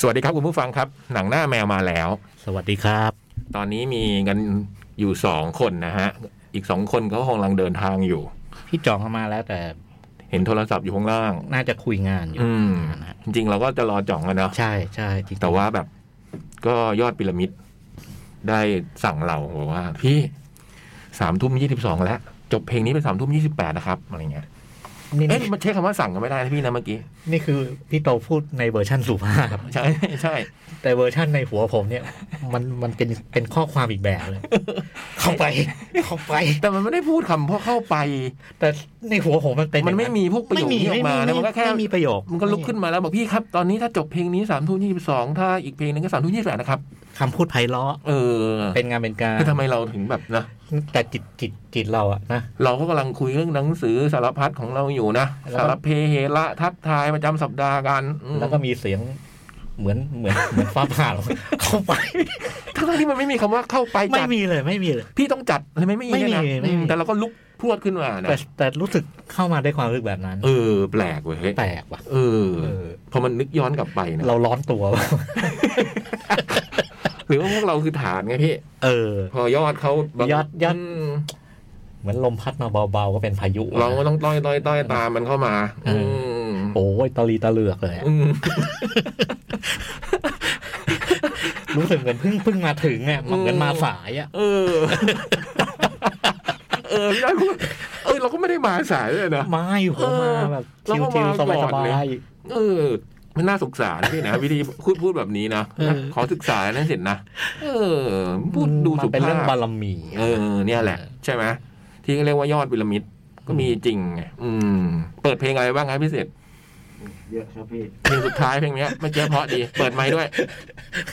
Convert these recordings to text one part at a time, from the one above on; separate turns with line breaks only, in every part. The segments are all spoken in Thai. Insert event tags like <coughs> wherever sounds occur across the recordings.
สวัสดีครับคุณผู้ฟังครับ หนังหน้าแมวมาแล้ว
สวัสดีครับ
ตอนนี้มีกันอยู่สองคนนะฮะ อีกสองคนเขากำลังเดินทางอยู่
พี่จองเข้ามาแล้วแต่
เห็นโทรศัพท์อยู่ข้างล่าง
น่าจะคุยงานอยู่
อืม
นะฮะ
จริง ๆ เราก็จะรอจ่องกันเนาะ
ใช่ใช่จริง
แต่ว่าแบบก็ยอดพีระมิด ได้สั่งเราบอกว่า พี่สามทุ่มยี่สิบสองแล้ว จบเพลงนี้เป็นสามทุ่มยี่สิบแปดนะครับอะไรเงี้ย
นี่
เอ๊ะ
นี่
มันใช้คำว่าสั่งกันไม่ได้นะพี่นะเมื่อกี้
นี่คือพี่โตพูดในเวอร์ชั่นสุภาพ
ใช่ใช่
แต่เวอร์ชั่นในหัวผมเนี่ย <laughs> มันมันเป็นเป็นข้อความอีกแบบเลย เข้าไป เข้าไป
แต่มันไม่ได้พูดคำพวกเข้าไป
แต่ในหัวผมมันเป็น
มันไม่มีพวกประ
ไม่
โยค
มี
ที่ออ
ไม่
กมา
มี
นะมันก็แค่
ไม่มีประโยค
มันก็ลุกขึ้นมาแล้วบอกพี่ครับ ตอนนี้ถ้าจบเพลงนี้สามทุ่มยี่สิบสองถ้าอีกเพลงหนึงก็สามทุ่มยี่สิบแปดนะครับ
คำพูดไพเราะ
เออ
เป็นงานเป็นการ
คือทำไมเราถึงแบบนะ
แต่จิตจิตจิตเราอะนะ
เราก็กำลังคุยเรื่องหนังสือสารพัดของเราอยู่นะ
แล้วก็
สารเพเฮระทักทายประจำสัปดาห์กันอืม
แล้วก็มีเสียงเหมือนเหมือนเหมือนฟ้าผ่า <laughs> ลงมาเข้าไป
ทั้งๆที่มันไม่มีคำว่าเข้าไป
ไม่
จัด
มีเลยไม่มีเลย
พี่ต้องจัดอะไรไม่ไม่มี
ไม่มี
เนี่ยนะ
ไม่มี
อืมแต่เราก็ลุกพรวดขึ้นมานะ
แต่แต่รู้สึกเข้ามาได้วยความรู้สึกแบบนั้น
เออ แปลกเว้ยเฮ้ย
แปลกว่ะ
เออ
เออ
พอมันนึกย้อนกลับไปนะ
เราร้อนตัวว่ะ
หรือว่าพวกเราคือฐานไงพี่
เออ
พอยอดเขาบาง
ยอดยอด
ม
เหมือนลมพัดมาเบาๆก็เป็นพายุ
เราก็
ว่ะ
ต้องต้อยต้อยต้อยตามมันเข้ามา
เออ
ม
โอ้ยตะลีตะเลือกเลยอะ
อืม
รู้สึกเหมือนเพิ่งเพิ่งมาถึงอ่ะเหมือนมาสายอ่ะ
เออ <laughs> เออพี่ได้อยพูดเออเราก็ไม่ได้มาสายเลยนะ
ไม่ผมมาแบบ
เออ
ชิวๆส
เราก็มาก่
บายส
อน
บา
เลย
ย
เออ มันน่าสงสารพี่นะวิ <laughs> ธีพูดพูดแบบนี้นะ
เออ
ขอศึกษานั่นเสร็จนะเออ พูดดู
มั
สุ
นเป็น
ภา
เรื่องบา
พ
รมี
เออ เนี่ยแหละ
เออ
ใช่ไหมที่เรียกว่ายอดพีระมิดก็มีจริงไงอืม เปิดเพลงอะไรบ้างครับพี่เศษ
เยอะครับพี่
เพลงสุดท้ายเพลงเนี้ย <laughs> เมื่อกี้เพราะดี เปิดไมค์ด้วย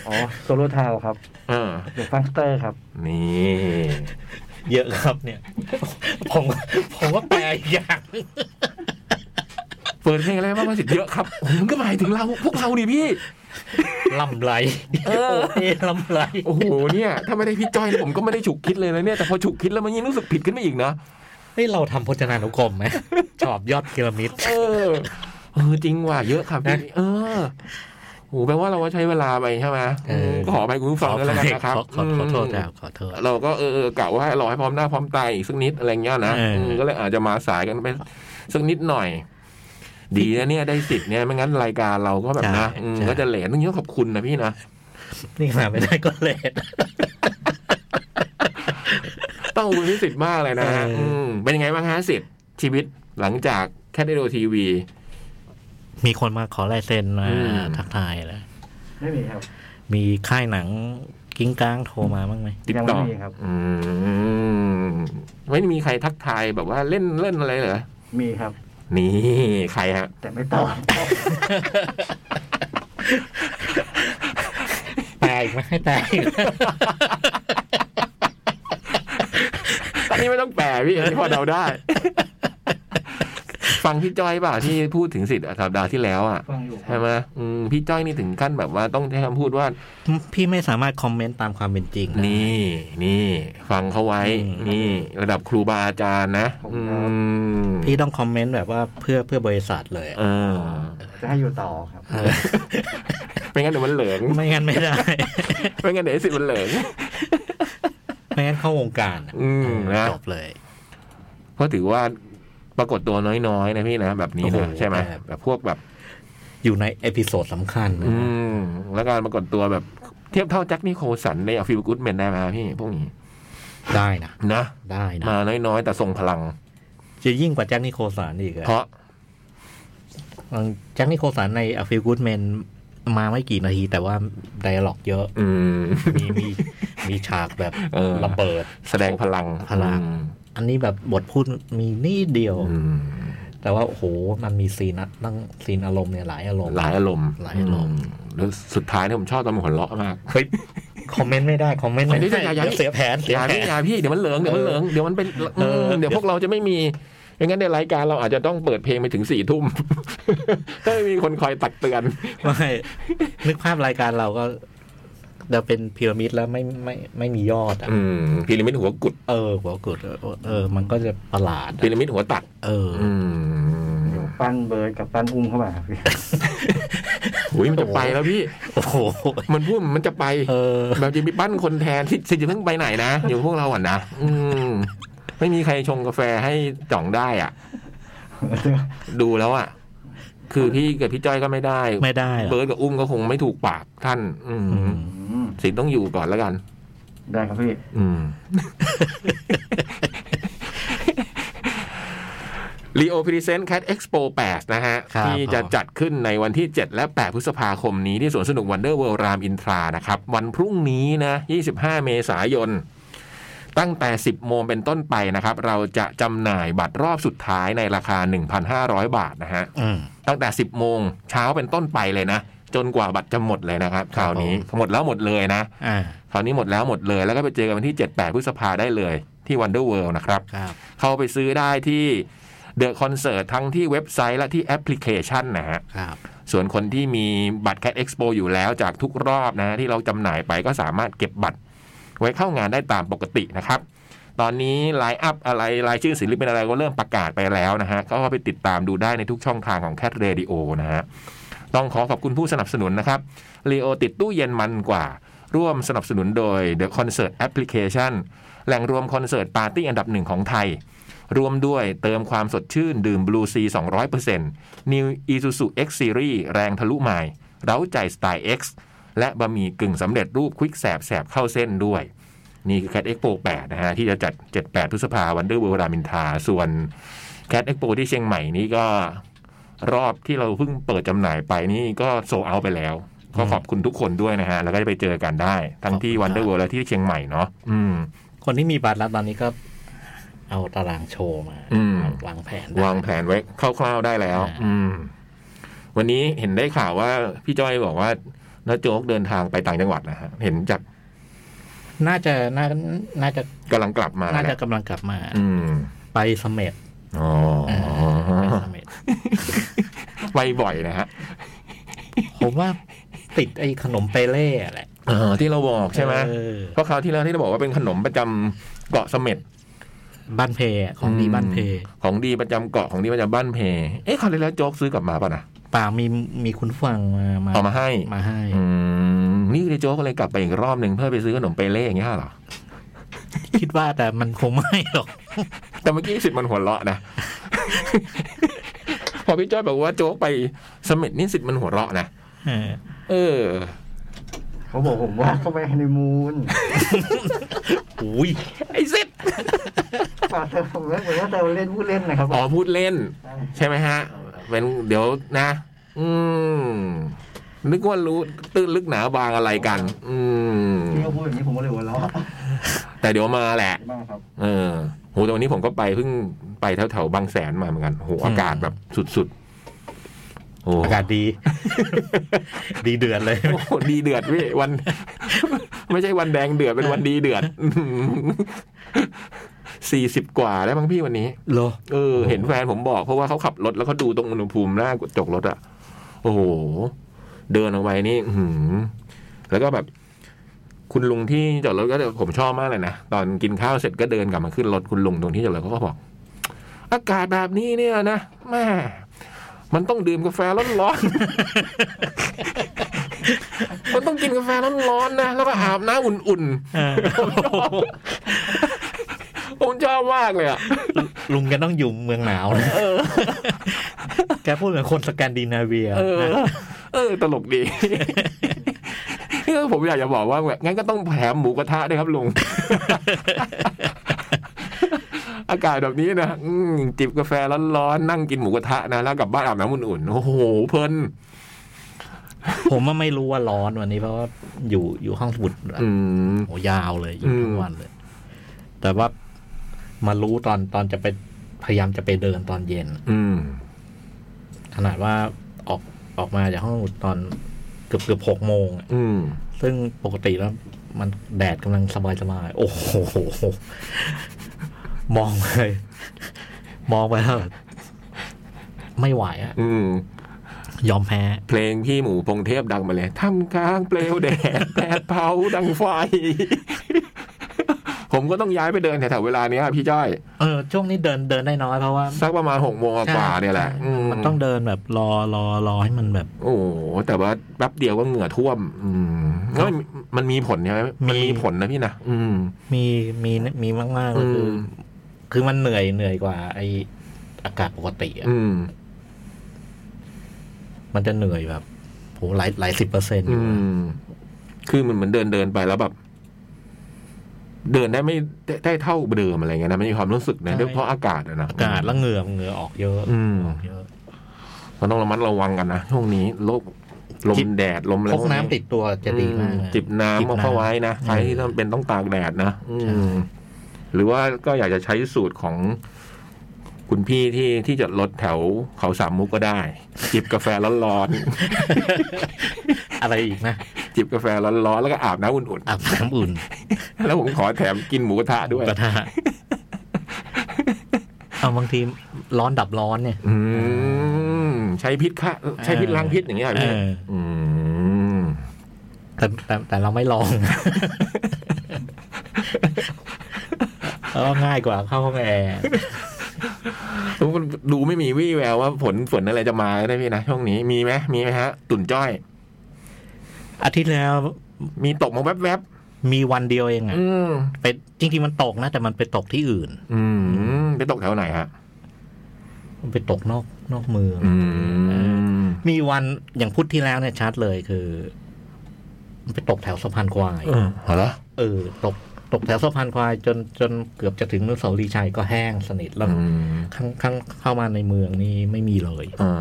อ๋อโซโล่ทาวครับ
เออ
เดอะฟังสเตอร์ครับ
นี่
เยอะครับเนี่ย ผมผมว่าแปลอีกอย่าง
เปิดเพลงอะไรบ้างมาสิเยอะครับผมนก็หมายถึงเราพวกเรานี่พี่
ลำไร
เออ
โอ้ยลำไร
โอ้โหเนี่ยถ้าไม่ได้พี่จ้อยนะผมก็ไม่ได้ฉุกคิดเลยนะเนี่ยแต่พอฉุกคิดแล้วมันยิ่งรู้สึกผิดขึ้นมาอีกนะ
เฮ้ยเราทำพจนานุกรมไหมชอบยอดพีระมิด
เออเออจริงว่ะเยอะครับพี่
นะ
เออโอ้โหแปลว่าเราก็ใช้เวลาไปใช่ไหม
เออ
ก็ขอไปคุณผู้ฟังด้วยแล้วกันนะครับ
ขอขอขอโทษครับขอโทษ
เราก็เออเออกะว่ารอให้พร้อมหน้าพร้อมตาอีกสักนิดอะไรเงี้ยนะ
เอออื
มก็เลยอาจจะมาสายกันไปสักนิดหน่อย ดีนะเนี่ยได้สิทธิ์เนี่ยไม่งั้นรายการเราก็แบบนะอืมก็จะเหลนต้องยกขอบคุณนะพี่นะ
นี่หาไม่ได้ก็เลท
ต้องขอบคุณพี่สิทธิ์มากเลยนะฮะ
เอออื
มเป็นยังไงบ้างฮะสิทธิ์ชีวิตหลังจากแคทเดโดทีวี
มีคนมาขอลายเซ็นมา
อืม
ทักทายแล้ว
ไม่มีครับ
มีค่ายหนังกิ้งก้างโทรมาบ้างไหม
ติด
ยัง
ต่
ไม่
อ
มีครับ
อืมไม่มีใครทักทายแบบว่าเล่นเล่นอะไรเหรอ
มีครับ
นี่ใครฮะ
แต่ไม่ตอบ
แตกไหมให้แตกอีกไหม
ตอนนี้ไม่ต้องแปลพี่อันนี้พอเดาได้ ฟังพี่จ้อยเปล่าที่พูดถึงสิทธิ์สัปดาห์ที่แล้วอ่ะ
ฟังอยู่ครั
ใช่
บ
ไหมอืมพี่จ้อยนี่ถึงขั้นแบบว่าต้องใช้คำพูดว่า
<laughs> พี่ไม่สามารถคอมเมนต์ตามความเป็นจริงนะ
นี่นี่ฟังเขาไว้
อืม
นี่ ระดับครูบาอาจารย์นะอืม
พี่ต้องคอมเมนต์แบบว่าเพื่อเพื่อบริษัทเลย
เออ
จะให้อยู่ต่อครับ
เออ
<laughs> ไม่งั้นเดี๋ยวมันเหลือง
ไม่งั้นไม่ได้ <laughs>
ไม่งั้นเดี๋ยวไอ้สิทธิ์มันเหลือง
ไม่งั้นเข้าวงการ
อืมนะ
จบเลย
เพราะถือว่าปรากฏตัวน้อยๆนะพี่นะแบบนี้
โอ้โห
นะใช่ไหม
ครับ
แบบพวกแบบ
อยู่ในเอพิโซดสำคัญนะ
อืม แล้วการปรากฏตัวแบบเทียบเท่าแจ็คนิโคลสันในฟิลกูดแมนได้ไหมพี่พวกนี้
ได้นะ
นะ
ได้นะ
มาน้อยๆ แต่ทรงพลัง
จะยิ่งกว่าแจ็คนิโคลสันอีกอะ
เพราะ
แจ็คนิโคลสันในอฟิลกูดแมนมาไม่กี่นาที แต่ว่าไดอะล็อกเยอะ
อืม
มีมีมีฉากแบบ
เออ
ระเบิด
แสดงพลัง
พลัง อันนี้แบบบทพูดมีนี่เดียว
อืม
แต่ว่าโอ้โหมันมีซีนนะตั้งซีนอารมณ์เนี่ยหลายอารมณ์
หลายอารมณ์
หลายอารมณ์
อืแล้วสุดท้ายเนี่ยผมชอบตอนมันหัวเราะมาก
เฮ้ยคอมเมนต์ไม่ได้คอมเมนต์
ไม่ได้
ไม่ได้
อย่าอย่า
เดี๋ยวเสียแผนเสี
อย ย่า
แผ
<laughs> พี่
น
อย่าพี่เดี๋ยวมันเหลืองเดี๋ยวมันเหลืองเดี๋ยวมันเป็น
เออ
มเดี๋ยวพวกเราจะไม่มีอย่างนั้นในรายการเราอาจจะต้องเปิดเพลงไปถึงสี่ทุ่ม <laughs> ถ้าไม่มีคนคอยตักเตือน
ไม่นึกภาพรายการเราก็จะเป็นพีระมิดแล้วไม่ไม่ไม่มียอดอ่ะ
อืมพีระมิดหัวกุด
เออหัวกุดเออ มันก็จะประหลาด
พี
อะ
ระมิดหัวตัด
เออ
อืม
เดี๋ยวปั้นเบิร์ดกับปั้นอุ้มเข้ามาครับพี่
อุ้ยมันจะไปแล้วพี่
โอ้โห
มันพูดมันจะไป
เออ
แบบจะมีปั้นคนแทนที่จะเพิ่งไปไหนนะ อยู่พวกเราอ่ะนะอืมไม่มีใครชงกาแฟให้จ่องได้อ่ะ ดูแล้วอ่ะ คือพี่กับพี่จ้อยก็ไม่ได้
ไม่ได้หรอ
เบิร์ดกับอุ้มก็คงไม่ถูกปากท่าน อืม
อืม
อืม
สิทธิ์ต้องอยู่ก่อนแล้วกัน
ได้ครับพี่
อืมรีโอพรีเซนต์แคดเอ็กซ์โป8นะฮะ
ครับ
ที่จะ
ผม
จัดขึ้นในวันที่ 7 และ 8 พฤษภาคมนี้ที่สวนสนุกวันเดอร์เวิลด์รามอินทรานะครับ วันพรุ่งนี้นะ 25 เมษายน ตั้งแต่ 10 โมงเป็นต้นไปนะครับ เราจะจำหน่ายบัตรรอบสุดท้ายในราคา 1,500 บาทนะฮะ
อืม
ตั้งแต่ 10 โมงเช้าเป็นต้นไปเลยนะ จนกว่าบัตรจะหมดเลยนะครับคราวนี้หมดแล้วหมดเลยนะ
อ่า
คราวนี้หมดแล้วหมดเลยแล้วก็ไปเจอกันวันที่ 7 8 พฤษภาได้เลยที่ Wonder World นะครับ
ครับ
เข้าไปซื้อได้ที่เดอะคอนเสิร์ตทั้งที่เว็บไซต์และที่แอปพลิเคชันนะฮะ
ครับ
ส่วนคนที่มีบัตร Cat Expo อยู่แล้วจากทุกรอบนะ ที่เราจำหน่ายไปก็สามารถเก็บบัตร ไว้เข้างานได้ตามปกตินะครับ ตอนนี้ไลน์อัพอะไรรายชื่อศิลปินอะไรก็เริ่มประกาศไปแล้วนะฮะ ก็ไปติดตามดูได้ในทุกช่องทางของ Cat Radio นะฮะ ต้องขอขอบคุณผู้สนับสนุนนะครับเรโอติดตู้เย็นมันกว่า ร่วมสนับสนุนโดย The Concert Application แหล่งรวมคอนเสิร์ตปาร์ตี้อันดับหนึ่งของไทย รวมด้วยเติมความสดชื่นดื่ม Blue C 200% New Isuzu X Series แรงทะลุไมล์เร้าใจสไตล์ X และบะหมี่กึ่งสำเร็จรูปควิกแสบแสบเข้าเส้นด้วย นี่คือ Cat Expo 8 นะฮะ ที่จะจัด 78 พฤษภาวันเดอร์เวลรามินทา ส่วน Cat Expo ที่เชียงใหม่นี่ก็รอบที่เราเพิ่งเปิดจำหน่ายไปนี่ก็โซเอาไปแล้ว ก็ขอบคุณทุกคนด้วยนะฮะ แล้วก็จะไปเจอกันได้ ทั้งที่วันเดอร์เวลและที่เชียงใหม่เนาะอืม
คนที่มีบัตรแล้วตอนนี้ก็ เอาตารางโชว์มา
อืม
วางแผนได้
วางแผนไว้คร่าวๆได้แล้ว
อ่า
อืม วันนี้เห็นได้ข่าวว่าพี่จ้อยบอกว่าน้าโจ๊กเดินทางไปต่างจังหวัดนะฮะ เห็นจาก
น่าจะน่าน่าจะ
กำลังกลับมา
น่าจะ
แล้ว
กำลังกลับมา
อืม
ไปเสมเด็จ
อ๋อ
ไปเสมเด็จ
ไปบ่อยนะฮะ
ผมว่า <laughs> ติดไอ้ขนมเปเล่อะแหละ
เออที่เราบอกใช่ไหม
เออ
เพราะคราวที่แล้วที่เราบอกว่าเป็นขนมประจำเกาะเสม็ด
บ้านเพอะของดีบ้านเพ
ของดีประจำเกาะของดีประจำบ้านเพ เอ๊ะคราวที่แล้วโจ๊กซื้อกลับมาป่ะนะ
ป่ามีมีคุณผู้ฟังมามา
เอามาให้
มาให้
อืมนี่เลยโจ๊กก็เลยกลับไปอีกรอบหนึ่งเพื่อไปซื้อขนมเปเล่อย่างเงี้ยเหรอ
คิดว่าแต่ <laughs> มันคงไม่หรอก
แต่เมื่อกี้สิทธิ์มันหัวเราะนะ <laughs> พอพี่จ้อยบอกว่าโจ๊กไปเสมิธนี่สิทธิ์มันหัวเราะนะ
เออ
เออ
เขาบอกผมว่าเขาไปฮันนีมูน
อุ้ย
ไอสิทธิ์
ป่าเธอผมเล่นผมว่าเธอเล่นพูดเล่นนะครับ
อ๋อพูดเล่น ใช่ไหมฮะ เป็นเดี๋ยวนะ อืม นึกว่ารู้ตื้นลึกหนาบางอะไรกัน อืม
ที่เขาพูดอย่างนี้ผมก็เลยหัวเราะ
แต่เดี๋ยวมาแหละ
บ้างครับ
เออโหแต่วันนี้ผมก็ไปเพิ่งไปแถวแถวๆบางแสนมาเหมือนกันโหอากาศแบบสุดๆโห
อากาศดี <laughs> ดีเดือนเลย
โอ้โหดีเดือดพี่วัน <laughs> ไม่ใช่วันแดงเดือด เป็นวันดีเดือด <laughs> สี่สิบกว่าได้มั้งพี่วันนี้
โล
เออ เห็นแฟนผมบอกเพราะว่าเขาขับรถแล้วเขาดูตรงอุณหภูมิหน้ากระจกรถอะโอ้โห เดินออกไปนี่อื้อหือ แล้วก็แบบ คุณลุงที่จอดรถก็ผมชอบมากเลยนะ ตอนกินข้าวเสร็จก็เดินกลับมาขึ้นรถคุณลุงตรงที่จอดรถเขาก็บอก อากาศแบบนี้เนี่ยนะแม่มันต้องดื่มกาแฟร้อนๆ <laughs> มันต้องกินกาแฟร้อนๆนะแล้วก็อาบน้ำอุ่นๆ <laughs> ผมชอบมากเลยอะ
ลุงแกต้องอยู่เมืองหนาวนะ <laughs> แกพูดเหมือนคนสแกนดิเนาเวีย
เออ
นะ
เออ ตลก
<laughs>
ดีเออผมอยากจะบอกว่าแบบงั้นก็ต้องแถมหมูกระทะด้วยครับ
<laughs>
ลุง อากาศแบบนี้นะอืมจิบกาแฟร้อนๆนั่งกินหมูกระทะนะแล้วกลับบ้านอาบน้ำอุ่นๆโอ้โห เพลิน
ผมว่าไม่รู้ว่าร้อนวันนี้เพราะว่าอยู่อยู่ห้องสมุดอะ
อืม
โหยาวเลยอยู่ทั้
อื
ง
ม
วันเลย แต่ว่ามารู้ตอนตอนจะไปพยายามจะไปเดินตอนเย็น
อืม
ขนาดว่าออกออกมาจากห้องสมุดตอนเกือบเกือบหกโมงอะ
อืม
ซึ่งปกติแล้วมันแดดกำลังสบายสบายๆโอ้โห มองไปมองไปแล้วไม่ไหวอะ
อืม
ยอมแพ้
เพลงพี่หมูพงเทพดังมา <laughs> เลยทำกลางเปลวแดดแผดเผาดังไฟ โห ผมก็ต้องย้ายไปเดินแถวๆเวลาเนี้ยพี่จ้อย
เออช่วงนี้เดินเดินได้น้อยเพราะว่า
สักประมาณหกโมงกว่าๆเนี่ยแหละ
ใช่มันต้องเดินแบบรอรอรอให้มันแบบ
โอ้โหแต่ว่าแป๊บเดียวก็เหงื่อท่วม อืมแล้วมันมันมีผลใช่ไหมมันมีผลนะพี่นะอืม
มีมีมีมากมากๆเลยคืออ
ม
คือมันเหนื่อยเหนื่อยกว่า ไออากาศปกติอะ
อืม
มันจะเหนื่อยแบบโหหลายหลายสิบเปอร์เซ็นต์อ
อื
ยู่อะ
ม คือมันเหมือนเดินเดินไปแล้วแบบ เดินได้ไม่ได้ได้เท่าเดิมอะไรเงี้ยนะมันมีความรู้สึกนะด้วยเพราะอากาศอะนะ
อากาศแล้วเหงื่อเหงื่อออกเยอะ
อืม
ออกเยอะ
มันต้องระมัดระวังกันนะช่วงนี้โลกลมแดดลมอะไร
พ
พ
ก
ว
น้ำติดตัวจะดีมาก
อื
เลย
จิบน้ำ
จิบ
เอา
น้ำ
เข้าไว้นะใครที่จำเป็นต้องตากแดดนะอื
ใช่
ม หรือว่าก็อยากจะใช้สูตรของคุณพี่ที่ที่จอดรถแถวเขาสามมุกก็ได้ จิบกาแฟร้อน
อะไรอีกนะ
ๆ <laughs> จิบกาแฟร้อนๆแล้วก็อาบน้ำอุ่น
อาบน้ำอุ่น
ๆแล้วผมขอแถมกินหมูกระทะด้วย
กระ
<laughs>
ทะเอาบางทีร้อนดับร้อนเนี่ย
อืมใช้พิษฆ่าใช้พิษ
เออ
ล้างพิษอย่างเงี้ยเหรอพี่
เออ
อืม
แต่แต่แต่เราไม่ล
<laughs>
องเออง่ายกว่าเข้าห้องแอร์
แล้วมันดูไม่มีวี่แววว่าผลฝนอะไรจะมาได้พี่นะช่วงนี้มีไหมมีไหมฮะ ตุ่นจ้อย
อาทิตย์แล้ว
มีตกมาแวบ
มีวันเดียวเอง
ๆ
อะ
อืม
ไปจริงๆมันตกนะ แต่มันไปตกที่อื่น
อืมไปตกแถวไหนฮะ
มันไปตกนอกนอกเมือง
อืม
มีวันอย่างพุธที่แล้วเนี่ยชัดเลยคือ มันไปตกแถวสะพานควาย
เออเหรอ
เออ ตกตกแถวสะพานควาย จนจนเกือบจะถึงอนุสาวรีย์ชัยก็แห้งสนิทแล้ว
อืม
ข้างข้างเข้ามาในเมืองนี่ไม่มีเลย
อ่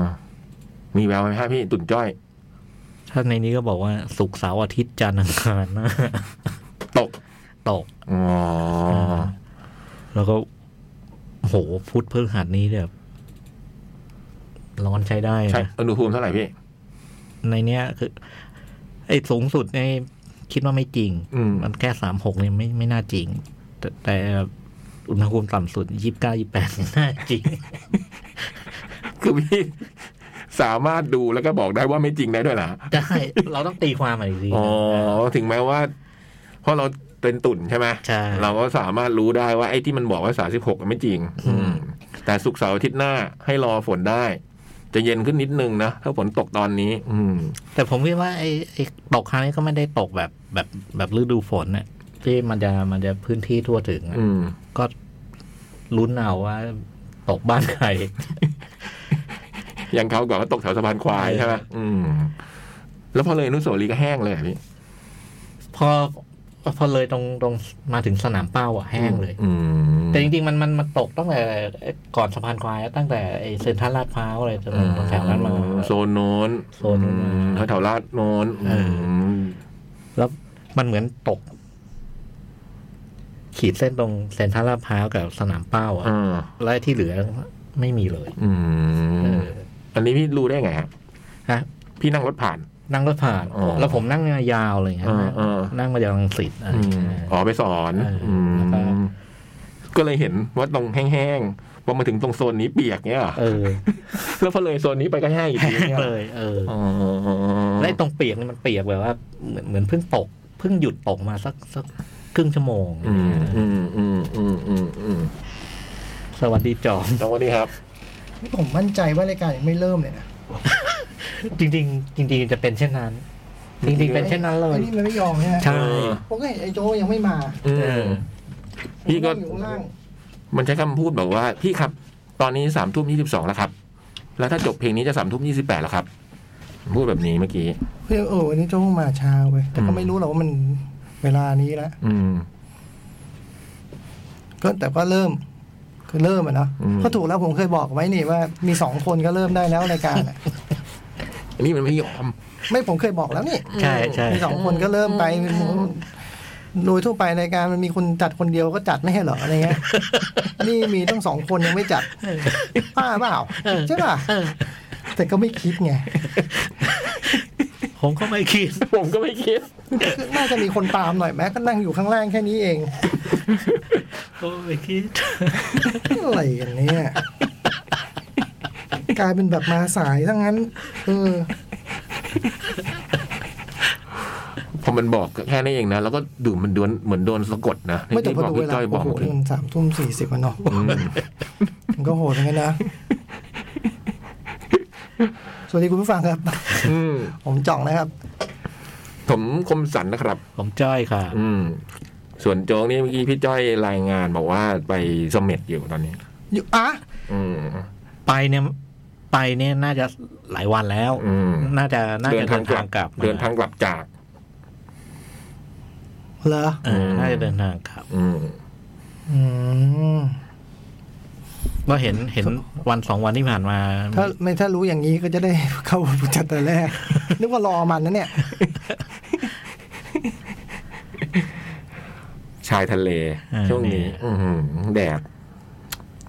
ามีแววไหมฮะพี่ตุ่นจ้อย
ถ้าในนี้ก็บอกว่าสุกร์เสาร์อาทิตย์จันทร์อังคาร <laughs> นะ
ตก
ตก
อ๋อ
แล้วก็โหพุธพฤหัสนี้เนี่ยร้อนใช้ได้นะ
ใช่อุณหภูมิเท่าไหร่พี่
ในเนี้ยคือ ไอ้สูงสุดในยคิดว่าไม่จริง
อืม
มันแค่สามหกเนี่ยไม่ไม่น่าจริง แต่แต่อุณหภูมิต่ำสุดยี่สิบเก้ายี่แปดน่าจริง <laughs>
คือพี่ สามารถดูแล้วก็บอกได้ว่าไม่จริงได้ด้วยเหรอฮะ
ได้ เราต้องตีความอะไรดี
อ๋อ ถึงแม้ว่าเพราะเราเป็นตุ่นใช่ไหม
ใช่
เราก็สามารถรู้ได้ว่าไอ้ที่มันบอกว่าสาสิบหกไม่จริง อืม แต่สุกร์เสาร์อาทิตย์หน้าให้รอฝนได้ จะเย็นขึ้นนิดนึงนะ ถ้าฝนตกตอนนี้ อืม
แต่ผมคิดว่าไอ้ไอ้ตกครั้งนี้ก็ไม่ได้ตกแบบแบบแบบฤดูฝนน่ะที่มันจะมันจะพื้นที่ทั่วถึงอะ
อืม
ก็ลุ้นเอาว่า ตกบ้านใคร <laughs>
อย่างเขาวก่อนก็ตกแถวสะพานควายใช่ไหมอืม แล้วพอเลยอนุสาวรีย์ก็แห้งเลยอะพี่
พอพอเลยตรงตรงมาถึงสนามเป้าอะแห้งเลย
อืม
แต่จริงๆ มันมันมันตกตั้งแต่ก่อนสะพานควายอะตั้งแต่ไอ้เซ็นทรัลลาดพร้าวอะไรจนถึงแถวนั้นมา
โซนโน้น
โซนโน้นมา
อืมแถวๆลาดโน้น
เอออื
ม
แล้วมันเหมือนตก ขีดเส้นตรงเซ็นทรัลลาดพร้าวกับสนามเป้าอะ
อ่า
แล้วที่เหลือไม่มีเลย
อื
เอ
ม
อ
อันนี้พี่รู้ได้ไงฮะ
ฮะ
พี่นั่งรถผ่าน
นั่งรถผ่าน
อ๋อ
แล้วผมนั่งยาวเลยฮะ
อ่าอ่า
นั่งมาจากลังสิตอะไร
อื
อย่าง
ม
เงี้ย
อ๋อไปสอน
เอออื
อืม
แล้วก็
ก็เลยเห็นว่าตรงแห้งๆ พอมาถึงตรงโซนนี้เปียกเนี่ยเหรอ
เออ
แล้วพอเลยโซนนี้ไปก็แห้งอีกที
แห้ง
เนี่ย
เลย เออ
อ๋อ
และไอ้ตรงเปียกนี่มันเปียกแบบว่าเหมือนเหมือนเพิ่งตกเพิ่งหยุดตกมาสักสักครึ่งชั่วโมง
อืมอืมอืมอืมอืมอืม
สวัสดีจอม
สวัสดีครับ
นี่ผมมั่นใจว่ารายการยังไม่เริ่มเลยนะ
จริงๆจริงๆจะเป็นเช่นนั้น จริงๆเป็นเช่นนั้นเล
อั
ย
นนี้มันไม่ยอมใช่ไหม
ใช่
เออ
ผมก็เห็นไอ้โจยังไม่มา
อืม พี่ก็
ผมนั่งอยู่ข้างล่าง
มันใช้คำพูดแบบว่า พี่ครับ ตอนนี้สามทุ่มยี่สิบสองแล้วครับ แล้วถ้าจบเพลงนี้จะสามทุ่มยี่สิบแปดแล้วครับ พูดแบบนี้เมื่อกี้
เฮ้ยเออวันนี้โจมาช้าเว้ยแต่
อื
ก็
ม
ไม่รู้หรอกว่ามันเวลานี้ละ
อืม
ก็แต่ก็เริ่มคือเริ่มอะเนาะ
อืม
ก็ถูกแล้วผมเคยบอกไว้นี่ว่ามีสองคนก็เริ่มได้แล้วรายการ <laughs> อะ
อันนี้มันไม่ยอม
ไม่ผมเคยบอกแล้วนี่
ใช่ใช่
มีสองคนก็เริ่มไปโดยทั่วไปรายการมันมีคนจัดคนเดียวก็จัดไม่ใช่เหรออะไรเงี้ย <laughs> นี่มีต้องสองคนยังไม่จัดป้าเปล่าใช่ป่ะแต่ก็ไม่คิดไง
ผมก็ไม่คิด
ผมก็ไม่คิด
<laughs> น่าจะมีคนตามหน่อยแม้ก็นั่งอยู่ข้างล่างแค่นี้เอง <laughs>
ก็ไม่คิด
อะไรกันเนี่ย กลายเป็นแบบมาสายทั้งนั้น เออ
พอมันบอกแค่นี้เองนะ แล้วก็ดูมันดวนเหมือนโดนสะกดนะ
ไม่แต่
ที่
พอ
บอก
ดูเว
พี่
ลา
จ้อยบ
โอ้
อก
โห
เลย
มันสามทุ่มสี่สิบอะเนาะ
อืม
มันก็โหดเหมือนกันนะ <laughs> สวัสดีคุณผู้ฟังครับ
อืม
ผมจ่องนะครับ
ผมคมสันนะครับ
ผมจ้อยค่ะ
อืม ส่วนโจ้งนี่เมื่อกี้พี่จ้อยรายงานบอกว่าไปเสมเด็จอยู่ตอนนี้
อยู่อ่ะ
อืม
ไปเนี่ย ไปเนี่ยน่าจะหลายวันแล้ว
อืม
น่าจะน่าจะเดินทางกลับม
เดินทางกลับจาก
เหรอ
เออน่าจะเดินทางกลับ
อืม
อืม
ก็เห็นเห็นวันสองวันที่ผ่านมา
ถ้าไม่ถ้ารู้อย่างนี้ก็จะได้เข้า <laughs> จัดแต่แรก นึกว่ารอมันนะเนี่ย
ชายทะเล
อ่า
ช่วงนี้
นี่
อื้อหือแดด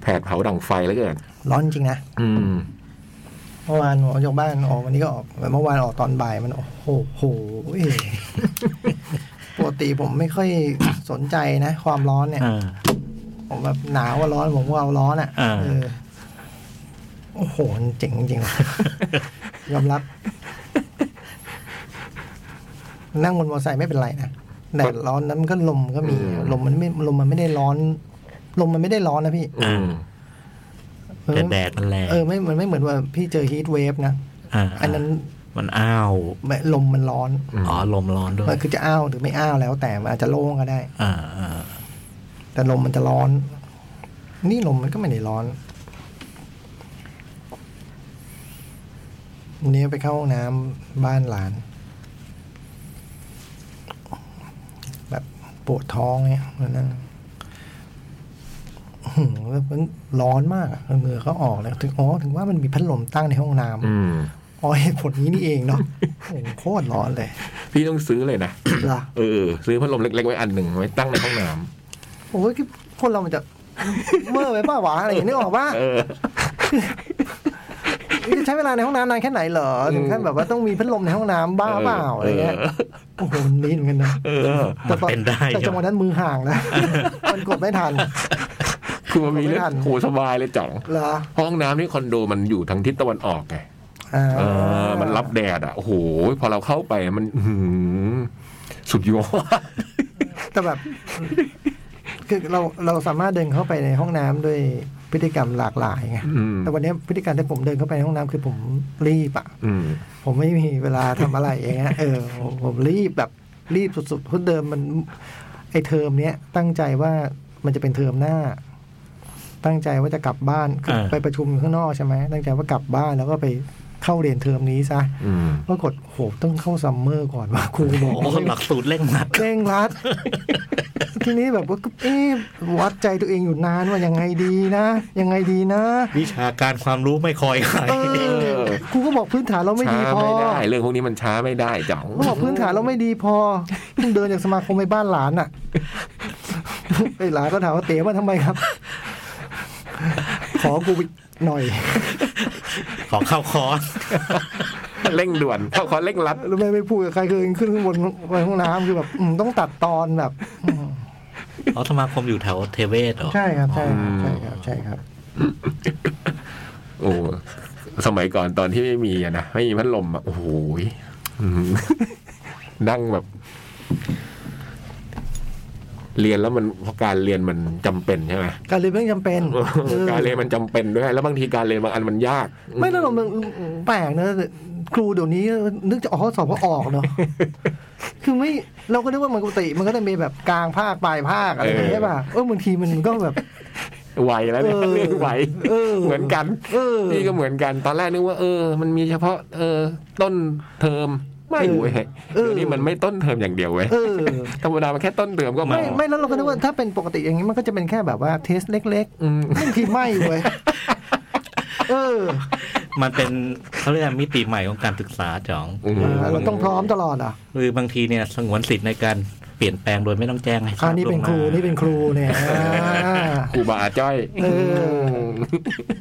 แผดเผาดังไฟแล้วเกิน
ร้อนจริงนะ
อืม
เมื่อวานออกจากบ้านออกวันนี้ก็ออกแต่เมื่อวานออกตอนบ่ายมันโอ้โหโห <laughs> เอ้ยปกติผมไม่ค่อยสนใจนะ ความร้อนเนี่ย
อ่า
ผมแบบหนาวว่าร้อนผมว่าเอาร้อนอ่ะ
อ่า
เออโอ้โหมันเจ๋งจริงๆว่ะ <laughs> ยอมรับ นั่งบนมอเตอร์ไซค์ไม่เป็นไรนะแดดร้อนนั้นมันก็ลมก็มี
อืม
ลมมันไม่ลมมันไม่ได้ร้อน ลมมันไม่ได้ร้อนนะพี่
อืม
เออ
แต่แดดมันแรง
เออไม่มันไม่เหมือนว่าพี่เจอฮีทเวฟนะ
อ่า
อันนั้น
มันอ้าว
ไม่ลมมันร้อน
อ๋อลมร้อนด้ว
มั
ย
นคือจะอ้าวหรือไม่อ้าวแล้ว แต่มันอาจจะโล่งก็ได้
อ่าอ่า
แต่ลมมันจะร้อน นี่ลมมันก็ไม่ได้ร้อนวันนี้ไปเข้าห้องน้ำบ้านหลาน แบบปวดท้องเนี่ยมานั่งอื้อหือแล้วมันร้อนมากอะเหงื่อเขาออกแล้วถึงอ๋อถึงว่ามันมีพัดลมตั้งในห้องน้ำ
อืม
อ๋อเหตุผลนี้นี่เองเนาะโอ้โหโคตรร้อน
<laughs>
เลย
พี่ต้องซื้อเลยนะ
เหรอ
เออ ซื้อพัดลมเล็กๆไว้อันหนึ่งไว้ตั้งในห้องน้ำ
ผมว่าคนเรามันจะ เมื่อไปป้าวะอะไรอย่างนี้นึกออกปะ
เออ
ใช้เวลาในห้องน้ำนานแค่ไหนเหรอถึงขั้นแบบว่าต้องมีพัดลมในห้องน้ำบ้าเปล่าอะไรเงี้ยโอ้โหมันนิดเหมือนกันนะ
เออ
มันเป็นได้
แต่จังหวะนั้นมือห่างแล้ว มันกดไม่ทัน
คือมันมีเรื่อง
ไม่ทัน
โหสบายเลยจ่อง
เหรอ
ห้องน้ำที่คอนโดมันอยู่ทางทิศตะวันออกไง
อ่า
เออ มันรับแดดอ่ะ โอ้โห พอเราเข้าไปมันอื้อหือสุดยอด
แต่แบบ คือเราเราสามารถเดินเข้าไปในห้องน้ำด้วยพฤติกรรมหลากหลายไง
อืม
แต่วันนี้พฤติกรรมที่ผมเดินเข้าไปในห้องน้ำคือผมรีบอะ
อืม
ผมไม่มีเวลาทำอะไรอย่างเงี้ย <laughs> เออผมผมรีบแบบรีบสุดๆเพราะเดิมมัน ไอเทอมเนี้ยตั้งใจว่ามันจะเป็นเทอมหน้า ตั้งใจว่าจะกลับบ้านคืออา ไปประชุมข้างนอกใช่ไหมตั้งใจว่ากลับบ้านแล้วก็ไปเข้าเรียนเทอมนี้ซะ
อืม
ปรากฏโหต้องเข้าซัมเมอร์ก่อน <laughs> ว่าครูบอก
โอ้หลักสูตรเร่ง
<laughs>
รัด
เร่งรัด ทีนี้แบบว่าก็เอ๊ะวัดใจตัวเองอยู่นานว่ายังไงดีนะยังไงดีนะ
วิชาการความรู้ไม่คอยใคร
เออครูก็บอกพื้นฐานเราไม่
ช้า
ดีพอ
ไม่ได้ เรื่องพวกนี้มันช้าไม่ได้จ่อง
เขาบอกพื้นฐานเราไม่ดีพอเพิ่งเดินจากสมาคมไปบ้านหลานอ่ะ <laughs> ไอ้หลานก็ถามว่าเต๋มาทำไมครับ ขอกูหน่อย
ของเข้าคอร์ส
เร่งด่วนเขาขอเร่งรัด
แล้วไม่ไม่พูดกับใครคือขึ้นข้างบนไปห้องน้ำคือแบบอืมต้องตัดตอนแบบอืม
อ๋อสมาคมอยู่แถวเทเวศเหรอ
ใช่ครับ ใช่ครับใช่ครับใช่ครับ
โอ้สมัยก่อนตอนที่ไม่มีอะนะไม่มีพัดลมอะโอ้โห <laughs> ยอืมนั่งแบบ เรียนแล้วมันเพราะการเรียนมันจำเป็นใช่ไหม
<laughs> การเรียนเรื่องจำเป็นเออ
<laughs> การเรียนมันจำเป็นด้วย แล้วบางทีการเรียนบางอันมันยาก
ไม่ต้องลงแปลกนะครูเดี๋ยวนี้นึกจะออกข้อสอบก็ออก
<laughs>
เนาะคือไม่เราก็นึกว่ามันปกติมันก็จะมีแบบกลางภาคปลายภาคอะไรอย่างเงี้ยใช่ป่ะเออบางทีมันก็แบบ
ไหวแล้วเนี่ย
เออ
เรื่องไหว
เออ
เหมือนกัน
เออ
นี่ก็เหมือนกัน ตอนแรกนึกว่าเออ มันมีเฉพาะ เออ ต้นเทอมไม่เว้ย
เออ
เดี๋ยวนี้มันไม่ต้นเทอมอย่างเดียวเว้ย
เออ
ธรรมดามันแค่ต้นเทอมก็มา
ไม่ไม่แล้วเราก็นึกว่าถ้าเป็นปกติอย่างนี้มันก็จะเป็นแค่แบบว่าเทสเล็ก
อืม
ๆบางทีไม่เว้ยเออ
มันเป็นเขาเรียกว่ามิติใหม่ของการศึกษาจ๋อง
อืม
เออ เราต้องพร้อมตลอดอ่ะ
คือบางทีเนี่ยสงวนสิทธิ์ในการเปลี่ยนแปลงโดยไม่ต้องแจ้งให้ทรา
อั
บ
นนี้เป็นครู
ล่วงหา
นี่เป็นครูเนี่ย <laughs> อ่า
ครูบาอาจ้อย
เออ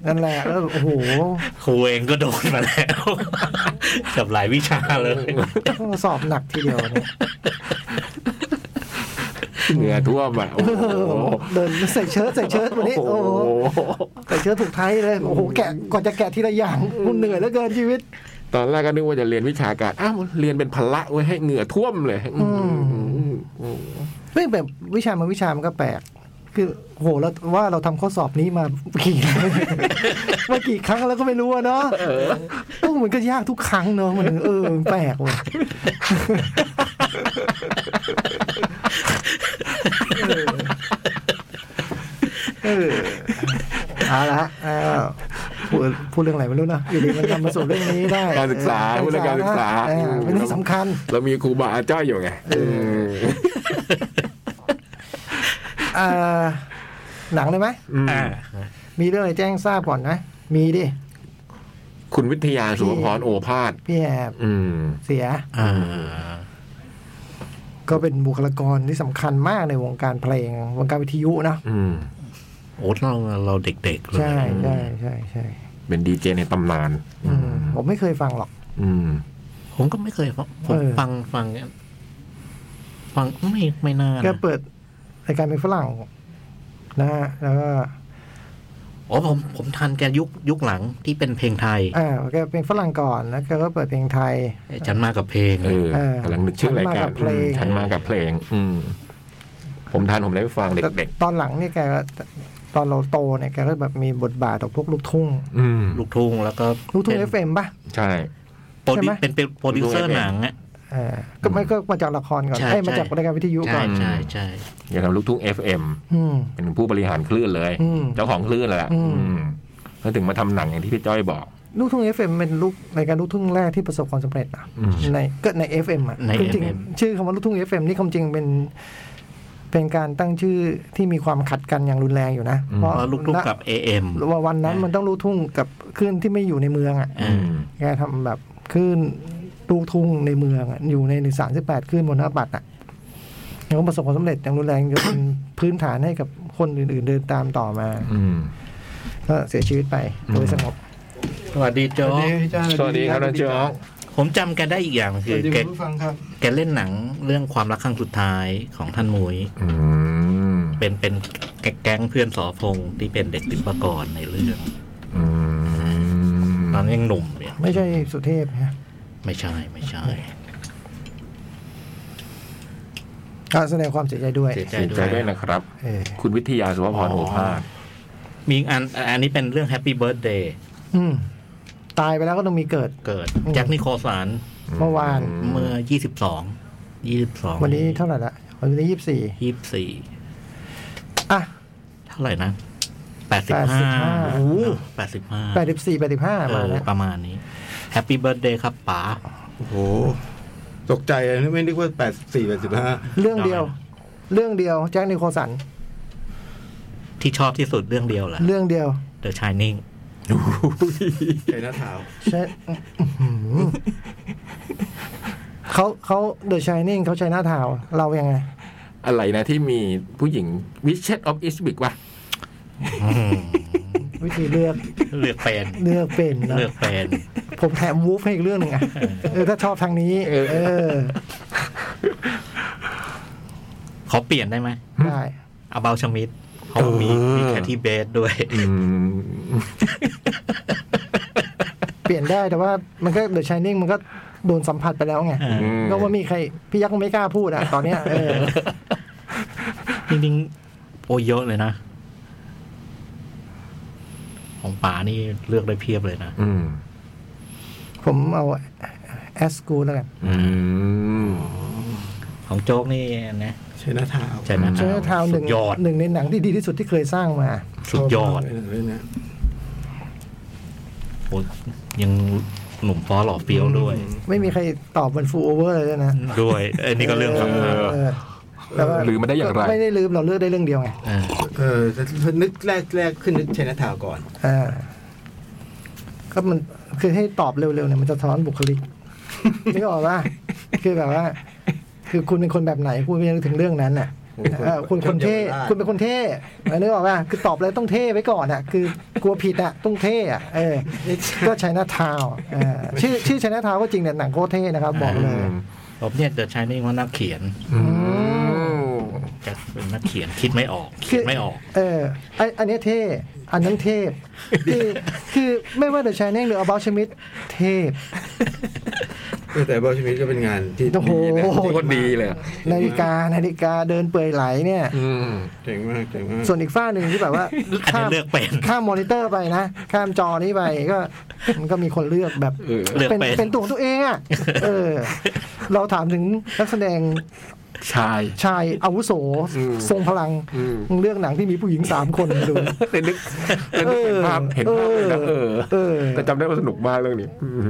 นั่นแหละแล้วโอ้โห
ครูเองก็โดนมาแล้ว <laughs> กับหลายวิชาเลย
ต้องสอบหนักทีเดียวเนี่ย
เหงื่อท่วมอ่ะโอ้โห
เออเดินใส่เชิ้ตใส่เชิ้ตวันนี้โอ้โหใส่เชิ้ตถูกไทยเลยโอ้โหแกะก่อนจะแกะทีละอย่างมันเหนื่อยเหลือเกินชีวิต
ตอนแรกก็นึกว่าจะเรียนวิชาการ อ้าวเรียนเป็นพละเว้ยให้เหงื่อท่วมเลยอืมอืมอืม
เรื่องแบบวิชามันวิชามันก็แปลก คือโหเราว่าเราทำข้อสอบนี้มากี่ <laughs> มากี่ครั้งแล้วก็ไม่รู้อะเนาะโอ้มันก็ยากทุกครั้งเนาะมันเออมันแปลกว่ะเออเอาละฮะเอาพูดพูดเรื่องอะไรไม่รู้นะอยู่ดีมันนำมาสู่เรื่องนี้ได้
การศึกษา
เอ
พู
อ
ดเรื่องการศึกษา
เออเป็นเรื่องสำคัญ
เรามีครูบาอาจารย์อยู่ไงเออ
เอ่อหนังเลยไหม
อืม
อ่า
มีเรื่องอะไรแจ้งทราบก่อนนะ มีดิ
คุณวิทยาสุภพรโอภาส
พี่แอบ
อืม
เสีย
อ่า
ก็เป็นบุคลากรที่สำคัญมากในวงการเพลง วงการวิทยุนะ
อืม
โอ้เราเราเด็กๆเลย
ใช่ใช่ใช่ใช่
เป็นดีเจในตำนาน
อืมผมไม่เคยฟังหรอก
อืม
ผมก็ไม่เคยฟังผม
เออ
ฟังฟัง ฟังไม่ไม่นาน
ก็เปิดรายการเป็นฝรั่งนะฮะแล้วก็
อ๋อผมผมทันแกยุคยุคหลังที่เป็นเพลงไทย
อ่าแกเป็นฝรั่งก่อนแล้วแกก็เปิดเพลงไทย
ฉันมากับเพลง
เออ
เออก
ำลังนึกชื่อรายการ
ฉันมากับเพลง
อืมฉันมากับเพลง อืม ผมทานผมได้ฟังเด็ก
แต่ตอนหลังเนี่ยแกก็ตอนเราโตเนี่ยแกก็แบบมีบทบาทต่อพวกลูกทุ่ง
ๆอืม
ลูกทุ่งแล้วก็
ลูกทุ่ง
เป็
เอนฟเอ็มป่ะ
ใช่
โปรดิ
ใช่ไหม
เป็นเป็นโปรดิวเซอร์หนังอะ
เออก็ไม่ก็มาจากละครก่อน
ใช่
เอ้ยมา
ใช่
จากรายการวิทยุก่
ใช่
อน
ใช่ใช่
อย่าทำลูกทุ่ง FM
อืม
เป็นผู้บริหารคลื่นเลย
อืม
เจ้าของคลื่นแหละ
อืม
อืมแล้วถึงมาทำหนังอย่างที่พี่จ้อยบอก
ลูกทุ่ง FM เป็นลูกรายการลูกทุ่งแรกที่ประสบความสำเร็จนะ
อืม
ในก็ใน FM อ่ะ
ใน
คือจริง
FM
ชื่อคำว่าลูกทุ่ง FM นี่คำจริงเป็น เป็นการตั้งชื่อที่มีความขัดกันอย่างรุนแรงอยู่นะ
อืม
เพราะลูกทุ่งกับ AM
ณว่าวันนั้นมันต้องลูกทุ่งกับคลื่นที่ไม่อยู่ในเมืองอ่ะ
อืม
แกทำแบบคลื่นลูกทุ่งในเมืองอะอยู่ในหนึ่งสามสิบแปดคลื่นบนหน้าบัตรอ่ะแล้วก็ประสบความสำเร็จอย่างรุนแรงจนเป็น พื้นฐานให้กับคนอื่น ๆ เดินตามต่อมา
อืม
ก็เสียชีวิตไปโดยสงบ
สวัสดีโจ๊ก
สวัสดีครับน้องจ๊อก
ผมจำแกได้อีกอย่าง
ส
คื
วั
อ
สดี
แก
คุณผู้ฟังครับ
แกเล่นหนังเรื่องความรักครั้งสุดท้ายของท่านมุย
อืม
เป็นเป็นแก๊งเพื่อนสอพงษ์ที่เป็นเด็กติดประกรในเรื่อง
อืม
ตอนนั้นยังหนุ่มเนี่ย
ไม่ใช่สุเทพนะ
ไม่ใช่ไม่ใช่
ก็แสดงความเสียใจด้วย
เสียใจ
เสียใจ
ด้
ด้
ว
วย
ย
นะครับ
เออ
คุณวิทยาสุภพรโอภาส
มีอีกอันอันนี้เป็นเรื่อง Happy Birthday
อืมตายไปแล้วก็ต้องมีเกิด
เกิดแจ็คนิโคลสัน
เมื่อวาน
เมื่อ 22 22
วันนี้เท่าไหร่ละวันนี้ยี่สิบสี่
24
อ่ะ
เท่าไหร่นะแปดสิบห้า
85
แปดสิบห้า
แปดสิบสี่แปดสิบห้ามาแล้ว
ประมาณนี้ แฮปปี้เบิร์ดเดย์ครับป๋า
โอ้โหตกใจเลยนะไม่นึกว่าแปดสี่แปดสิบห้า
เรื่องเดียว เรื่องเดียวแจ็คนิโคลสัน
ที่ชอบที่สุดเรื่องเดียวแหละ
เรื่องเดียว
The Shining <laughs>
ใจหน้าเท้า
ใช่อื้อหือเขาเขาเดอะชายนิ่งเขาใช้หน้าทาวน์เรายังไง
อะไรนะที่มีผู้หญิงวิเชตออฟอิสบิกว่ะ
วิธีเลือก
เลือกเป็น
เลือกเป็นนะ
เลือกเป็น
ผมแถมวูฟให้อีกเรื่องหนึ่งอ่ะเออถ้าชอบทางนี้
เออ
เออ
ขอเปลี่ยนได้ไหม
ได้
อาบาชมิดเขามีมีแคทที่เบสด้วย
อืม
เปลี่ยนได้แต่ว่ามันก็เดอะชายนิ่งมันก็โดนสัมผัสไปแล้วไง
อืม
ก็ว่ามีใคร พี่ยักษ์ไม่กล้าพูดอ่ะ ตอนเนี้ยเออ
จริงๆโอเยอะเลยนะ ของป๋านี่เลือกได้เพียบเลยนะ
อืม
ผมเอาแอสกูแล้วกัน
อืม
ของโจ๊กนี่นะ
ใช้หน้าเท้า
ใช่นะ
เชนทาวห
สุ
นึ่ง
ดยอด
หนึ่งในหนังที่ดีที่สุดที่เคยสร้างมา
สุดยอด
ชบมากเลนะ
โอ้ยยังหนุ่มฟ้อหล่อเฟี้ยวด้วย
ไม่มีใครตอบเป็นฟูลโอเวอร์เลยนะ
ด้วยเอ้ยนี่ก็เรื่องสำคัญ
เออแต่ว่า
ลืมมาได้อย่างไร
ไม่ได้ลืมเราเลือกได้เรื่องเดียวไง
เออ
เออแต่นึกแรกแรกขึ้นนึกใช้หน้าเท้าก่อน
เออก็มันคือให้ตอบเร็วๆเนี่ยมันจะท้อนบุคลิกนึกออกว่าคือแบบว่า คือคุณเป็นคนแบบไหนคุณไปนึกถึงเรื่องนั้นน่ะเออคุณคนเท่คุณเป็นคนเท่นึกออกว่าคือตอบอะไรต้องเท่ไว้ก่อนอ่ะ คือกลัวผิดอ่ะต้องเท่อ่ะเออ ก็ใช้หน้าทาวน์เออชื่อชื่อใช้หน้าทาวน์ก็จริงเนี่ยหนังโคตรเท่นะครับบอกเลย
ผมเนี่ยเดอะชายนี่ว่านักเขียนจะเป็นนักเขียนคิดไม่ออกคิดไม่ออก
เออไออันเนี้ยเท่ อันนั้นเทพคือคือไม่ว่าเดอะชายแนลหรือ about ชมิดเทพ
แต่บอลชมิดก็เป็นงานที่
โอ้โห
ดีนะ
โคตรดีเลยอะ
นาฬิกานาฬิกาเดินเปื่อยไหลเนี่ย
อืม
เจ๋งมากเจ๋งมาก
ส่วนอีกฝ้าหนึ่งที่
<laughs>
แบบว่า
อัน
ข้า
นี้
ม
เลือกเป็น
ข้ามมอนิเตอร์ไปนะ ข้ามจอนี้ไปก็ มันก็มีคนเลือกแบบ
เออ
เลือก
เป็น
เป็น
เป็นตัวของตัวเองอะเออ เราถามถึงนักแสดง
ชาย
ชายอาวุโส
อืม
ทรงพลัง
อืม
มึงเลือกหนังที่มีผู้หญิงสามคน <laughs> มาดู
เห็นนึกเห็นนึกเห็นภาพเห็นภาพเลยนะเออ
เออ
แต่จำได้ว่าสนุกมากเรื่องนี้อืม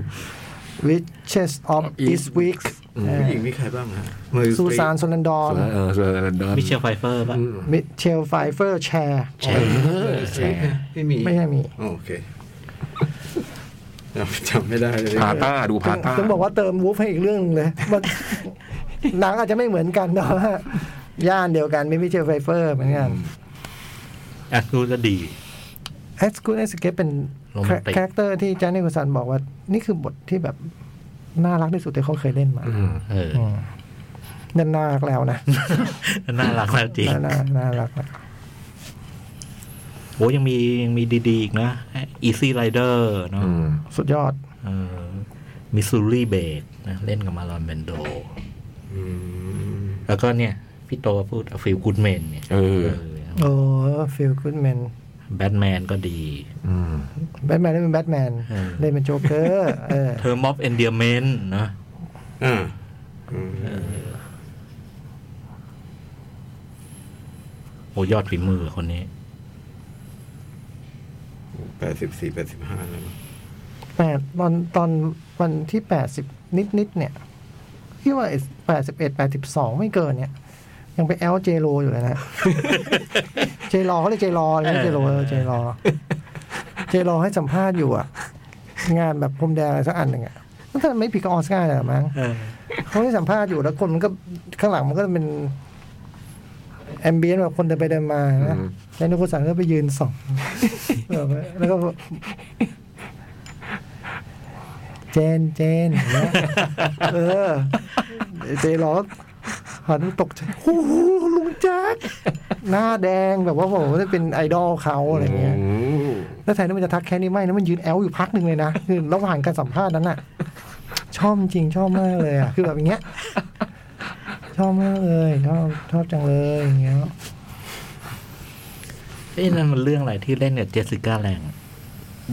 Witches of
East
East Week
ผู้หญิงมีใครบ้างฮะเมอร์
ซู
สตรี
ซานโซนันดอ
ส่วนนเออส่วนอันดอน
มิเชลไฟเฟอร์ป่ะ
มิเชลไฟเฟอร์แชร์
แชร์
เออ
แช
แช
ร์
ร์
ไม่มี
ไม่ใช่มี
อ๋อโอเคจำจำไม่ได้เลย
พาต้าดูพาต้า
ต้องบอกว่าเติมวูฟให้อีกเรื่องหนึ่ง <laughs> เลยมันหนังอาจจะไม่ <laughs> เหมือนกันแต่ว่าย่านเดียวกันไม่มิเชลไฟเฟอร์เหมือนกัน
อ่ะดูจะดี
e x c u s e Escape เป็น
Romantic
คาแรคเตอร์ที่แจนนี่กุสันบอกว่า นี่คือบทที่แบบ น่ารักที่สุดที่เขาเคยเล่นมา
อืม
เออ
อืมนั่นน่ารักแล้วนะ
<laughs> น่ารักแล้วจริง
น่าน่าน่ารักแล้ว
โอ้ยังมียังมีดี ๆ อีกนะ Easy Rider เนอะ
อืม
สุดยอด
มิสซูรีเบดนะเล่นกับมารอนเบนโด
อืม
แล้วก็เนี่ย พี่โตพูดฟิลกูดแมนเนี่ย
เออ
โอ้ฟิลกูดแมน
แบทแมนก็ดี
อืม
แบทแมนเล่นเป็นแบทแมน
เออ
เล่นเป็นโจ๊กเกอร์เออ
เทอร์มอฟเอนเดียเมนนะ
อ่าอืม
โอ้ยอดฝีมือคนนี้
แปดสิบสี่แปดสิบห้าแล้วมั้ง
แปดตอนตอนวันที่แปดสิบนิดนิดๆเนี่ยพี่ว่าแปดสิบเอ็ดแปดสิบสองไม่เกินเนี่ย ยังไปแอลเจโรอยู่เลยนะ เจรอเขาเรียกเจรอเลยเจโรเออเจรอ เจรอให้สัมภาษณ์อยู่อ่ะ งานแบบพรมแดงอะไรสักอันหนึ่งอ่ะนั่นถ้าไม่ผิดก็ออสการ์เลยเหรอมั้ง เขาให้สัมภาษณ์อยู่แล้วคนมันก็ข้างหลังมันก็เป็น แอมเบียนแบบคนเดินไปเดินมานะแล้วนุกสันก็ไปยืนส่อง <laughs> แบบว่าแล้วก็บอกเจนเจนอย่างเงี้ยเออเจรอหันไปตกใจโอ้โหลุงแจ๊คหน้าแดงแบบว่าผมจะเป็นไอดอลเขาอะไรเงี้ย
อืม
แล้วแทนที่มันจะทักแค่นี้ไม่นะมันยืนแอลอยู่พักหนึ่งเลยนะ คือระหว่างการสัมภาษณ์นั้นน่ะ ชอบจริงชอบมากเลยอ่ะคือแบบอย่างเงี้ย ชอบมากเลยชอบชอบจังเลยอย่างเงี้ย
เอ้ยนั่นมันเรื่องอะไรที่เล่นเนี่ยเจสสิก้าแรง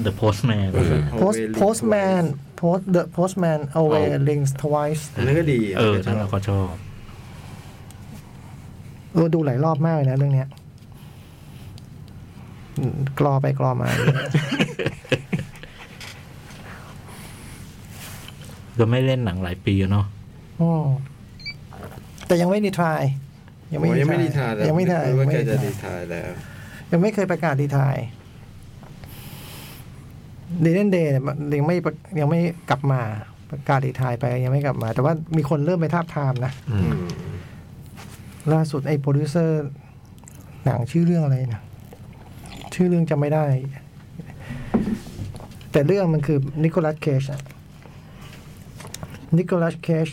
The Postman
เออ
โพสโพสแมนโพสเดอะโพสแมนเอาเวลิงส์ทวายส์
อันนั้นก็ดี
เออนั่นเราก็ชอบ <laughs>
เออดูหลายรอบมากเลยนะเรื่องเนี้ยอืมกรอไปกรอมา
ก็ไม่เล่นหนังหลายปีอะเนาะ
อืมแต่ยังไม่ดีทรายยัง
โอ้
ไม่
ยยังไม่ดี
ดี
ทา
ทาย ย
แล้ว
ยังไม่ทาย
นึกว่าแก
ยัง
จะ
ไม่
ดี
ทาย
ทายแล้ว
ยังไม่เคยประกาศดีทายเดนเดย์ยังไม่ประยังไม่กลับมาประกาศดีทายไปยังไม่กลับมา แต่ว่ามีคนเริ่มไปทาบทามนะ
อืม
ล่าสุดไอ้โปรดิวเซอร์หนังชื่อเรื่องอะไรนะชื่อเรื่องจำไม่ได้ แต่เรื่องมันคือนิโคลัสเคชนิโคลัสเคช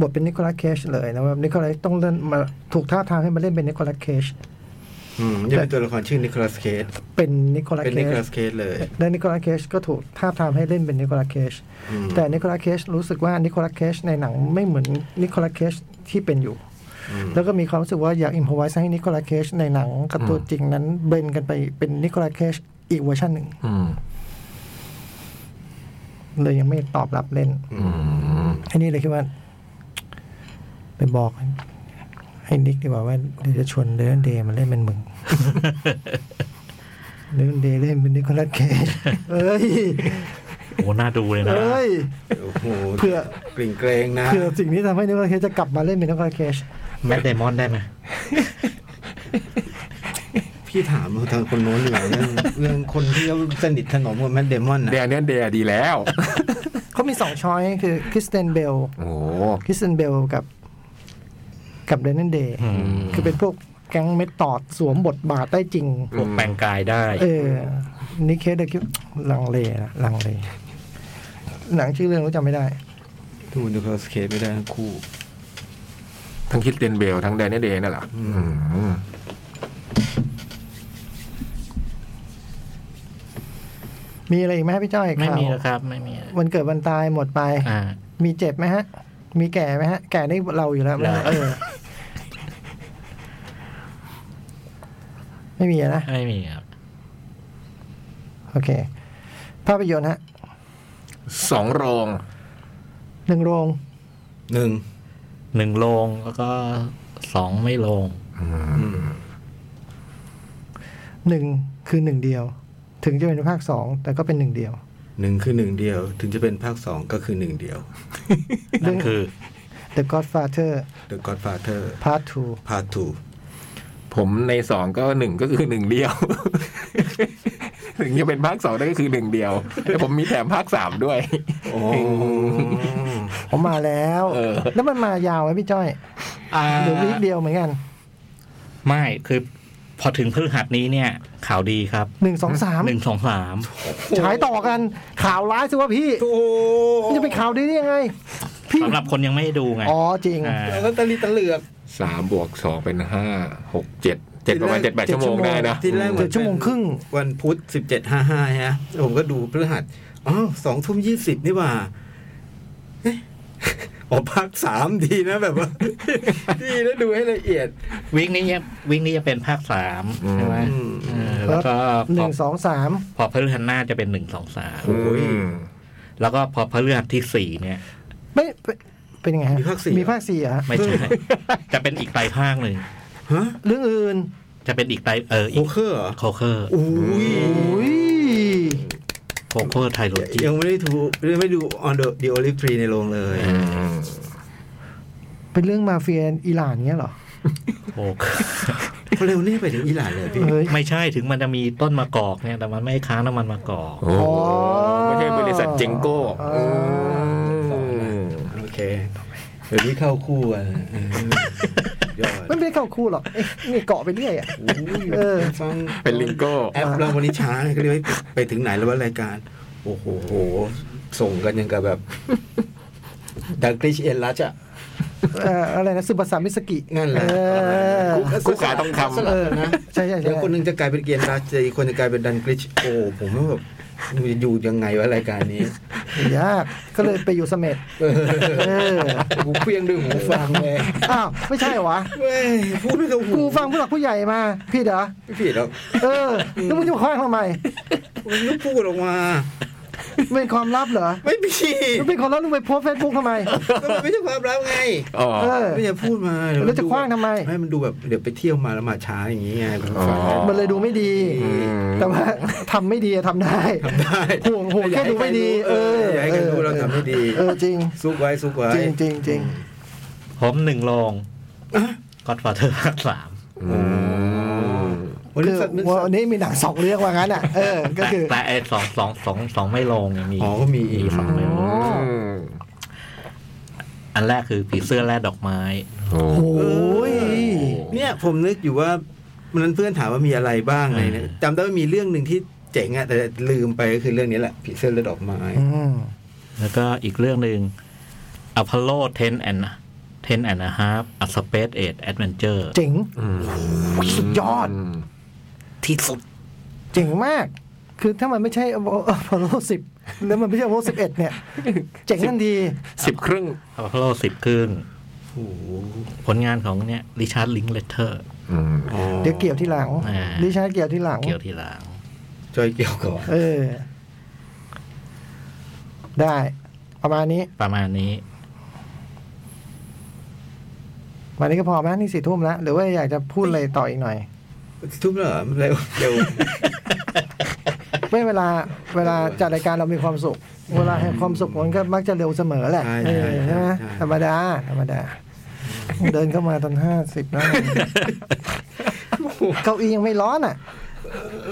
บทเป็นนิโคลัสเคชเลยนะว่านิโคลัสต้องเล่นมาถูกท่าบทางให้มาเล่นเป็นนิโคลัสเคช
อืมยังเป็นตัวละครชื่อนิโคลัสเคส
เป็นนิโคลัส
เป็น
เค
นิโค
ช
ลัสเคสเลย
และนิโคลัสเคชก็ถูกท่าบทามให้เล่นเป็นนิโคลัสเคช
อืม
แต่นิโคลัสเคชรู้สึกว่านิโคลัสเคชในหนังไม่เหมือนนิโคลัสเคชที่เป็นอยู่
อืม
แล้วก็มีความรู้สึกว่าอยากอิมพอไว้ให้นิโคลัสเคชในหนังกับตัวจริงนั้นเบนกันไปเป็นนิโคลัสเคชอีกเวอร์ชันหนึ่ง
อืม
เลยยังไม่ตอบรับเล่น
อืม
อันนี้เลยคิดว่า ไปบอกให้นิกดีกว่าว่าเดี๋ยวจะชวนเดนเดย์มาเล่นเป็น
<laughs>
มึงเดนเดย์เล่นเป็นนิโคลัสเคจเอ้ย
โอ้น่าดูเลยนะ
เอ้ย
โอ้โห
เผื่อ
กลิ่งเกรงนะ
เผื่อสิ่งนี้ทำให้นิโคลัสเคจจะกลับมาเล่นเป็นนิโคลัสเคจ
แมดเดมอนได้ไหม
พี่ถามทางคนโน้นดีกว่าเรื่อง เรื่องคนที่เขาสนิทถนอมกับแมดเดมอน
แด
นะ
นเนี่ยแดนดีแล้ว
เขามีสองช้อยคือคริสเตนเบล
โอ้โห
คริสเตนเบลกับ กับเดนเดย์คือเป็นพวกแก๊งเมดตอดสวมบทบาทได้จริง
พวกแปลงกายได้
เออ นิเคสเดอะคิวลังเลนะลังเล หนังชื่อเรื่องก็จำไม่ได้
ทูนิโคลัสเคสไม่ได้ทั้งคู่
ทั้งคิดเตนเบลทั้งแดนเนี่ยแดนนั่นแหละอืม
มีอะไรอีกไหมพี่จ้อย
ไม่
ข่าว
มีแล้วครับ ไม่มีแล้ว
วันเกิดวันตายหมดไป
อ่า
มีเจ็บไหมฮะ มีแก่ไหมฮะ แก่นี่เราอยู่แล้ว
เห
ไม่
รอ
เออ ไม่มีอะนะ
ไม่มีครับ
โอเค ภาพยนตร์ฮะ
สองโรง
หนึ่งโรง
หนึ่ง
หนึ่งโรงแล้วก็สองไม่โรง
อืม
หนึ่งคือหนึ่งเดียว ถึงจะเป็นภาคสองแต่ก็เป็นหนึ่งเดียว
หนึ่งคือหนึ่งเดียว ถึงจะเป็นภาคสองก็คือหนึ่งเดียว
นั่นคือ
The Godfather
The Godfather
Part
Part
ผมในสองก็หนึ่งก็คือหนึ่งเดียว <laughs> ถึงจะเป็นภาคสองนั่นก็คือหนึ่งเดียวแต่ผมมีแถมภาคสามด้วย
2โอ้
2ผมมาแล้ว
เออ
แล้วมันมายาวไหมพี่จ้อย
อ่า
หรือวิคเดียวเหมือนกัน
ไม่คือพอถึงพฤหัสนี้เนี่ย ข่าวดีครับ
หนึ่งสองสาม
หนึ่งสองสาม
ฉายต่อกันข่าวร้ายสิว่าพี่
โอ้
มันจะเป็นข่าวดีได้ยังไง พี่
สำหรับคนยังไม่ได้ดูไง
อ๋อจริง
อ่า
แล้วก็ตะลีตะเหลือก
สามบวกสองเป็นห้าหกเจ็ดเจ็ดประมาณเจ็ดแปดชั่วโมงได้นะ
ทีแรก
เจ็ดชั่วโมงครึ่ง
วันพุธสิบเจ็ดห้าห้าฮะผมก็ดูพฤหัสอ๋อสองทุ่มยี่สิบนี่หว่าเอ๊ะ <laughs> อ๋อพักสามดีนะแบบว่า <laughs> ดีนะดูให้ละเอียด
วิกนี้จะวิกนี้จะเป็นภาคสามใช่ไหม
อืม
เออแล้วก็
ห
พอ
นึ่งสองสาม
พอพฤหัสหน้าจะเป็นหนึ่งสองสาม
โอ้ย
อืม
แล้วก็พอพฤหัสที่สี่เนี่ย
ไม่เป็นยังไงฮะ
มีภาคสี่
มีภาคสี่เหรอฮะ
ไม่ใช่ จะเป็นอีกไตรภาคหนึ่ง
ฮะ
เรื่องอื่น
จะเป็นอีกไตรเออ
โอ
อีก
เคเหรอ
โคเคอร์
อุ้ย
อุ้ย
โคเคอร์ไทโรจิ
ยังไม่ได้ดูยังไม่ดู on the the olive tree ในโรงเลย
อืม
เป็นเรื่องมาเฟียอิหร่านเงี้ยเหรอ
โคเคอร์
เร็วนี่ไปถึงอิหร่านเลยพี่
เฮ้ย
ไม่ใช่ถึงมันจะมีต้นมะกอกเนี่ย แต่มันไม่ค้างน้ำมันมะกอก
โอ้
อ๋อ
ไม่ใช่บริษัทเจงโก้
อ๋อ
ม
โอเคเดี๋ยวนี้เข้าคู่กันเออยอด
มันไม่ได้เข้าคู่หรอกเอ๊ะนี่เกาะไปเรื่อยอ่ะ เออ
ฟัง
เป็นลิงโก้
แอปเราวันนี้ช้าเลยก็เลยไม่ไปถึงไหนแล้วว่ารายการ โอ้โห ส่งกันยังกับแบบ ดังกริชเอ็นลัชอะ
เอ่ออะไรนะซึบาสามิสกิ
นั่นแหละ
เออ
คู่ขาทองคำ
สลับนะ
ใช่ใช่
แล้
ใช่
วคนหนึงจะกลายเป็นเกียนลัชอีกคนจะกลายเป็นดันกริชโอ้ผมว่าแบบมันจะอยู่ยังไงวะรายการนี้
ยากก็เลยไปอยู่เสม็ด
เออ
เออ
กูเพียงด้วยหูฟังเลย
อ้าวไม่ใช่เหรอวะ
เว้ยพูดไม่เข้าหู
กูฟังผู้หลักผู้ใหญ่มาพี่เด้อ
ไม่ผิดหรอก
เออแล้วมึงจะมาคว้างทำไม
มึงก็พูดออกมา
มันเป็นความลับเหรอ
ไม่ผิด
มันเป็นของเราลุงไปโพสเฟซบุ๊กทำไม
ก็มันไม่ใช่ความลับไง
อ๋อ
เออ
ไม่อย่าพูดมาเดี๋ย
แล้วจะคว้างทำไม
ให้มันดูแบบเดี๋ยวไปเที่ยวมาแล้วมาช้าอย่างนี้ไงผมฟัง
อ๋อ
มันเลยดูไม่ดี
ม
แต่ว่าทำไม่ดีอะทำได้
ทำได้
ห่วงห่วงแค่ดูไม่ดี เอออย
อากให้ใครรู้เราทำไม่ดี
เออจริง
ซุกไว้ซุกไว้
จริงจริงจริง
ผมหนึ่งโรงก็อดฟาเธอร์ภาคสาม
อืม
วัน
คื
นี้
อ
สัตว์มันสัต
วัน
ว์
นี้มีหนังสองเรื่องว่างั้นอ่ะ เออ ก็
แต่
คือ
แต่ไอ้สองสองสองสองไม่โรงเนี่ยมี
อ๋อก็มี
มีสองไม่โรง
อืม
อันแรกคือผีเสื้อแลดดอกไม้
โอ้
โอ้ย
เนี่ยผมนึกอยู่ว่าวันนั้นเพื่อนถามว่ามีอะไรบ้างอะไรเนี่ย
เออ
จำได้ว่ามีเรื่องหนึ่งที่เจ๋งอะแต่ลืมไปก็คือเรื่องนี้แหละผีเสื้อและดอกไม้
อืม
แล้วก็อีกเรื่องหนึ่งอพอลโล10 and 10 and a half a space age adventure
เจ๋ง
อืม
สุดยอด
ม
ที่สุด
เจ๋งมาก คือถ้ามันไม่ใช่พอโลสิบแล้วมันไม่ใช่พอโลสิบเอ็ดเนี่ย เจ๋งทันที
สิบครึ่ง
อพอลโล10 ครึ่ง
โอ้โห
ผลงานของเนี่ยริชาร์ดลิงเลเตอร์
อ๋อ
เดี๋ยวเกี่ยวที่หลัง
อ่า
ดิฉันเกี่ยวที่หลัง
เกี่ยวทีหลัง
จอยเกี่ยวก่อน
เออ ได้ ประมาณนี้
ประมาณนี้
<laughs>
วันนี้ก็พอไหมนี่สี่ทุ่มแล้ว หรือว่าอยากจะพูดอะไรต่ออีกหน่อย
ทุบแล้วเหรอเร็วเร็ว
ไม่เวลาเวลาจัดรายการเรามีความสุข เวลาแห่งความสุขมันก็มักจะเร็วเสมอแหละเออใช่ไหมธรรมดา ธรรมดา เดินเข้ามาตอนห้าสิบแล้วเก้าอี้ยังไม่ร้อนอ่ะ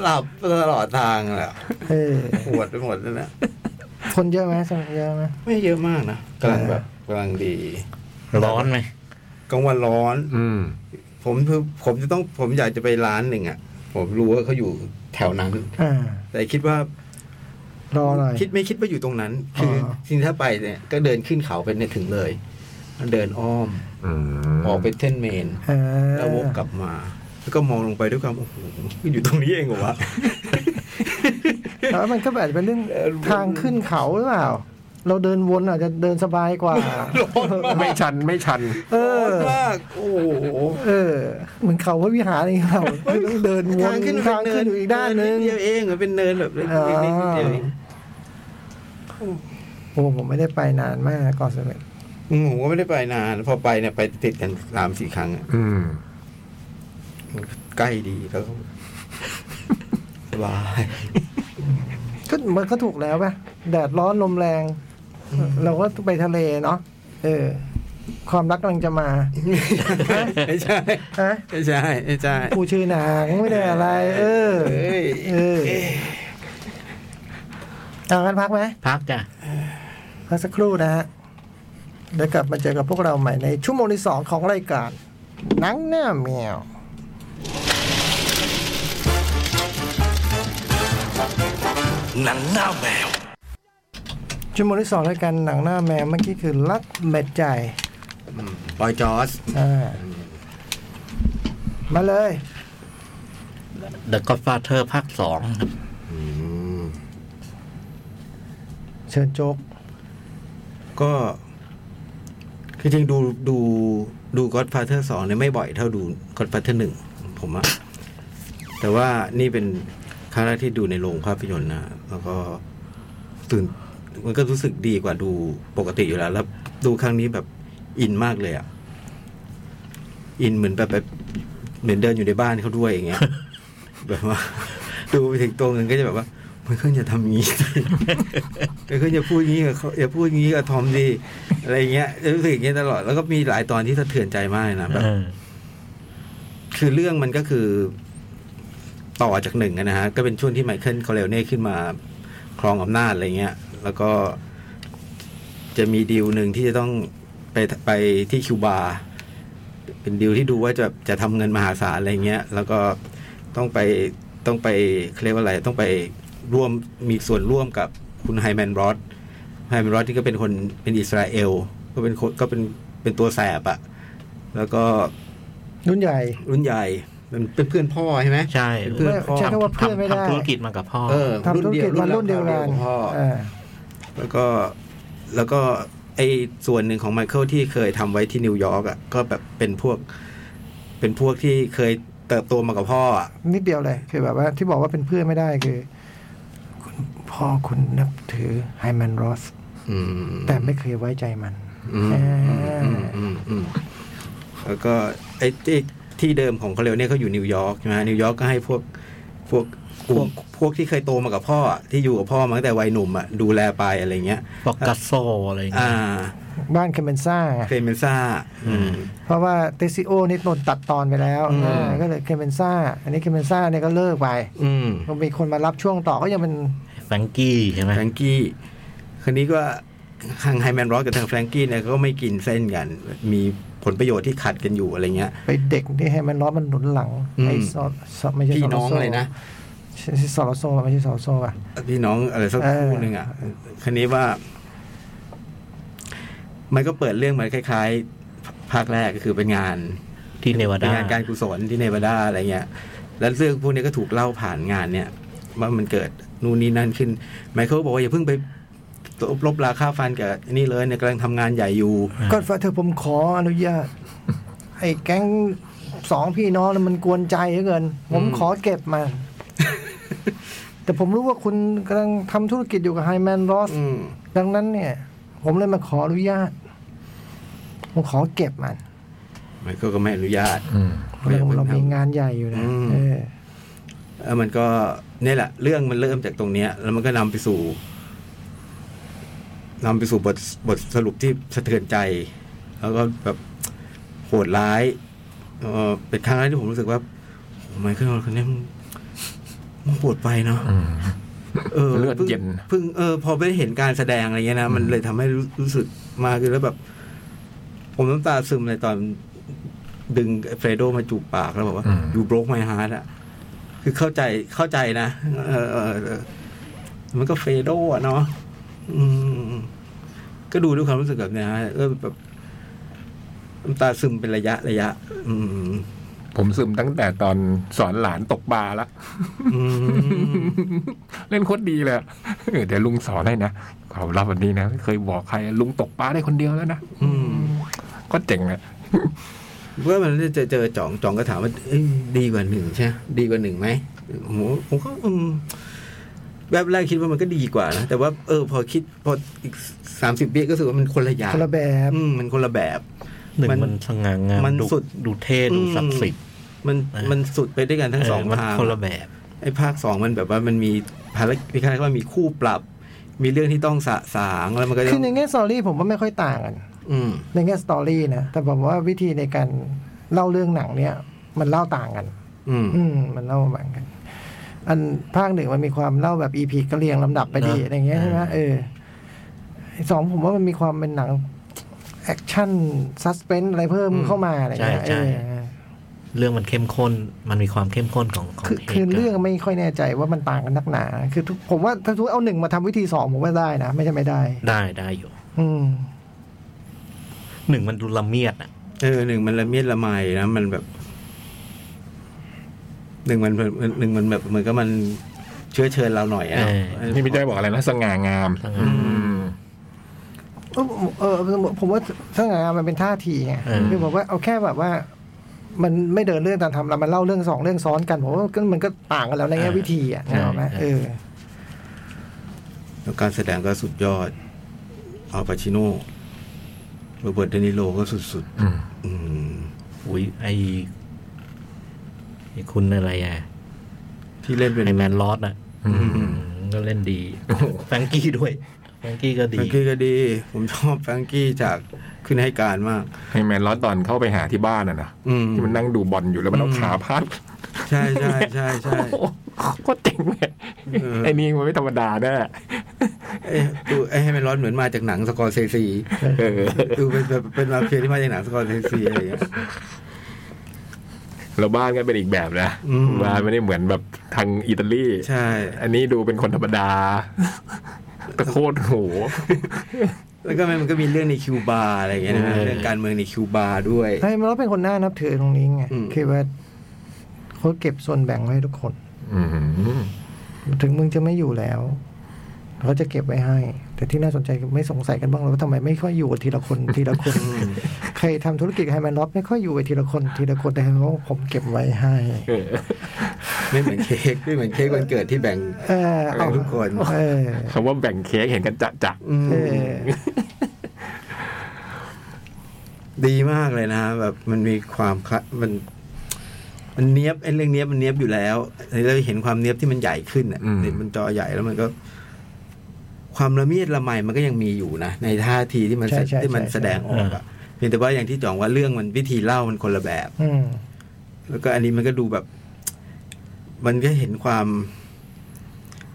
หลับตลอดทางแหละ
เออ
ปวดไปหมดแล้วนะ
คนเยอะไหมเยอะไหม
ไม่เยอะมากนะกำลังแบบกำลังดี
ร้อนไหม
กลางวันร้อน
อืม
ผมคือผมจะต้องผมอยากจะไปร้านหนึ่งอ่ะ ผมรู้ว่าเขาอยู่แถวนั้น
อ่า
แต่คิดว่า
รอหน่อย
คิดไม่คิดว่าอยู่ตรงนั้น คืออ
อ
จริงๆถ้าไปเนี่ย ก็เดินขึ้นเขาไปเนี่ยถึงเลย เดินอ้อม
อืม
ออกไปเท่นเมน
อ่า
แล้ววกกลับมา แล้วก็มองลงไปด้วยความโอ้โหอยู่ตรงนี้เองเหรอวะ
แต่ว่ามันก็แบบเป็นเรื่องทางขึ้นเขาหรือเปล่า เราเดินวนอาจจะเดินสบายกว่า
ร้อนมาก
ไม่ชันไม่ชัน
เอ
ร้อ
อ
นมากโอ้โห
เออเหมือนเขาพระวิหารนี่เราต้องเดินวน
ทางขึ้น
ทางขึ้นอยู่อีกด้านหนึง
เดียวเองเหรอเป็นเนินแบบเล็ก
อ๋อ
ๆนิดเดียวเอง
โอ้ผมไม่ได้ไปนานมากเกาะเสม็ด
อืมผมก็ไม่ได้ไปนาน พอไปเนี่ยไปติดกันสามสี่ครั้งอะ
อืม
ใกล้ดีแล้ว
<laughs>
ก็สบาย <laughs>
ก็มันก็ถูกแล้วป่ะแดดร้อนลมแรง เราก็ไปทะเลเนาะเออ ความรักกำลังจะมา
ไม่ใช่
ฮะ
ไม่ใช่ไม่ใช่
กูชื่อหนังไม่ได้อะไร เออ
เอ้ย
เออเอากันพักไหม
พักจ้ะ
พักสักครู่นะฮะเดี๋ยวกลับมาเจอกับพวกเราใหม่ในชั่วโมงที่สองของรายการหนังหน้าแมว
nắng nao mèo
ชั่วโมงที่สองรายการหนังหน้าแมวเมื่อกี้คือรักเม็ดใจ
ปอยจอร์ส
อ่า มาเลย
เดอะก็ฟาเธอร์ภาคสอง
เชิญโจ๊ก
ก็คือจริงๆดูดูดูก็ d ด a าเธอร์สองเนี่ยไม่บ่อยเท่าดูก็ d ด a าเธอร์หนึ่งผมอะแต่ว่านี่เป็นครั้งแรกที่ดูในโรงภาพยนตร์นะแล้วก็ตื่นมันก็รู้สึกดีกว่าดูปกติอยู่แล้ว แล้วดูครั้งนี้แบบอินมากเลยอะอินเหมือนแบบแบบเหมือนเดินอยู่ในบ้านเขาด้วยอย่างเงี้ย <laughs> แบบว่า ดูไปถึงตรงนึงก็จะแบบว่า มันเพิ่งจะทำงี้ <laughs> เอออย่าพูดงี้กับเขาอย่าพูดงี้กับทอมดีอะไรอย่างเงี้ยรู้สึกอย่างเงี้ยตลอดแล้วก็มีหลายตอนที่สะเทือนใจมากเลยนะแบบ
เออ
คือเรื่องมันก็คือต่อจากหนึ่งอะนะฮะ ก็เป็นช่วงที่ไมเคิลคอเรลเน่ขึ้นมาครองอำนาจอะไรเงี้ย แล้วก็จะมีดีลหนึ่งที่จะต้องไปไปที่คิวบา เป็นดีลที่ดูว่าจะจะทำเงินมหาศาลอะไรเงี้ย แล้วก็ต้องไปต้องไปเขาเรียกว่าอะไรต้องไปร่วมมีส่วนร่วมกับคุณไฮแมนรอดไฮแมนรอดที่ก็เป็นคนเป็นอิสราเอล ก็เป็นคนก็เป็นเป็นตัวแสบอะแล้วก็
รุ่นใหญ่
รุ่นใหญ่มันเป็นเพื่อนพ่อใช่ไหม
ใช่
เป็นเพื่อนพ่อ
ใช้คำว่าเพื่อนไม่ได้
ทำธุรกิจมากับพ่อ
เออ
ทำธุรกิจมารุ่นเดียวกัน
บพ่อ
อ่า
แล้วก็แล้วก็ไอส่วนหนึ่งของไมเคิลที่เคยทำไว้ที่นิวยอร์กอ่ะก็แบบเป็นพวก เป็นพวกที่เคยเติบโตมากับพ่ออะ
นิดเดียวเลย คือแบบว่าที่บอกว่าเป็นเพื่อนไม่ได้คือ คุณพ่อคุณนับถือไฮแมนรอส
อืม
แต่ไม่เคยไว้ใจมัน
อืมอืมอืมอืมแล้วก็ไอ้ที่ที่เดิมของเขาเร็วเนี่ยเขาอยู่นิวยอร์กใช่ไหมนิวยอร์กก็ให้พวกพวกพวกพวกที่เคยโตมากับพ่ออะที่อยู่กับพ่อมาตั้งแต่วัยหนุ่มอ่ะดูแลไปอะไรเงี้ย
ปอกกัสโซอะไรอย่าง
อ่า
เงี้ย
บ้านเคมเบนซ่า
เฟเมนซ่าอืม
เพราะว่าเตซิโอนี่โดนตัดตอนไปแล้ว
อืม
อ่าก็เลยเคมเบนซ่า อันนี้เคมเบนซ่าเนี่ยก็เลิกไป
อืม
ก็มีคนมารับช่วงต่อก็ยังเป็น
แฟรงกี้ใช่ไหม
แฟรงกี้ คนนี้ก็ทางไฮแมนร็อกกับทางแฟรงกี้เนี่ยก็ไม่กินเส้นกัน มีผลประโยชน์ที่ขัดกันอยู่อะไรเงี้ย
ไปเด็กที่ให้มันร้อนมันหนุนหลัง
อืม
ไอ้ซอซอไม่ใช่
พี่
ซ
น้อง
โซ่
อะไรนะ
ใช่ซอโซไม่ใช่ซอโซอ่ะ
พี่น้องอะไรสัก
เออ
คู่หนึ่งอ่ะคันนี้ว่า มันก็เปิดเรื่องมาคล้ายๆ ภาคแรกก็คือเป็นงาน
ที่เนวา
เป็
ดาง
นานการกุศลที่เนวาดาอะไรเงี้ย แล้วเรื่องพวกนี้ก็ถูกเล่าผ่านงานเนี่ย ว่ามันเกิดนู่นนี่นั่นขึ้น ไมเคิลบอกว่าอย่าเพิ่งไปลบราค่าฟันกับอันนี่เลยเนี่ยกำลังทำงานใหญ่อยู่
ก็ฟ้าเธอผมขออนุญาต <laughs> ไอ้แก๊งสองพี่น้องน่ะมันกวนใจเหลือเกิน ผม
อืม
ขอเก็บ
<laughs>
มัน แต่ผมรู้ว่าคุณกำลังทำธุรกิจอยู่กับไฮแมนรอส
อืม
ดังนั้นเนี่ย ผมเลยมาขออนุญาต ผมขอเก็บมัน
ไมเคิลก็ไม่อนุญาต
อืม
ไม่
เรา
เอา
เรา
ไปทำ
มีงานใหญ่อยู่นะ
อืม
เออ
เออมันก็เนี่ยแหละ เรื่องมันเริ่มจากตรงเนี้ย แล้วมันก็นำไปสู่นำไปสู่บทบทสรุปที่สะเทือนใจ แล้วก็แบบโหดร้ายเออเป็นครั้งแรกที่ผมรู้สึกว่าโอ้ไมเคิลคนนี้มันมันโหดไปเนาะเออ
เลือดเย็น
เพิ่งเออพอไปเห็นการแสดงอะไรเงี้ยนะมันเลยทำให้รู้รู้สึกมากคือแล้วแบบ ผมน้ำตาซึมเลยตอนดึงเฟรโดมาจูบปากแล้วบอกว่า
อืม
you broke my heart อะคือเข้าใจเข้าใจนะเออเออเออมันก็เฟรโดอะเนาะอืม ก็ดูด้วยความรู้สึกแบบเนี้ยฮะก็แบบน้ำตาซึมเป็นระยะระยะ อืม
ผมซึมตั้งแต่ตอนสอนหลานตกปลาละ
อืม
เล่นโคตรดีเลยอะเออเดี๋ยวลุงสอนให้นะขอรับวันนี้นะไม่เคยบอกใครลุงตกปลาได้คนเดียวแล้วนะ
อืม
ก็เจ๋งอะ
ว่ามันจะเจอจ่องจ่องก็ถามว่าเอ้ยดีกว่าหนึ่งใช่ไหมดีกว่าหนึ่งไหมผมผมก็อืมแวบแรกคิดว่ามันก็ดีกว่านะแต่ว่าเออ พอคิดพออีกสามสิบปีก็รู้สึกว่ามันคนละอย่าง
คนละแบบ
อืมมันคนละแบบ
หนึ่ง
มัน
มันสง่างาม
มันสุด
ดูเท่ดู
อืม
ศักดิ์สิทธิ์
มันมันสุดไปด้วยกันทั้งสอง
เมัน
ทาง
คนละแบบ
ไอ้ภาคสองมันแบบว่ามันมีภารกิจพี่คาดว่ามีคู่ปรับ มีเรื่องที่ต้องสะสางแล้วมันก็จะ
คือในแง่สตอรี่ผมว่าไม่ค่อยต่างกัน
อืม
ในแง่สตอรี่นะ แต่ผมว่าวิธีในการเล่าเรื่องหนังเนี่ย มันเล่าต่างกัน
อืม
อืมมันเล่าต่างกัน อันภาคหนึ่งมันมีความเล่าแบบอีพีก็เรียงลำดับไปดีอะไรอย่างเงี้ยใช่ไหมเออสองผมว่ามันมีความเป็นหนังแอคชั่นซัสเพนอะไรเพิ่มเข้ามาอะไรอย่างเงี้ยเออ
เรื่องมันเข้มข้น มันมีความเข้มข้นของของ
คือ
หตุ
คือ
การณ์
เรื่องไม่ค่อยแน่ใจว่ามันต่างกันนักหนา คือทุกผมว่าถ้าทุกเอาหนึ่งมาทำวิธีสองผมว่าได้นะ ไม่ใช่ไม่ได้
ได้ได้อยู่
อืม
หนึ่งมันดูละเมียดอ่ะ
เออหนึ่งมันละเมียดละไมนะมันแบบหนึ่งมันหนึ่งมันแบบเหมือนกับมันเชื้อเชิญเราหน่อยอะ
เออ
เออ
นี่พี่ได้บอกอะไรนะสง่างาม
อืม
เออผมเออผมว่าสง่างามมันเป็นท่าทีไง
เออ
คือผมว่าเอาแค่แบบว่า มันไม่เดินเรื่องตามทำแล้วมันเล่าเรื่องสองเรื่องซ้อนกันผมว่าก็มันก็ต่างกันแล้วในแง่วิธีอ่ะนะไหมเออ
แล้วการแสดงก็สุดยอดอัลปาชิโน่โรเบิร์ตเดนิโลก็สุด
อืม
ๆอืม
อุ้ยไอไอคุณอะไรอ่ะ
ที่เล่นเป็น
ไอแมนลอสอ่ะ
อืม
ก็เล่นดีแฟรงกี้ด้วยแฟรงกี้ก็
แฟ
ดี
รงกี้ก็ดี ผมชอบแฟรงกี้จากขึ้นให้การมาก
ให้แมนลอสตอนเข้าไปหาที่บ้านอะนะ
อืม
ที่มันนั่งดูบอลอยู่แล้วมันเอา
อืม
ขาพาด
ใช่ใช่ใช่
<laughs>
ใช่
โอ้โหโคตรเจ๋งเลย
เออ
ไอ้นี่มันไม่ธรรมดาแน่
เอ้ยดูไอ้ให้มันร้อนเหมือนมาจากหนังสกอร์เซซี
เออ
ดูเป็นแบบเป็นมาเฟียที่มาจากหนังสกอร์เซซีอะไรอย่างเงี้ย
แล้วบ้านก็เป็นอีกแบบนะ
อืม
บ้านไม่ได้เหมือนแบบทางอิตาลี
ใช่
อันนี้ดูเป็นคนธรรมดาแต่โคตรโห
แล้วก็มันก็มีเรื่องในคิวบาอะไรอย่างเงี้ยนะ
เออ
เรื่องการเมืองในคิวบาด้วย
ใช่มันก็เป็นคนน่านับถือตรงนี้ไง
อืม
คือว่าเขาเก็บส่วนแบ่งไว้ให้ทุกคน
อืม
ถึงมึงจะไม่อยู่แล้วเขาจะเก็บไว้ให้ แต่ที่น่าสนใจคือไม่สงสัยกันบ้างเหรอว่าทำไมไม่ค่อยอยู่กับทีละคนทีละคน ใครทำธุรกิจไฮแมนล็อบไม่ค่อยอยู่กับทีละคนทีละคนแต่เขาบอกผมเก็บไว้ให้
ไม่เหมือนเค้กไม่เหมือนเค้กวันเกิดที่แบ่ง
เออ
แบ่งทุกคน
เออ
คำว่าแบ่งเค้กเห็นกันจะจะ
อืม
เออ
ดีมากเลยนะแบบมันมีความคละมัน มันเนี้ยบไอ้เรื่องเนี้ยบมันเนี้ยบอยู่แล้วเราเห็นความเนี้ยบที่มันใหญ่ขึ้นอ่ะเห็นมันจอใหญ่แล้วมันก็ ความละเมียดละไมมันก็ยังมีอยู่นะในท่าทีที่มันแสที่มันแสดงออกอ่ะเพียงแต่ว่าอย่างที่จ่องว่าเรื่องมันวิธีเล่ามันคนละแบบ
อืม
แล้วก็อันนี้มันก็ดูแบบ มันก็เห็นความ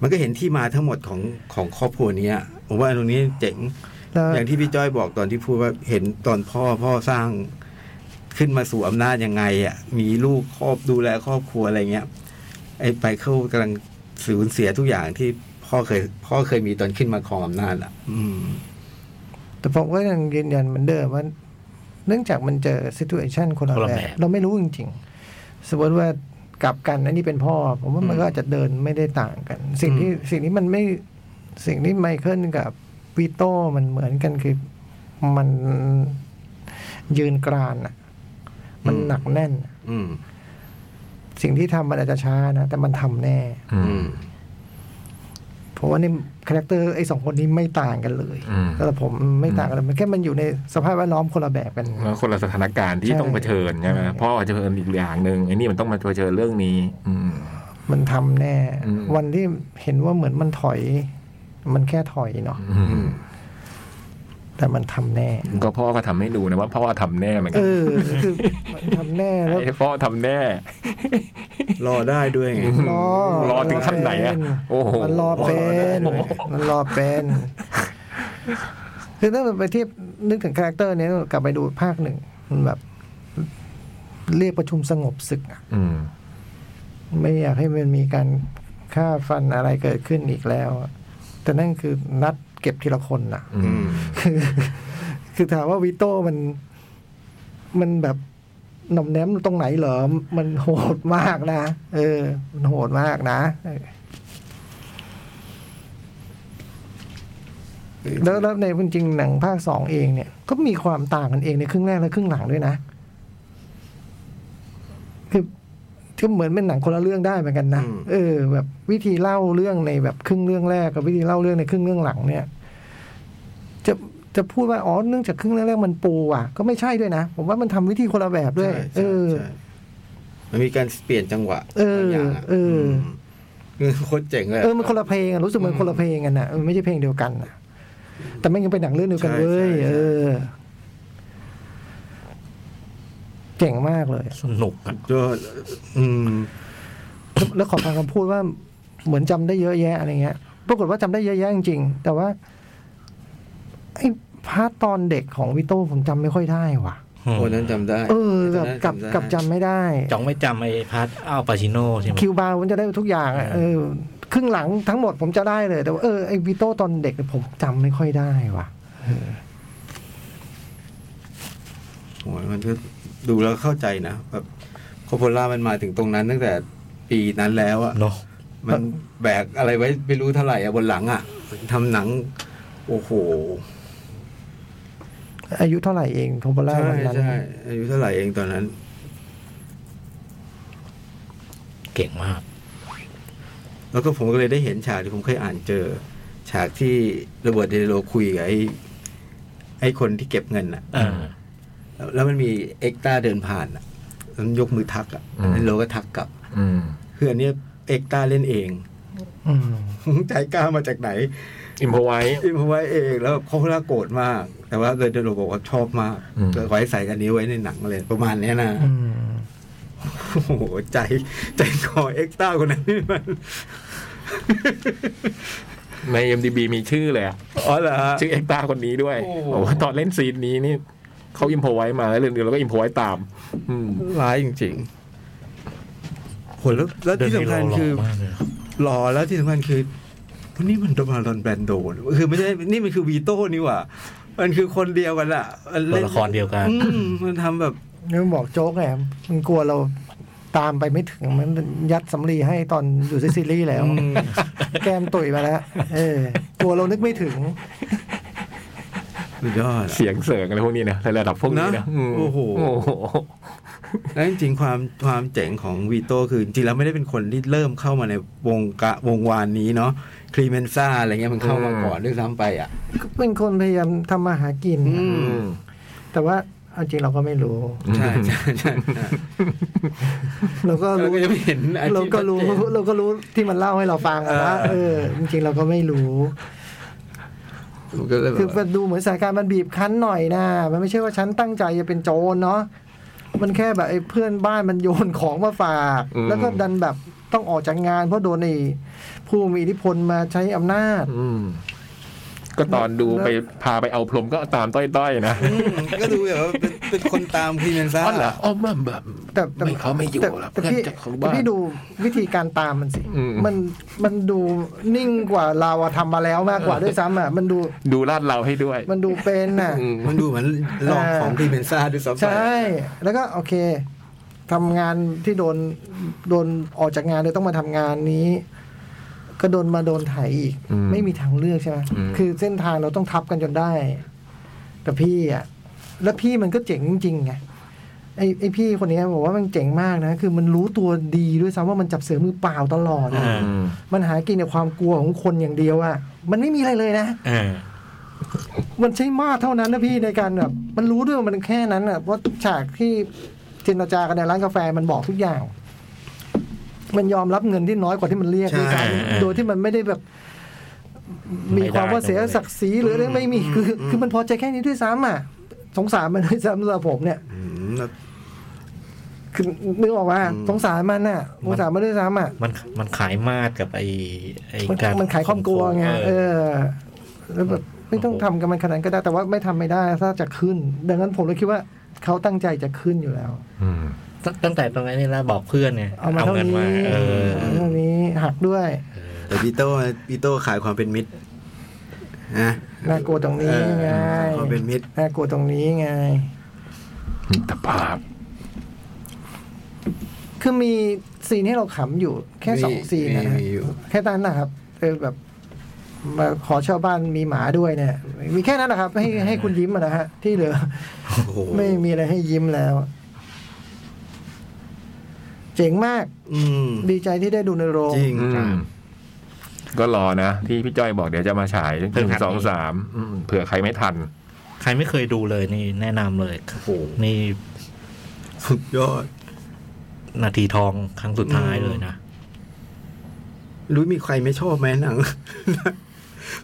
มันก็เห็นที่มาทั้งหมดของของครอบครัวเนี้ยผมว่าตรงนี้เจ๋ง
แล้ว
อย่างที่พี่จ้อยบอกตอนที่พูดว่าเห็นตอนพ่อพ่อสร้างขึ้นมาสู่อำนาจยังไงอ่ะ มีลูกครอบดูแลครอบครัวอะไรเงี้ย ไอ้ไปเข้ากำลังสูญเสียทุกอย่างที่พ่อเคย พ่อเคยมีตอนขึ้นมาครองอำนาจอ่ะ อืม
แต่ผมก็ยังยืนยันเหมือนเดิมว่า เนื่องจากมันเจอซิทูเอชันคนละ
คนละ
แบ
แบบ บ
เราไม่รู้จริงๆสมมติว่ากลับกันอันนี้เป็นพ่อ ผมว่ามันก็อาจจะเดินไม่ได้ต่างกัน สิ่งที่สิ่งที่มันไม่สิ่งที่ไมเคิลกับวีโต้มันเหมือนกันคือมันยืนกรานอะมัน
อืม
หนักแน่นอะ
อืม
สิ่งที่ทำมันอาจจะช้านะ แต่มันทำแน่
อื
อื
ม
ม
เพราะว่านี่คาแรคเตอร์ไอ้สองคนนี้ไม่ต่างกันเลย
อืม
สำหรับผมไม่ต่างกันเลยมันแค่มันอยู่ในสภาพแวดล้อมคนละแบบกัน
แล้วคนละสถานการณ์ที่
ใช่
ต้องเผชิญใช่ไหมพ่อเผชิญอีกอย่างหนึ่งไอ้นี่มันต้องมาเผชิญเรื่องนี้ อืม
มันทำแน่
อืม
วันที่เห็นว่าเหมือนมันถอย มันแค่ถอยเนาะ
อืม
อืม
แต่มันทำแน่
ก็พ่อก็ทำให้ดูนะว่าพ่อทำแน่เหมือน
เอ
กัน
อคือมันทำแน่แล้ว
ไอ้พ่อทำแน่
รอได้ด้วยไง
รอ
รอถึงขั้นไหนอะโอ้โห
มันรอเป็นมันรอเป็นคือถ้ามันไปเทียบนึกถึงคาแรคเตอร์เนี้ยกลับไปดูภาคหนึ่งมันแบบ เรียกประชุมสงบศึกอะ
อืม
ไม่อยากให้มันมีการฆ่าฟันอะไรเกิดขึ้นอีกแล้วอะแต่นั่นคือนัดเก็บทีละคนน่ะ
อื
อื
ม
ม
คือคือถามว่าวิโต้มัน มันแบบ หน่อมแนมตรงไหนเหรอมันโหดมากนะ เออ มันโหดมากนะเออแล้วแล้วในจริงๆหนังภาคสองเองเนี่ย ก็มีความต่างกันเองในครึ่งแรกและครึ่งหลังด้วยนะ คือที่เหมือนเป็นหนังคนละเรื่องได้เหมือนกันนะ
อืม
เออ แบบวิธีเล่าเรื่องในแบบครึ่งเรื่องแรกกับวิธีเล่าเรื่องในครึ่งเรื่องหลังเนี่ย จะจะพูดว่าอ๋อเนื่องจากครึ่งแรกๆมันปูอ่ะ ก็ไม่ใช่ด้วยนะ ผมว่ามันทำวิธีคนละแบบด้วย เอ
ใช่
อ
ใช่มันมีการเปลี่ยนจังหวะ
เออบ
างย่างะ
เออ
มโคตรเจ๋งเลย
เออมันคนละเพลงอะรู้สึกมันคนละเพลงกันนะเออไม่ใช่เพลงเดียวกันนะแต่ไม่งยังเป็นหนังเรื่องเดียวกันเว้ย
ใช่ใช่ใช่
เออเจ๋งมากเลย
สนุกอะ
ก็อืม
แล้วแล้วขอฟังคำพูดว่าเหมือนจำได้เยอะแยะอะไรเงี้ย ปรากฏว่าจำได้เยอะแยะจริงๆ แต่ว่าไอ้พาร์ทตอนเด็กของวิโต้ผมจำไม่ค่อยได้ว่ะ
โอ้นั้นจำได้
เออแบบกลับ
จำได้
กลับจำไม่ได้
จองไม่จำไอ้พาร์ทอ้าวปาชิโน่ใช่ไหม
คิวบาร์ผมจะได้ทุกอย่างอะเออครึ่งหลังทั้งหมดผมจะได้เลย แต่ว่าเออไอ้วิโต้ตอนเด็กเนี่ยผมจำไม่ค่อยได้ว่ะ
โอ้ยมันก็ดูแล้วเข้าใจนะแบบโคโพล่ามันมาถึงตรงนั้นตั้งแต่ปีนั้นแล้วอะ
เนาะ
มันแบกอะไรไว้ไม่รู้เท่าไหร่อะบนหลังอะทำหนัง โอ้โห
อายุเท่าไหร่เองโทโบล่า
ใช่
วันนั้น
ใช่อายุเท่าไหร่เองตอนนั้น
เก่งมาก
แล้วก็ผมก็เลยได้เห็นฉากที่ผมเคยอ่านเจอ ฉากที่โระเบิดเดโลคุยกับไอ้ไอ้คนที่เก็บเงินอะ
อ่า
แล้วแล้วมันมีเอ็กต้าเดินผ่านอะแล้วมันยกมือทักอะ
อืม
แล้วโลก็ทักกลับ
อืม
คืออันเนี้ยเอ็กต้าเล่นเอง
อืม
ใจกล้ามาจากไหน
อิมพอไว้
อิมพอไว้เองแล้วเขาพลาโกรธมาก แต่ว่าเลยเดโลบอกว่าชอบมาก
อืม
ก็ขอให้ใส่อันนี้ไว้ในหนังเลยประมาณเนี้ยนะ
อืม
โอ้โหใจใจคอเอ็กซ์ต้าคนนั้นนี่มัน
ใน MDB มีชื่อเลยอะ
อ๋อเหรอฮะ
ชื่อเอ็กตาคนนี้ด้วย
โอ้โห
บอกว่าตอนเล่นซีนนี้นี่เขาอิมพอไว้มาแล้วเรื่องเดียวเราก็อิมพอไว้ตาม อืม
ร้ายจริงๆโหแล้วแล้ว
เดิน
ที่
ที่
สำ
เรา
คัญ
หล่อ
คือ
มากเลย
หล่อแล้วที่สำคัญคือวันนี้มันโดมาลอนแบรนโดนคือไม่ใช่นี่มันคือวีโต้นี่หว่า มันคือคนเดียวกันอะมัน
ตัว
เน
ละครเดียวกัน
อืมมันทำแบบ
นี่มันบอกโจ๊กไงมันกลัวเราตามไปไม่ถึงมันยัดสำลีให้ตอนอยู่ซิซิลีแล้ว
อืม
แก้มตุยมาแล้ว เออ กลัวเรานึกไม่ถึง
สุดยอดอะ
เสียงเสริงอะไรพวกนี้นะในระดับพวกนี้นะ
นะ
อืม
โอ้โห แล้วจริงๆความความเจ๋งของวีโต้คือจริงๆแล้วไม่ได้เป็นคนที่เริ่มเข้ามาในวงกะวงวานนี้เนาะคลีเมนซ่าอะไรเงี้ยมันเข้ามาก่อนด้วยซ้ำไปอ่ะ
ก็เป็นคนพยายามทำมาหากิน
อื
อืม
แต่ว่าเอาจริงเราก็ไม่รู้
ใช่ใช่ใช่ใช่
เราก็
เรา
รู้
ก็จะไม่เห็นอาชีพ
เราก็รู้
ชัดเจน
เราก็รู้ที่มันเล่าให้เราฟังอะนะ
เออ
เออ จริงๆเราก็ไม่รู้
ผมก็เลยแบ
คือบ มั
ว่าน
ดูเหมือนสถานการณ์มันบีบคั้นหน่อยนะ มันไม่ใช่ว่าฉันตั้งใจจะเป็นโจรเนาะ มันแค่แบบไอ้เพื่อนบ้านมันโยนของมาฝาก แล้วก็ดันแบบต้องออกจากงาน เพราะโดนไอ้ผู้มีอิทธิพลมาใช้อำนาจ
อืมก็ตอนดูไปพาไปเอาพรมก็ตามต้อยๆนะ
อืมก็ดูแบบว่าเป็นเป็นคนตามคลีเมนซ่า
อ๋อเหรออ๋อมันแบบ
แต่แต่
ไม่เขาไม่อยู่หรอก
แต่
เพื่อน
พี่
จะเขารู้
แต่
บ้าง
พี่ดูวิธีการตามมันสิ
อืม
มันมันดูนิ่งกว่าเราอะทำมาแล้วมากกว่าด้วยซ้ำอ่ะ มันดู
ดูลาดเราให้ด้วย
มันดูเป็นอ่ะ
อืม
มันดูเหมือนหลอกของคลีเมนซ่าด้วยซ้ำไป
ใช่ แล้วก็โอเคทำงานที่โดนโดนออกจากงานเลยต้องมาทำงานนี้ ก็โดนมาโดนไถ่ายอีก
อืม
ไม่มีทางเลือกใช่ไหม
อืม
คือเส้นทางเราต้องทับกันจนได้ แต่พี่อ่ะ แล้วพี่มันก็เจ๋งจริงๆไงไอ้ไอ้พี่คนเนี้ยบอกว่ามันเจ๋งมากนะ คือมันรู้ตัวดีด้วยซ้ำว่ามันจับเสือมือเปล่าตลอดอะ
อ่า
อืม
มันหากินกับความกลัวของคนอย่างเดียวอ่ะมันไม่มีอะไรเลยนะ
อ่า
มันใช่มากเท่านั้นนะพี่ในการแบบมันรู้ด้วยว่ามันแค่นั้นอ่ะเพราะฉากที่เจรจากันในร้านกาแฟมันบอกทุกอย่าง มันยอมรับเงินที่น้อยกว่าที่มันเรียกด้วยซ้ำโดยที่มันไม่ได้แบบ มีความว่าเสียศักดิ์ศรีหรืออะไรไม่มีคือคือมันพอใจแค่นี้ด้วยซ้ำอ่ะ สงสารมันด้วยซ้ำสำหรับผมเนี่ย
อืมแล้ว
คือนึกออกว่าสงสารมันน่ะสงสารมันด้วยซ้ำอ่ะ
มันมันขายมาดกับไอไอ
มัน
การ
มันขายความกลัวไงเออ แล้วแบบไม่ต้องทำกับมันขนาดนั้นก็ได้ แต่ว่าไม่ทำไม่ได้ถ้าจะขึ้น ดังนั้นผมเลยคิดว่าเขาตั้งใจจะขึ้นอยู่แล้ว
อืม
ตั้งตั้งแต่ตรงนี้แล้วบอกเพื่อนไง
เอามาเท่า
เงิน
นี้
มาเออ
เอาเท่านี้หักด้วย
แต่ปีโต้ปีโต้ขายความเป็นมิตรนะ
น่ากลัวตรงนี้ไง
ความเป็นมิตร
น่ากลัวตรงนี้ไง
มิตรภาพ
คือมีซีนให้เราขำอยู่แค่สอง
มี
ซีนนะฮะ
มีอยู่
แค่นั้นนะครับเออแบบมาขอชาวบ้านมีหมาด้วยเนี่ย มีแค่นั้นนะครับ ให้ให้คุณยิ้มอะนะฮะ ที่เหลือ
โอ้โห
ไม่มีอะไรให้ยิ้มแล้ว เจ๋งมาก
อืม
ดีใจที่ได้ดูในโรง
จริง
อืมก็รอนะ ที่พี่จ้อยบอกเดี๋ยวจะมาฉายห
เพิ่ง
นึ่ง
หัด
สองสามอืมเผื่อใครไม่ทัน
ใครไม่เคยดูเลยนี่แนะนำเลย
โอ้โห
นี่
สุดยอด
นาทีทองครั้งสุดท้ายเลยนะ
รู้มีใครไม่ชอบไหมหนัง <laughs>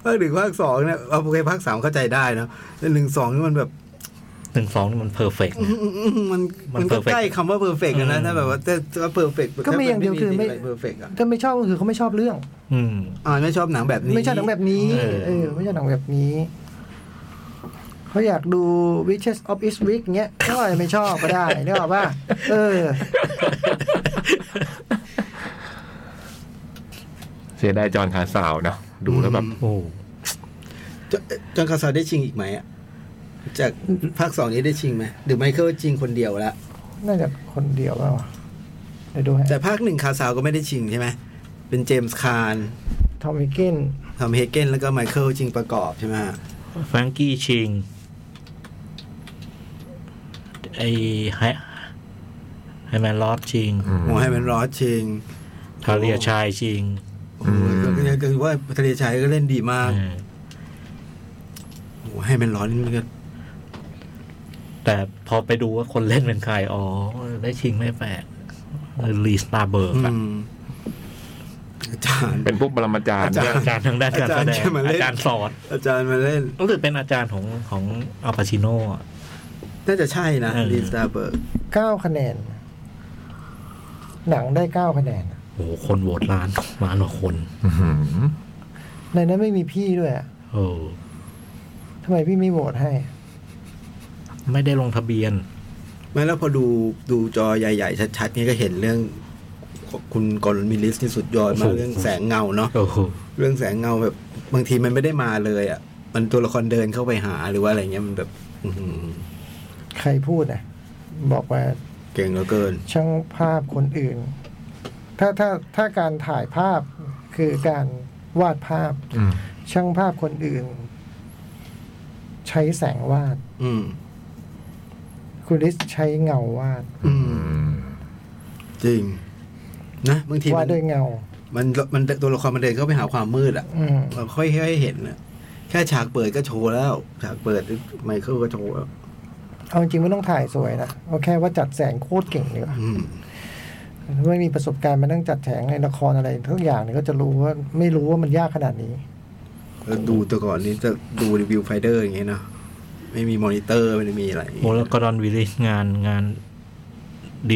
ภาคหนึ่งภาคสองเนี่ยเอาโอเคภาคสามเข้าใจได้เนอะแต่หนึ่งสองนี่มันแบบ
หนึ่งสองนี่มันเพอร์เฟกต์
มัน
มั
มันนก็
perfect
ใกล้คำว่าเพอร์เฟกต์นะ
อืม
ถ้าแบบว่าแต่ว่าเพอร์เฟกต์
ก็มีอย่างเดียวคือไม่
เพอร์เฟกต์อ่ะ
ถ้าไม่ชอบก็คือเขาไม่ชอบเรื่อง
อืม
อ่าไม่ชอบหนังแบบนี้
ไม่ชอบหนังแบบนี้
เออ
เออ ไม่ชอบหนังแบบนี้ เขาอยากดู Witches of Eastwick เงี้ยก็อาจจะไม่ชอบก็ได้นึกออกป่ะเออ
เสียดายจอห์นคาร์ซาวน์เนอะดูแล้วแบบ
โอ้
จจอห์นคาร์ซาวได้ชิงอีกไหมอ่ะจากภาคสองนี้ได้ชิงไหมหรือไมเคิลชิงคนเดียวละ
น่าจะคนเดียวเปล่าวะเดี๋ยวดูฮะ
แต่ภาคหนึ่งคาร์ซาวก็ไม่ได้ชิงใช่ไหมเป็นเจมส์คาร์น
ทอมมิกกิน
ทำเฮเกนแล้วก็ไมเคิลชิงประกอบใช่ไหมฮะ
แฟรงกี้ชิง ไอไฮไฮแมนลอสชิง
โอ้ให้มันรอดชิง
ทาเลียชายชิง
โอ้โหก็คือว่าทะเลชายก็เล่นดีมาก
เออ
โอ้โหให้มันร้อนนี่มันก็
แต่พอไปดูว่าคนเล่นเป็นใคร อ๋อ ได้ชิงไม่แปลกลีสตาร์เบิร์ก
อืมอาจารย์
เป็นพวกปรมาจารย์
อาจารย์
นะ
อาจารย์ทางด้านการแสดง
อาจารย์แค่มาเล่น
อาจารย์สอน
อาจารย์มาเล่น
รู้สึกเป็นอาจารย์ของของอัลปาชิโน่อะ
น่าจะใช่นะ
เออ
ดีสตาร์เบิร์ก
9 คะแนน หนังได้ 9 คะแนน
โอ้โหคนโหวตล้าน <laughs> ล้านกว่าคน
อื้อหือ
ในนั้นไม่มีพี่ด้วยอะ
เออ
ทำไมพี่ไม่โหวตให้
ไม่ได้ลงทะเบียน
ไม่แล้วพอดูดูจอใหญ่ ๆ ชัดๆนี่ก็เห็นเรื่อง คุณกอลมิลลิสที่สุดยอดมา
โอ้
ก
โห
เรื่องแสงเงาเนาะ
โอ้โห
เรื่องแสงเงาแบบบางทีมันไม่ได้มาเลยอ่ะ มันตัวละครเดินเข้าไปหาหรือว่าอะไรเงี้ยมันแบบ อื้อหือ
ใครพูดนะบอกว่า
เก่งเหลือเกิน
ช่างภาพคนอื่น ถ้าถ้าถ้าการถ่ายภาพคือการวาดภาพ
อืม
ช่างภาพคนอื่น ใช้แสงวาด
อืม
คุณลิสใช้เงาวาด
อืม จริง นะบางที
วา
มั
ด
น
ด้วยเงา
มันมันตัวละครมันเดินเข้าไปหาความมืดอ่ะ
อืม
เราค่อยให้เห็นนะแค่ฉากเปิดก็โชว์แล้ว ฉากเปิดไมเคิลก็โชว์แล้ว
เอาจริงไม่ต้องถ่ายสวยนะเอาแค่ว่าจัดแสงโคตรเก่งเลย
อืม
ไม่มีประสบการณ์มานั่งจัดแสงในละครอะไรทุกอย่างเนี่ยก็จะรู้ว่าไม่รู้ว่ามันยากขนาดนี้
แล้วดูแต่ก่อนนี้จะดูรีวิวไฟเดอร์อย่างเงี้ยเนาะไม่มีมอนิเตอร์ไม่ได้มีอะไร
โอ้แล้วกอร์ดอนวิลลิสงานงาน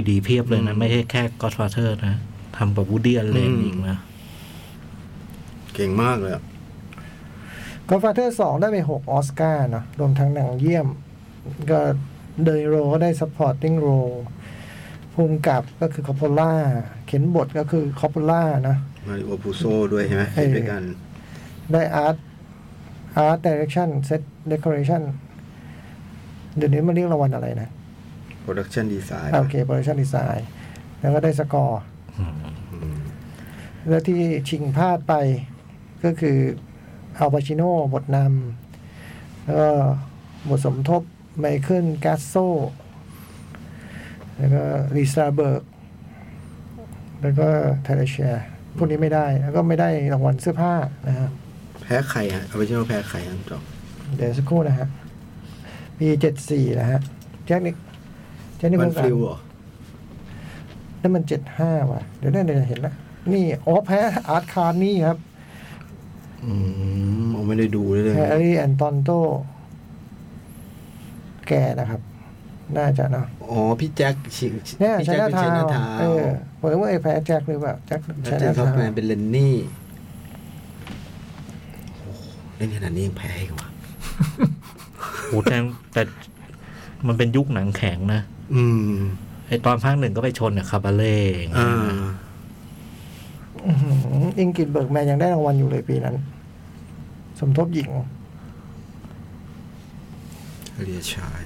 ดีๆ เพียบเลยนะ
อืม
ไม่ใช่แค่ก o d f a t h e r นะทำแบบวูดดี้เลน
อืม
อีกนะ
เก่งมากเลยอะ
ก็ฟาเธอร์สองได้ไปหกออสการ์เนอะรวมทั้งหนังเยี่ยม ก็เดนโรก็ได้ supporting role ภูมิกับก็คือคอป p ปล่าเขียนบทก็คือคอป p ปล่านะ
มาริโอพูโซด้วยใช่ไหม
เออ
ด้วยกัน
ได้อาร์ตอาร์ต i r e c t i o n set decoration เดี๋ยวนี้มันเรียกรางวัลอะไรนะ
โปรดักชันดีไซน์
อ่าโอเค production design แล้วก็ได้สกอร์ แล้วที่ชิงพลาดไปก็คืออัลปาชิโน่บทนำแล้วก็บทสมทบไมเคิลกาสโซ แล้วก็ลิซาเบิร์ก แล้วก็เทเลเชียพวกนี้ไม่ได้ แล้วก็ไม่ได้รางวัลเสื้อผ้านะฮะ
แพ้ใครฮะเอาไปเชื่อแพ้ใครครับจอบ
เดี๋ยวสักครู่นะฮะ ปีเจ็ดสี่นะฮะแจ็คนิคแจ็คนิค
มัน
น
ฟิวเหรอ
นั่นมันเจ็ดห้าว่ะ เดี๋ยวได้เดี๋ยวจะเห็นละนี่อ๋อแพ้อาร์ตคาร์นี่ครับ
อืมผมไม่ได้ดูเลยเลย
แฮร์รี่แอนตอนโต แก่นะครับ น่าจะเนอะ
อ๋อพี่แจ็คชิง
เนี่ย
พี่
ชนะ
แจ็คเป็น
ทา
ช
ว
นะ
น์
ทาว
เออผมนึกว่าไอ้แพ้แจ็คหรือเปล่าแจ็ค
แล้
ช
วเจ
นะ
นท็อ
ทาว
ปแมน
น์
เป็นเลนนี่โอ้โหเล่นขนาดนี้ยังแพ้อีกเหรอวะ
โอ้แต่แต่มันเป็นยุคหนังแข็งนะ
อืม
ไอตอนภาคหนึ่งก็ไปชนกับคาบาเล่อย่างเงี้
อ่าย
อื้อหืออิงกิตเบิร์กแมนยังได้รางวัลอยู่เลยปีนั้น สมทบหญิง
เรียชาย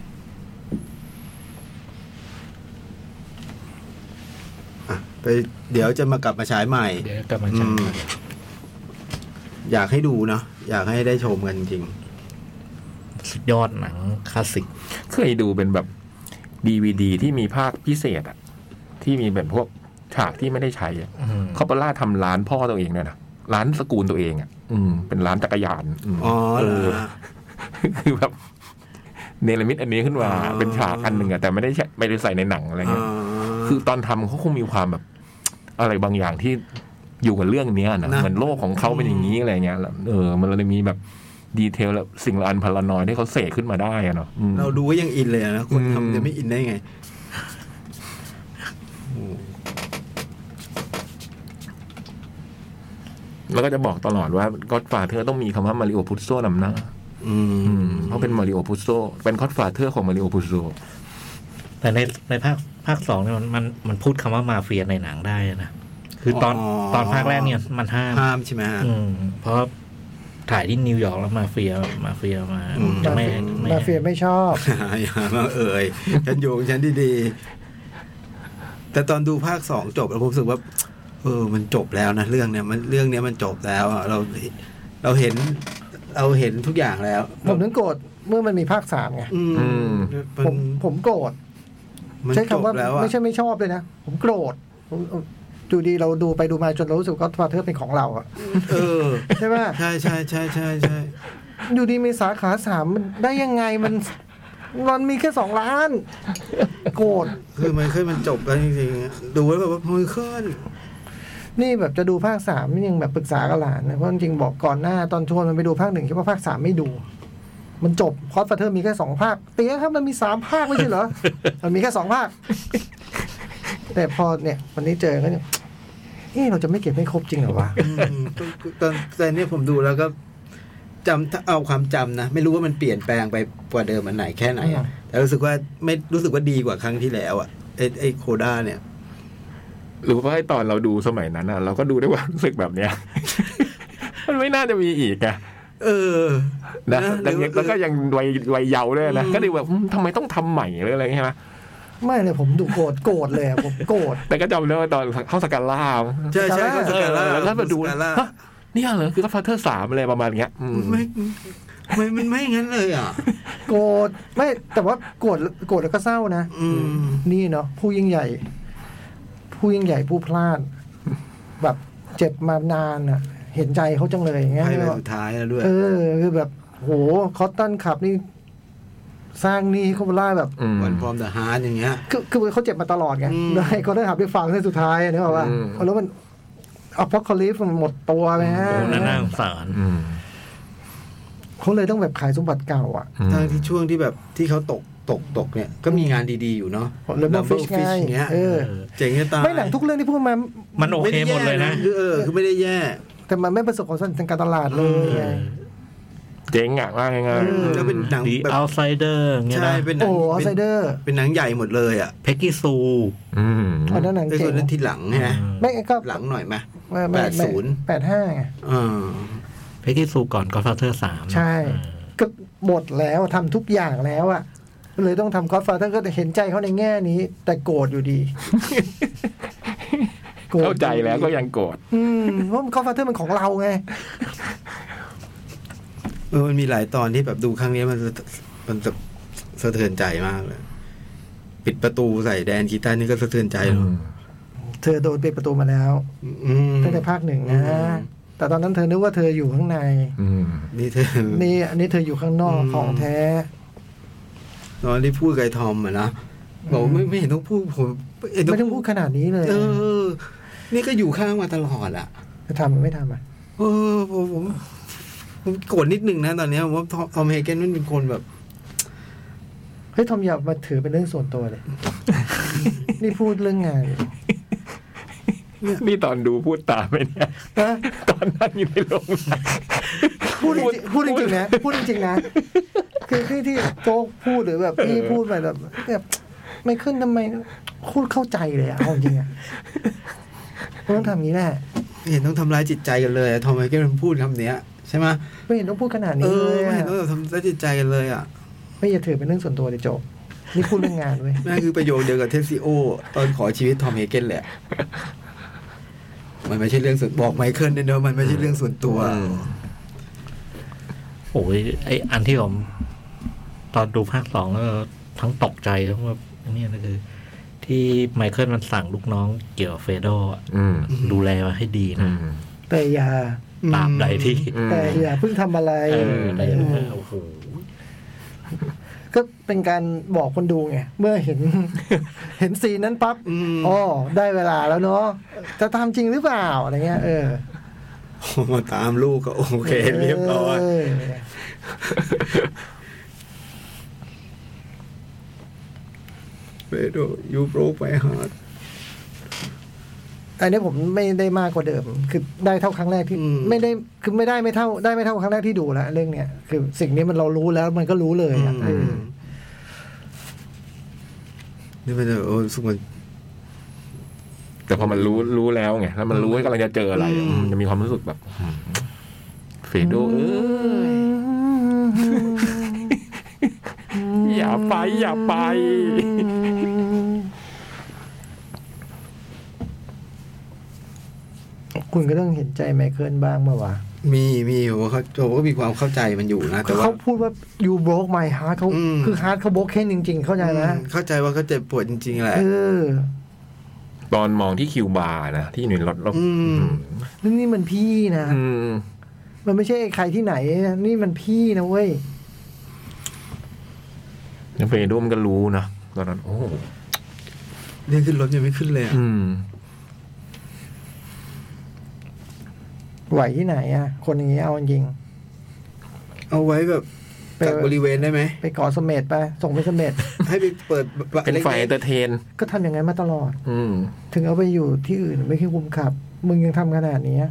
ไปเดี๋ยวจะมากลับมาฉายใหม่
เดี๋ยวกลับมาจัด
อืม อยากให้ดูเนาะอยากให้ได้ชมกันจริง
สุดยอดหนังคลาสสิก
เคยดูเป็นแบบดีวดีที่มีภาคพิเศษอะที่มีแบบพวกฉากที่ไม่ได้ใช้อะ
อืม
คอปเปอร่าทำร้านพ่อตัวเองเนี่ยนะร้านสกูลตัวเองอะอืมเป็นร้านจักรยานม
อ๋อเหร
เอ
อ
อ คือแบบเนรมิตอันนี้ขึ้นมา
อ่า
เป็นฉากอันหนึ่งอะแต่ไม่ได้ใช้ไม่ได้ใส่ในหนังอะไร
อ๋อ
เงี้ยคือตอนทำเขาคงมีความแบบ อะไรบางอย่างที่อยู่กับเรื่องเนี้ยนะ
นะ
เหมือนโลกของเขาเป็นอย่างนี้อะไรเงี้ยแล้วเออ มันเลยมีแบบดีเทลและสิ่งละอันพนลานอยที่เขาเสกขึ้นมาได้อะเนาะอืม
เราดูก็ยังอินเลยนะคน
อืม
ทำจะไม่อินได้ไง
แล้วก็จะบอกตลอดว่าก็ d f ฟาเธอต้องมีคำว่ามาริโอพุซโซนำหน้า
อื
อื
ม
มเพราะเป็นมาริโอพุซโซเป็นก็ d f ฟาเธอของมาริโอพุซโซ
แต่ในในภาคภาคสองเนี่ยมันมันมันพูดคำว่ามาเฟียในหนังได้นะ คือตอนตอนภาคแรกเนี่ยมันห้าม
ห้ามใช่ไหมฮะ
อืม เพราะถ่ายที่นิวยอร์กแล้วมาเฟียมาเฟียมา
อืม
จะไม่
มาเฟียไม่ชอบ
<laughs> อย่ามาเอ่ยฉันอยู่ของฉันดีๆ แต่ตอนดูภาคสองจบแล้วผมรู้สึกว่า เออ มันจบแล้วนะเรื่องเนี้ยมันเรื่องเนี้ยมันจบแล้วอะเราเราเห็น เราเห็นทุกอย่างแล้ว
ผมถึงโกรธเมื่อมันมีภาคสามไง
อืมน
ผมผมโกรธ
มัน
ใช้คำ
จบ
ว่า
แล้วอะ
ไม่ใช่ไม่ชอบเลยนะ ผมโกรธผมดูดีเราดูไปดูมาจนเรารู้สึกก็ฟาเธอร์เป็นของเราอะ
เออ
ใช่ไหม
ใช่ใช่ใช่ใช่ใช่
อยู่ดีมีสาขาสามมันได้ยังไงมัน มันมีแค่สองล้าน โกรธ
คือมันคือมันจบแล้วจริงๆดูแล้วแบบว่ามือขึ้น
นี่แบบจะดูภาคสามนี่ยังแบบปรึกษากับหลานนะเพราะจริงๆบอกก่อนหน้าตอนชวนมันไปดูภาคหนึ่งคิดว่าภาคสามไม่ดู มันจบคอสฟัเทอร์มีแค่สองภาค เตี้ยครับมันมีสามภาคไม่ใช่เหรอ มันมีแค่สองภาค แต่พอเนี่ย วันนี้เจอก็เนี่ยเอ๊ะเราจะไม่เก็บให้ครบจริงเหรอวะ
อืม <laughs> ตอนแต่เนี่ยผมดูแล้วก็จำถ้าเอาความจำนะ ไม่รู้ว่ามันเปลี่ยนแปลงไปกว่าเดิมมันไหนแค่ไหนอะ
อืม
แต่รู้สึกว่าไม่รู้สึกว่าดีกว่าครั้งที่แล้วอ่ะไอไอโคด้าเนี่ย
หรือว่าไอ้ตอนเราดูสมัยนั้นอะเราก็ดูด้วยความรู้สึกแบบเนี้ย <laughs> มันไม่น่าจะมีอีกอะ
เออ
นะ
ห
แล้ว
รือ
ยังแล้วก็ยังวัยวัยเยาว์ด้วยนะ ก็ดูแบบอืมทำไมต้องทำใหม่หรืออะไรใช่ไหม
ไม่เลยผมดูโกรธโกรธเลยอะผมโกรธ
แต่ก็จำได้ว่าตอนเข้าสกัลล่า
ใช่ใช่ก็
เออก
สาล่า
แล้วก็มาดู
สกาล่า
ฮะเนี่ยเหรอคือก็ฟาเธอร์สามอะไรประมาณเงี้ยอืม
ไม่ไม่มันไม่งั้นเลยอ่ะ
โกรธไม่แต่ว่าโกรธโกรธแล้วก็เศร้านะ
อืม
นี่เนาะผู้ยิ่งใหญ่ ผู้ยิ่งใหญ่ผู้พลาด แบบเจ็บมานานอ่ะ เห็นใจเขาจังเลยอย่างเงี้ย
ไพ่ใบสุดท้ายแล้วด้วย
เออคือแบบโหคอตตันขับนี่ สร้างหนี่ให้คอปล่าแบบ
อืม
วันพร้อมเดอะฮาร์ดอย่างเงี้ย
คือคือเขาเจ็บมาตลอดไง
อืม
ได้คอตตันขับได้ฟังเส้นสุดท้ายนึกออกป่ะ
อืม
แล้วมันอพอคอลิฟมันหมดตัวไปฮะ
โอ้น่าน่าสงสาร
อืม
เขาเลยต้องแบบขายสมบัติเก่าอ่ะ
อืม
ทั้งที่ช่วงที่แบบที่เขาตกตกตกเนี่ย ก็มีงานดีๆอยู่เนาะ
Rumble
Rumble
Fish
Fish อย่างเงี้ย
เออ
เจ๋งจะตาย
ไม่หนังทุกเรื่องที่พูดมา
มันโอเคหมดเลยนะ
คือเออคือไม่ได้แย่
แต่มันไม่ประสบความสำเร็จทางการตลาดเลยไง
เจ๊งอ่ะว่าง่าย
อ
แล้วเป็นหนัง
The
แบบ
Outsider เงี้ย
ใช่
นะ
เป็นหนั
โอ้
ง
โหไซ
เป็น
เดอร์
เป็นหนังใหญ่หมดเลยอ่ะ
เพกกี้ซู
ๆอืม
อันนั้นหนัง
ไอ้
เจ๋
ส่ว
ง
นนั้นทีหลังใช่ไหม
ไม่ก็
หลังหน่อยไหม
ไม่ไม่ไม่
80
แปดห้าไง
เออ
เพกกี้ซูก่อนก็ฟาเธอร์สาม
ใช่ ก็หมดแล้วทำทุกอย่างแล้วอ่ะเลยต้องทำคอสฟาเตอร์ก็เห็นใจเขาในแง่นี้ แต่โกรธอยู่ดีโกรธ
เข้าใจแล้วก็ยังโกรธ
อืมเพราะคอสฟาเตอร์มันของเราไง
เออมันมีหลายตอนที่แบบดูครั้งนี้มันสะมันสะสะเทือนใจมากเลย ปิดประตูใส่แดนกีตาร์นี่ก็สะเทือนใจแล้ว
เธอโดนปิดประตูมาแล้ว
อืม
ตั้งแต่ภาคหนึ่งนะ แต่ตอนนั้นเธอนึกว่าเธออยู่ข้างใน
อืม
นี่เธอ
นี่อันนี้เธออยู่ข้างนอกของแท้
ตอนที่พูดกับไอ้ทอมอะนะบอกว่าไม่ไม่เห็นต้องพูดผมเห็น
ไม่ต้องพูดขนาดนี้เลย
เออ นี่ก็อยู่ข้างมาตลอดอ่ะ
จะทำหรือไม่ทำอ่ะ
เออผมผมผมโกรธนิดนึงนะตอนเนี้ยผมว่าทอมทอมเฮเกนมันเป็นคนแบบ
เฮ้ยทอมอย่ามาถือเป็นเรื่องส่วนตัวเลย นี่พูดเรื่องงานอยู่
<laughs> นี่ตอนดูพูดตามไปเนี่ย
นะ
ตอนนั่งอยู่ในโรงหนัง
พูดจริงๆพูดจริงๆนะ พูดจริงๆนะ คือที่ที่โจ๊กพูดหรือแบบพี่พูดไปแบบแบบไม่ขึ้นทำไมพูดเข้าใจเลยอะเอาจริงอะมันต้องทำอย่างนี้แหละ
ไม่เห็นต้องทำร้ายจิตใจกันเลยอะทอมไมเคิลมันพูดคำเนี้ยใช่ไหม
ไม่เห็นต้องพูดขนาด
เอ
นี้เล
อย ไม่
อะ
เห็นต้องแบบทำร้ายจิตใจกันเลยอ่ะ
ไม่อย่าถือเป็นเรื่องส่วนตัวเลยโจ๊ก นี่พูดเรื่องงานเว้ย
นั่นคือประโยคเดียวกับเทสซิโอตอนขอชีวิตทอมเฮเกนแหละ มันไม่ใช่เรื่องส่วนบอกไมเคิลด้วยเนอะมันไม่ใช่เรื่องส่วนตัว
โอ้ยไออันที่ผม ตอนดูภาคสองแล้วทั้งตกใจทั้งว่าเนี่ยนะคือ ที่ไมเคิลมันสั่งลูกน้องเกี่ยวกับเฟโดอะ
<laughs> อืม
ดูแลมาให้ดี
อื
นะ
ม
แต่อย่า
ตามใดที่
อืม
แต่อย่าเพิ่งทำอะไร
เออใด
อืม
โอ้โห
ก็เป็นการบอกคนดูไง เมื่อเห็น <laughs> เห็นซีนนั้นปั๊บ
อืม
อ๋อได้เวลาแล้วเนาะจะทำจริงหรือเปล่าอะไรเงี้ยเออ
โอ้โหตามลูกก็โอเค เรียบร้อย
เ
เบโดยูโบรกไปฮาร์ด
อันนี้ผมไม่ได้มากกว่าเดิม คือได้เท่าครั้งแรกที่
อืม
ไม่ได้คือไม่ได้ไม่เท่าได้ไม่เท่าครั้งแรกที่ดูแล้วเรื่องเนี้ยคือสิ่งนี้มันเรารู้แล้วมันก็รู้เลยอะเออ
นี่เป็นแบบโอ้รู้สุกมัน
แต่พอมันรู้รู้แล้วไงแล้วมันรู้ว่ากำลังจะเจออะไร
อืม
มันจะมีความรู้สึกแบบอืมเฟโดเอ้ย <laughs> อย่าไปอย่าไป
คุณก็ต้องเห็นใจไมเคิลบ้างมาวะ
มีมีผมว่าเขาผมก็มีความเข้าใจมันอยู่นะแต่ว่า
เขาพูดว่า you broke my heart เขา
อืม
คือ heart เขา broken จริง ๆ เข้าใจไหม
อืมเข้าใจว่าเขาเจ็บปวดจริงๆแหละ
เออ
ตอนมองที่คิวบาร์นะที่อยู่ในรถแล้ว
อืม
นี่นี่มันพี่นะ
อืม
มันไม่ใช่ใครที่ไหนนะนี่มันพี่นะเว้ย
แล้วเฟโดมันก็รู้นะตอนนั้นโอ้โห
เนี่ยขึ้นรถยังไม่ขึ้นเลยอะ
อืม
ไหวที่ไหนอ่ะ คนอย่างนี้เอาจริง
เอาไว้แบบ
ไป
กักบริเวณได้ไหม
ไปก่อเสม็ดไป ส่งไปเสม็ด
ให้ไปเปิดบะ
เป็นไฟ
ล็ก
เตอร์เทน
ก็ทำอย่างนั้นมาตลอด
อืม
ถึงเอาไปอยู่ที่อื่นไม่เคยคุมขับ มึงยังทำขนาดนี้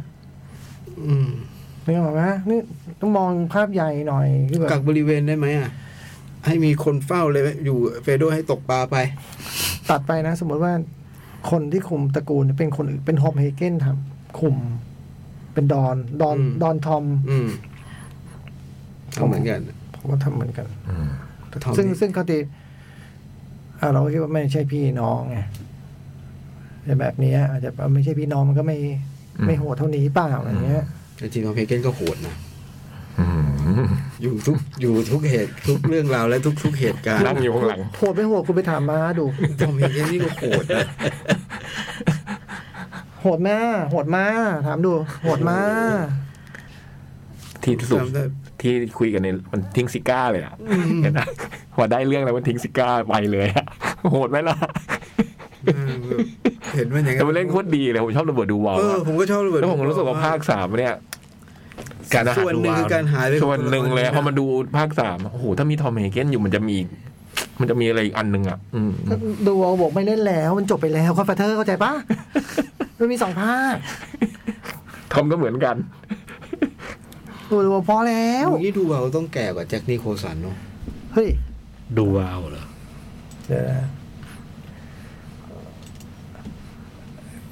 ๆอืม
นึกออกไหมนี่ต้องมองภาพใหญ่หน่อยคือแบ
กัก
บบ
ริเวณได้ไหมอ่ะ ให้มีคนเฝ้าเลยอยู่เฟโดให้ตกปลาไป
ตัดไปนะ สมมติว่า คนที่คุมตระกูลเป็นคนอื่นเป็นฮอมเฮเกนทำคุม เป็นดอนดอน
อืม
ดอนทอม
อืมทำเหมือนกัน
ผมก็ทำเหมือนกัน
ทอม
ซึ่ง
นี่
ซึ่งเขาตีอ่ะเราก็คิดว่าไม่ใช่พี่น้องไงแต่แบบนี้อาจจะไม่ใช่พี่น้องมันก็ไม่
อืม
ไม่โหดเท่านี้เปล่าอะไรเงี้ย
แต่จริงๆของเพเกนก็โหดนะ
อืม
อยู่ทุกอยู่ทุกเหตุทุกเรื่องราวและทุกทุกเหตุการณ์
นั่งอยู่ข้างหลัง
โหดไม่โหดคุณไปถามมาดู
ทอมเพเกนนี่ก็โหดนะ
โหดมาโหดมาถามดู โหดมา
ที่สุด
จำได้
ที่คุยกันในมันทิ้งซิก้าเลยอ่ะเห็นไหมพอได้เรื่องแล้วมันทิ้งซิก้าไปเลยอะ <laughs> โหดไหมล่ะ
เออเห็นมันอย่าง
แต่มันเล่นโคตรดีเลยผมชอบระเบิดดูวอล
เออ
อะ
ผมก็ชอบระเบิด
แล้วผมรู้สึกว่าภาคสามเนี่ย การอาหาร
ส่วนหนึ่ง
ดูวล
คือการหายไปของ
ส่วนหนึ่งเลย
ตัวละคร
พอมาดูภาคสามโอ้โหถ้ามีทอมเฮเกนอยู่มันจะมี มันจะมีอะไรอีกอันหนึ่งอ่ะอืม
ดูเอาบอกไม่เล่นแล้ว มันจบไปแล้วคอนฟาเธอร์เข้าใจปะมันมีสองภาค
ทอมก็เหมือนกัน
ดูดูพอแล้ว
นี่ดูเราต้องแก่กว่าแจ็คนิโคลสันเนาะ
เฮ้ย
ดูวาวเหรอ
เดี๋ยวนะ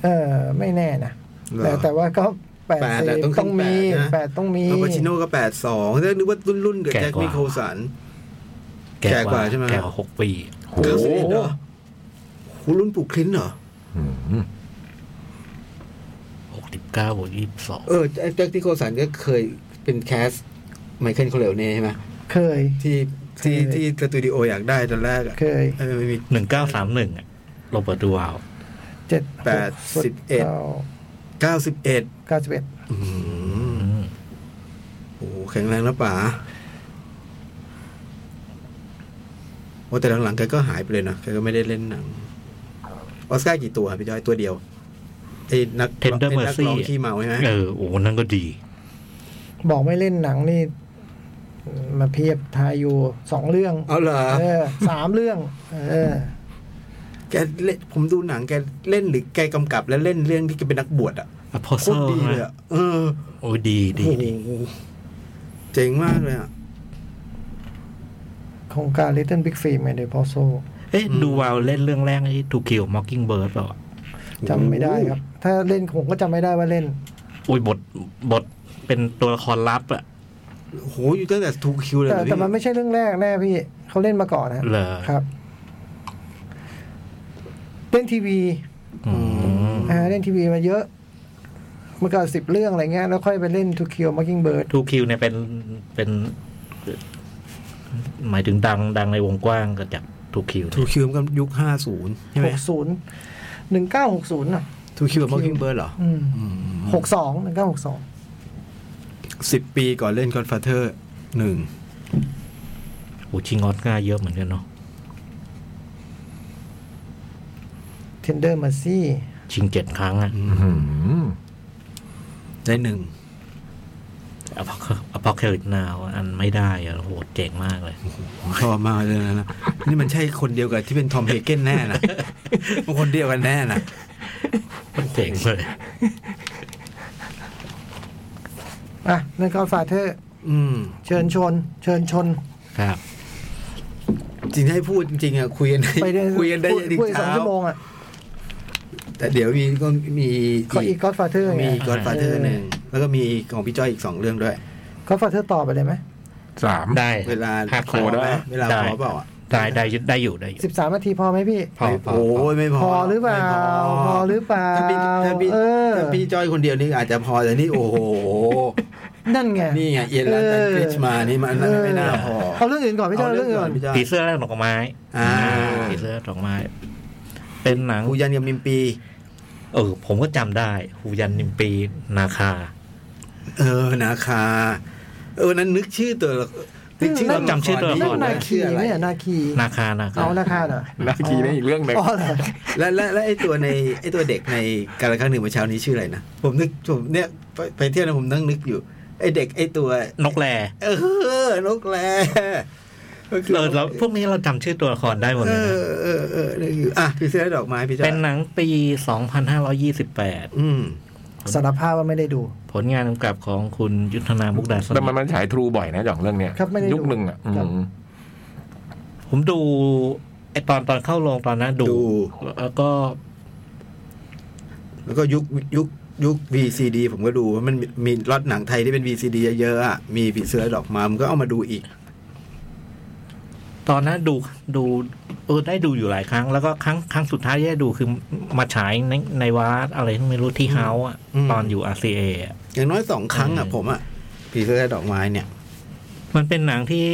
เออไม่แน่นะ
เหรอ
แต่แต่ว่าก็แปด
แปด
สิ
อะ
บ
ต้องขึ้
ต้อน งมี
แปดนะ
แปดต้องมี
อัลปาชิโน่ก็แปดสองแล้วนึกว่ารุ่นรุ่นๆกับแจ็คนิโคลสัน แก่กว่าใช่ไหม
แก่กว่าหกปี
โอ้
เก้า
โห
สิบเอ็ดเหรอโหรุ่นปลูกคลินต์เหรอ
อืม
หกสิบเก้าบวกยี่สิบสอง
เออแจ็คที่โคสันก็เคยเป็นแคสไมเคิลโคเลโอเน่ใช่ไหม
เคย
ที่ที่
เคย
ที่สตูดิโออยากได้ตอนแรกอะ
เคย
เออไม่มี
หนึ่งเก้าสามหนึ่งอะโรเบิร์ตดูวาว
เจ็ด
แปดสิบเอ็ด เก้าสิบเอ็ด
เก้าสิบเอ็ด
อืม
โอ้โหแข็งแรงแล้วป๋าโอ้แต่หลังๆแกก็หายไปเลยนะแกก็ไม่ได้เล่นหนังออสการ์กี่ตัวครับพี่จ้อยตัวเดียวไอ้นัก
เทนเดอร์เมอ
ไนั
ร์
ก
ซี่
ร้องขี้เมาใช่ไหม
เออโอ้โหนั่นก็ดี
บอกไม่เล่นหนังนี่ มาเพียบทายอยู่สองเรื่อง
เอาเหรอ
เออสามเรื่อง เออ
แกเล่นผมดูหนังแกเล่นหรือแกกำกับแล้วเล่นเรื่องที่แกเป็นนักบวชอ่ะ
อพอ
โค
เซอ
ตร
ร์
ดีเลยอ่ะเออ
โอ้ยดีดีดี
โอ้โหเจ๋งมากเลยอ่ะ
ของการ Little Big Film ไงเดยพอโซ
เอ๊ะดูวาวเล่นเรื่องแรกที่ถูกคิวมอ c กิ้งเบิร์ดเปล่า
จำไม่ได้ครับ ถ้าเล่นผมก็จำไม่ได้ว่าเล่น
อุ้ยบทบทเป็นตัวละครลับอะ
โอ้โหอยู่ตั้งแต่ทูคิวเลย
แต่
เหรอพี่
แต่มันไม่ใช่เรื่องแรกแน่พี่ เขาเล่นมาก่อนนะ
เหรอ
ครับ เล่นทีวี
อืม
อ่าเล่นทีวีมาเยอะเมื่อก่อนสิบเรื่องอะไรเงี้ยแล้วค่อยไปเล่นทูคิวมักกิ้งเบิร์ด
ทูคิวเนี่ยเป็นเป็น หมายถึงดังดังในวงกว้างก็จากทูคิว
ทูคิวมันก็ยุคห้าศูนย์ใช่ไห
ห
ม
กศูนย์หนึ่งเก้าหกศูนย์อ่ะ
ทูคิวมอคกิ้งเบิร์ดเหรอ
อืมหกสองหนึ่งเก้าหกสอง
สิบปีก่อนเล่นก็อดฟาเธอร์หนึ่ง
โอ้ชิงออสการ์เยอะเหมือนกันเนาะ
เทนเดอร์มาซี่
ชิงเจ็ดครั้งอะ
อื้อหือ
ได้หนึ่ง
อพอพอเคลินาวอันไม่ได้อะโอ้โหเจ๋งมากเลย
ผมชอบมากเลยนะ นี่มันใช่คนเดียวกับที่เป็นทอมเฮเกนแน่
<laughs>
นะมันคนเดียวกันแน่นะ
เจ๋งเลย
อ่ะนั่นก็ฟาเธอ
อืม
เชิญชวนเชิญชน
ครับ
จริงๆให้พูดจริงๆอ่ะคุยกันได้
ไปได้
คุยกันได้
พู
ถึง
คุยสอง
เช้า
ชั่วโมงอ่ะ
แต่เดี๋ยวมีก็มี
ก็อีกก็ฟาเธอร์ไง
มีก็อดฟาเธอร์หนึ่งแล้วก็มีของพี่จ้อยอีกสองเรื่องด้วย
ก็ฟาเธอร์ต่อไปเลยไหม
สาม
ได้
เวลา
ครับ
พอ
ได้
ไหมเวลา
ได้
พอเปล่าอ่ะ
ได้ได้ได้อยู่ได้อยู่
สิบสามนาทีพอไหมพี่
พอพอ
โอ้ยไม่พอ
พอหรือเปล่า
ไม่
พอหรือเปล่า
ถ้าพี่ถ้าพี่
เออ
ถ้าพี่จ้อยคนเดียวนี่อาจจะพอแต่นี่โอ้โห
นั่นไง
นี่ไงเอียนลาตัน
เออ
กริชมานี่มันมันไม่น่าพอ
เอาเรื่องอื่นก่อนพี่เจ้าเรื่องอื่นก่อน
พี่จ้อย
ผีเสื้อและดอกไม้
อ่า
ผีเสื้อและดอกไม้ เป็นหนัง
กูยันกับนิมปี
เออ ผมก็จำได้ฮูยันนิมปีนาคา
เออนาคา เออนั้นนึกชื่อตัวละนึกชื่อ
เราจำชื่อตัวละคร
นั่นนา
ดีะ
คี
ชื่ออะไร
ไม่ใช่นาคี
นาคานาคา
เอานาคาเหรอ
นาคีนี่อีกเรื่องหนึ่ง
อ๋อเหรอ
และและและไอตัวในไอตัวเด็กในการละครั้งหนึ่งเมื่อเช้านี้ชื่ออะไรนะ ผมนึกผมเนี่ยไปไปเที่ยวนะผมนั่งนึกอยู่ ไอเด็กไอตัวน
กแร่
เออนกแรก็คือ
เออแล้วพวกนี้เราจำชื่อตัวละครได้หมด
เอ
เลยนะ
อเออเออนึกอยู่อ่ะพี่เสื้อดอกไม้พี่จ้า
เป็นหนังปี 2528
อืม
สารภาพว่าไม่ได้ดู
ผลงานกำกับของคุณยุทธนามุกดาสน
แต่มันมันฉายทรูบ่อยนะจ่องเรื่องเนี้ย
ครับไม่ได้ดู
ยุคหนึ่งอ่ะอืม
ครับ
ผมดูไอตอนตอนเข้าโรงตอนนั้นดู
ดู
แล้วก็
แล้วก็ยุคยุคยุค VCD ผมก็ดูว่ามันมีมีล็อตหนังไทยที่เป็น VCD เยอะๆอ่ะมีผีเสื้อดอกไม้ผมก็เอามาดูอีก
ตอนนั้นดูดูเออได้ดูอยู่หลายครั้ง แล้วก็ครั้งครั้งสุดท้ายที่ได้ดูคือมาฉายในในวัดอะไรที่ไม่รู้ที่เฮาส์อะ
อืม
ตอนอยู่ RCA อะ
อย่างน้อยสองครั้งอ่ะ
อืม
ผมอ่ะผีเสื้อดอกไม้เนี่ย
มันเป็นหนังที่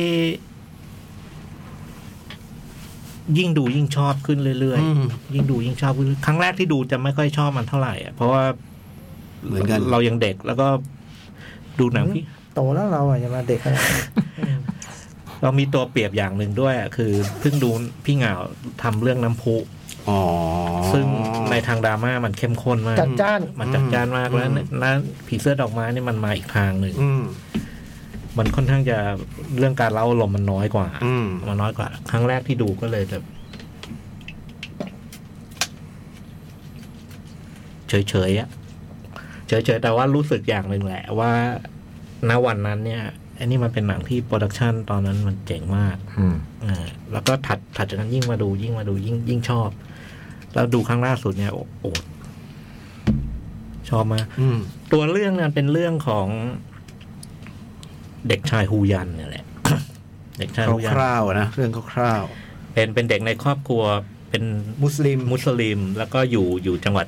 ยิ่งดูยิ่งชอบขึ้นเรื่อย
อืม
ๆ ยิ่งดูยิ่งชอบขึ้นครั้งแรกที่ดูจะไม่ค่อยชอบมันเท่าไหร่อะเพราะว่า
เหมือนกัน
เรายังเด็กแล้วก็ดูหนังพี่
โตแล้วเราอ่ะอย่ามาเด็กขนาดนั้น
เรามีตัวเปรียบอย่างหนึ่งด้วยอะคือเพิ่งดูพี่เหงาทำเรื่องน้ำพุ
อ๋อ
ซึ่งในทางดราม่ามันเข้มข้นมาก
จัดจ้าน
มันจัดจ้านมากแล้วแล้วผีเสื้อดอกไม้นี่มันมาอีกทางหนึ่ง
อืม
มันค่อนข้างจะเรื่องการเล่าลมณ์มันน้อยกว่า
อืม
มันน้อยกว่า ครั้งแรกที่ดูก็เลยแบบเฉยๆอะเฉยๆแต่ว่ารู้สึกอย่างหนึ่งแหละ ว่าณวันนั้นเนี่ยไอันนี้มันเป็นหนังที่โปรดักชันตอนนั้นมันเจ๋งมาก
อืม
เออแล้วก็ถัดถัดจากนั้นยิ่งมาดูยิ่งมาดูยิ่งยิ่งชอบ แล้วดูครั้งล่าสุดเนี่ยโอ้โหชอบมาก
อืม
ตัวเรื่องนั้นเป็นเรื่องของ เด็กชายฮูยันเนี่ยแหละ <coughs> เด็กชายฮูยัน
คร่าวๆอะนะเรื่องคร่าว
เป็นเป็นเด็กในครอบครัว เป็น
ๆมุสลิม
มุสลิม แล้วก็อยู่อยู่จังหวัด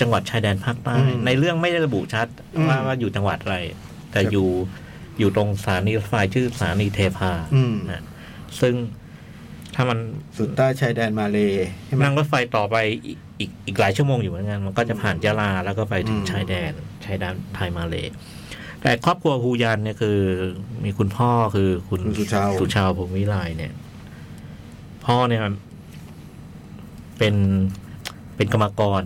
จังหวัดชายแดนภาคใต้
อืม
ในเรื่องไม่ได้ระบุชัด
อืม
ว่าว่าอยู่จังหวัดอะไร แต่
ครับ
อยู่อยู่ตรงสถานีรถไฟชื่อสถานีเทพา
อืม
นะซึ่งถ้ามัน
สุดใต้ชายแดนมาเลยใช่ไหม
นั่งรถไฟต่อไปอีกอีกอีกหลายชั่วโมงอยู่เหมือนกันมันก็จะผ่านยะลาแล้วก็ไปถึง
อืม
ชายแดนชายแดนไทยมาเลแต่ครอบครัวฮูยันเนี่ยคือ มีคุณพ่อคือคุณ
คุณสุชาว
สุชาวพรหมวิไลเนี่ย พ่อเนี่ยเป็นเป็นกรรมกร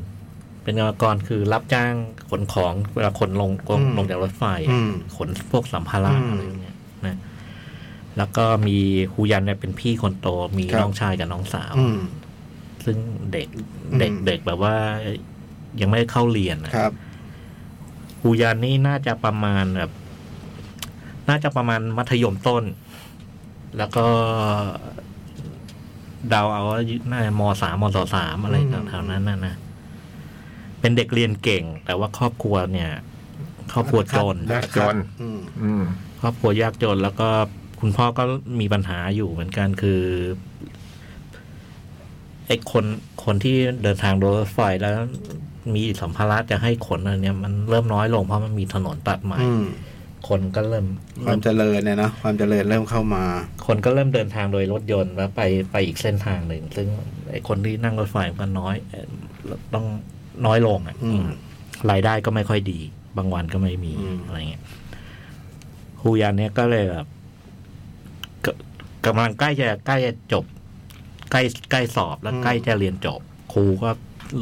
เป็นกรรมกรคือรับจ้างขนของเวลาขนลงลง
อืม
ลงจากรถไฟ
อื
อะ
ม
ขนพวกสัมภาระ
อืม
อะไรพวกเนี้ยนะแล้วก็มีฮูยันเนี่ยเป็นพี่คนโตมี
ครับ
น้องชายกับน้องสาว
อืม
ซึ่งเด็ก
อืม
เด็กเด็กแบบว่ายังไม่ได้เข้าเรียนนะครับ ครูยานนี่น่าจะประมาณแบบ น่าจะประมาณมัธยมต้น แล้วก็เดาเอาว่าน่าจะมสามมสสามอะไร
อืม
แถวๆนั้นนะนะเป็นเด็กเรียนเก่ง แต่ว่าครอบครัวเนี่ย ครอบครัวจน
ยากจน
อืม
อืม
ครอบครัวยากจนแล้วก็คุณพ่อก็มีปัญหาอยู่เหมือนกันคือ ไอ้คนคนที่เดินทางโดยรถไฟแล้วมีสัมภาระจะให้ขนอะไรเนี่ยมันเริ่มน้อยลงเพราะมันมีถนนตัดใหม่
อืม
คนก็เริ่ม
ความเจริญเนี่ยนะความเจริญเริ่มเข้ามา
คนก็เริ่มเดินทางโดยรถยนต์แล้วไปไปอีกเส้นทางหนึ่งซึ่งไอ้คนที่นั่งรถไฟมันก็น้อยเอ่อต้องน้อยลงอ่ะ
อืม
รายได้ก็ไม่ค่อยดี บางวันก็ไม่มี
อืม
อะไรเงี้ยฮูยานเนี่ยก็เลยแบบก็กำลังใกล้จะใกล้จะจบ ใกล้ใกล้สอบแล้วใกล้จะเรียนจบ ครูก็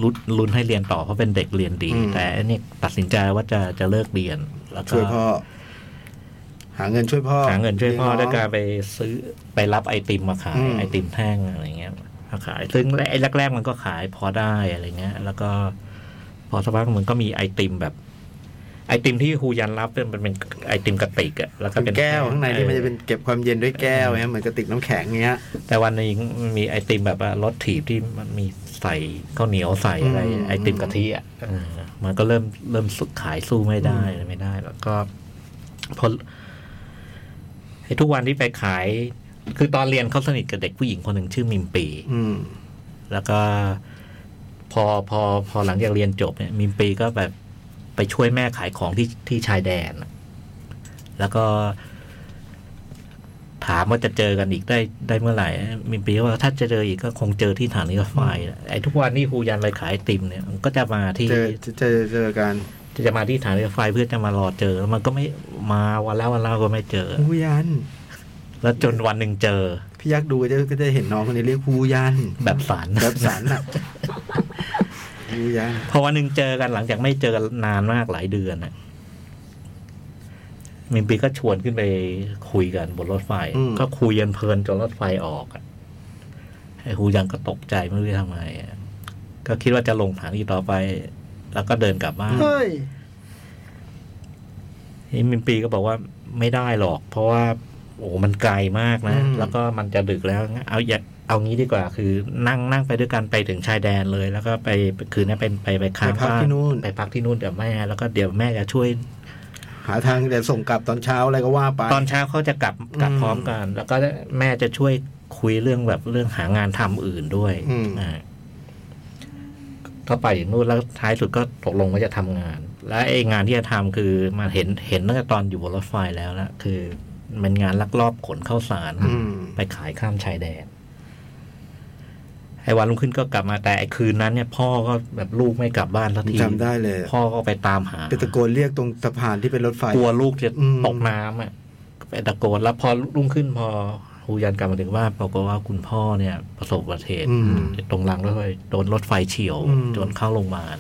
ลุ้นลุ้นให้เรียนต่อเพราะเป็นเด็กเรียนดี
อืม
แต่อันนี้ตัดสินใจว่าจะจะเลิกเรียนแล้วก็
ช่วยพ่อ หาเงินช่วยพ่อ
หาเงินช่วยพ่อด้วยการไปซื้อไปรับไอติมมาขาย
อืม
ไอติมแท่งอะไรเงี้ยมาขาย ซึ่งไอ้แรกๆมันก็ขายพอได้อะไรเงี้ย แล้วก็ พอสักพักมันก็มีไอติมแบบ ไอติมที่ฮูยันรับเนี่ยมันเป็นไอติมกระติกอะแล้วก็
เป็
เป็น น
แก้วข้างในที่มัน
ออ
จะเป็นเก็บความเย็นด้วยแก้วเนี่ยเหมือนกระติกน้ำแข็งเงี้ย
แต่วันหนึงมันมีไอติมแบบว่ารสถีบที่มันมีใส่ข้าวเหนียวใส่อะไร
อืม
ไอติมกะทิอะเออมันก็เริ่มเริ่มสุดขายสู้ไม่ได้อะไรไม่ได้ แล้วก็พอ ไอ้ทุกวันที่ไปขาย คือตอนเรียนเขาสนิทกับเด็กผู้หญิงคนหนึ่งชื่อมิมปี
อืม
แล้วก็พอพอพอหลังจากเรียนจบเนี่ย มิมปีก็แบบไปช่วยแม่ขายของที่ที่ชายแดนอะแล้วก็ ถามว่าจะเจอกันอีกได้ได้เมื่อไหร่ มิมปีก็ว่าถ้าจะเจออีกก็คงเจอที่สถานีรถไฟนะไอ้ทุกวันนี่ครูยันไปขายไอติมเนี่ยมันก็จะมาที่
เจอเจอเจอเจอกัน
จะมาที่สถานีรถไฟเพื่อจะมารอเจอแล้วมันก็ไม่มาวันแล้ววันเล่าก็ไม่เจอ
ฮูยัน
แล้วจนวันหนึ่งเจอ
พี่ยักษ์ดูก็จะก็จะเห็นน้องคนนี้เรียกฮูยัน
แบบฝัน
แบบสันอ่ะฮูยัน
พอวันหนึ่งเจอกันหลังจากไม่เจอกันนานมากหลายเดือนน่ะมิมปีก็ชวนขึ้นไปคุยกันบนรถไฟ
อืม
ก็คุยกันเพลินจนรถไฟออกอะไอ้ฮูยังก็ตกใจไม่รู้จะทำไงอะก็คิดว่าจะลงสถานีต่อไป แล้วก็เดินกลับบ้าน
เฮ้ย
ไอ้มิมปีก็บอกว่าไม่ได้หรอก เพราะว่า โอ้โหมันไกลมากนะ
อืม
แล้วก็มันจะดึกแล้ว เอาอย่าเอางี้ดีกว่า คือ นั่งนั่งไปด้วยกันไปถึงชายแดนเลย แล้วก็ไปคืนนั้นไปไปไป
ไป
ค้าง
พัก
บ้า
ที่นู่น
ไปพักที่นู่นเดี๋ยวแม่แล้วก็เดี๋ยวแม่จะช่วย
หาทางแต่ส่งกลับตอนเช้าอะไรก็ว่าไป
ตอนเช้าเขาจะกลับกลับ
อืม
พร้อมกัน แล้วก็แม่จะช่วยคุยเรื่องแบบเรื่องหางานทำอื่นด้วย
อืม
อ่าก็ไปถึงนู่นแล้วท้ายสุดก็ตกลงว่าจะทำงาน และไอ้งานที่จะทำคือมาเห็นเห็นตั้งแต่ตอนอยู่บนรถไฟแล้วนะคือมันงานลักลอบขนข้าวสาร
อืม
ไปขายข้ามชายแดน ไอ้วันรุ่งขึ้นก็กลับมาแต่ไอ้คืนนั้นเนี่ย พ่อก็แบบลูกไม่กลับบ้านสักที
จำได้เลย
พ่อก็ไปตามหา
ไปตะโกนเรียกตรงสะพานที่เป็นรถไฟ
กลัวลูกจะ
อืม
ตกน้ำอ่ะก็ไปตะโกนแล้วพอรุ่งขึ้นพอฮูยันกลับมาถึงว่านปรากฏว่าคุณพ่อเนี่ย ประสบอุบัติเหตุ
อืม
ตรงรางรถไฟโดนรถไฟเฉียว
อืม
จนเข้าโรงพยาบาล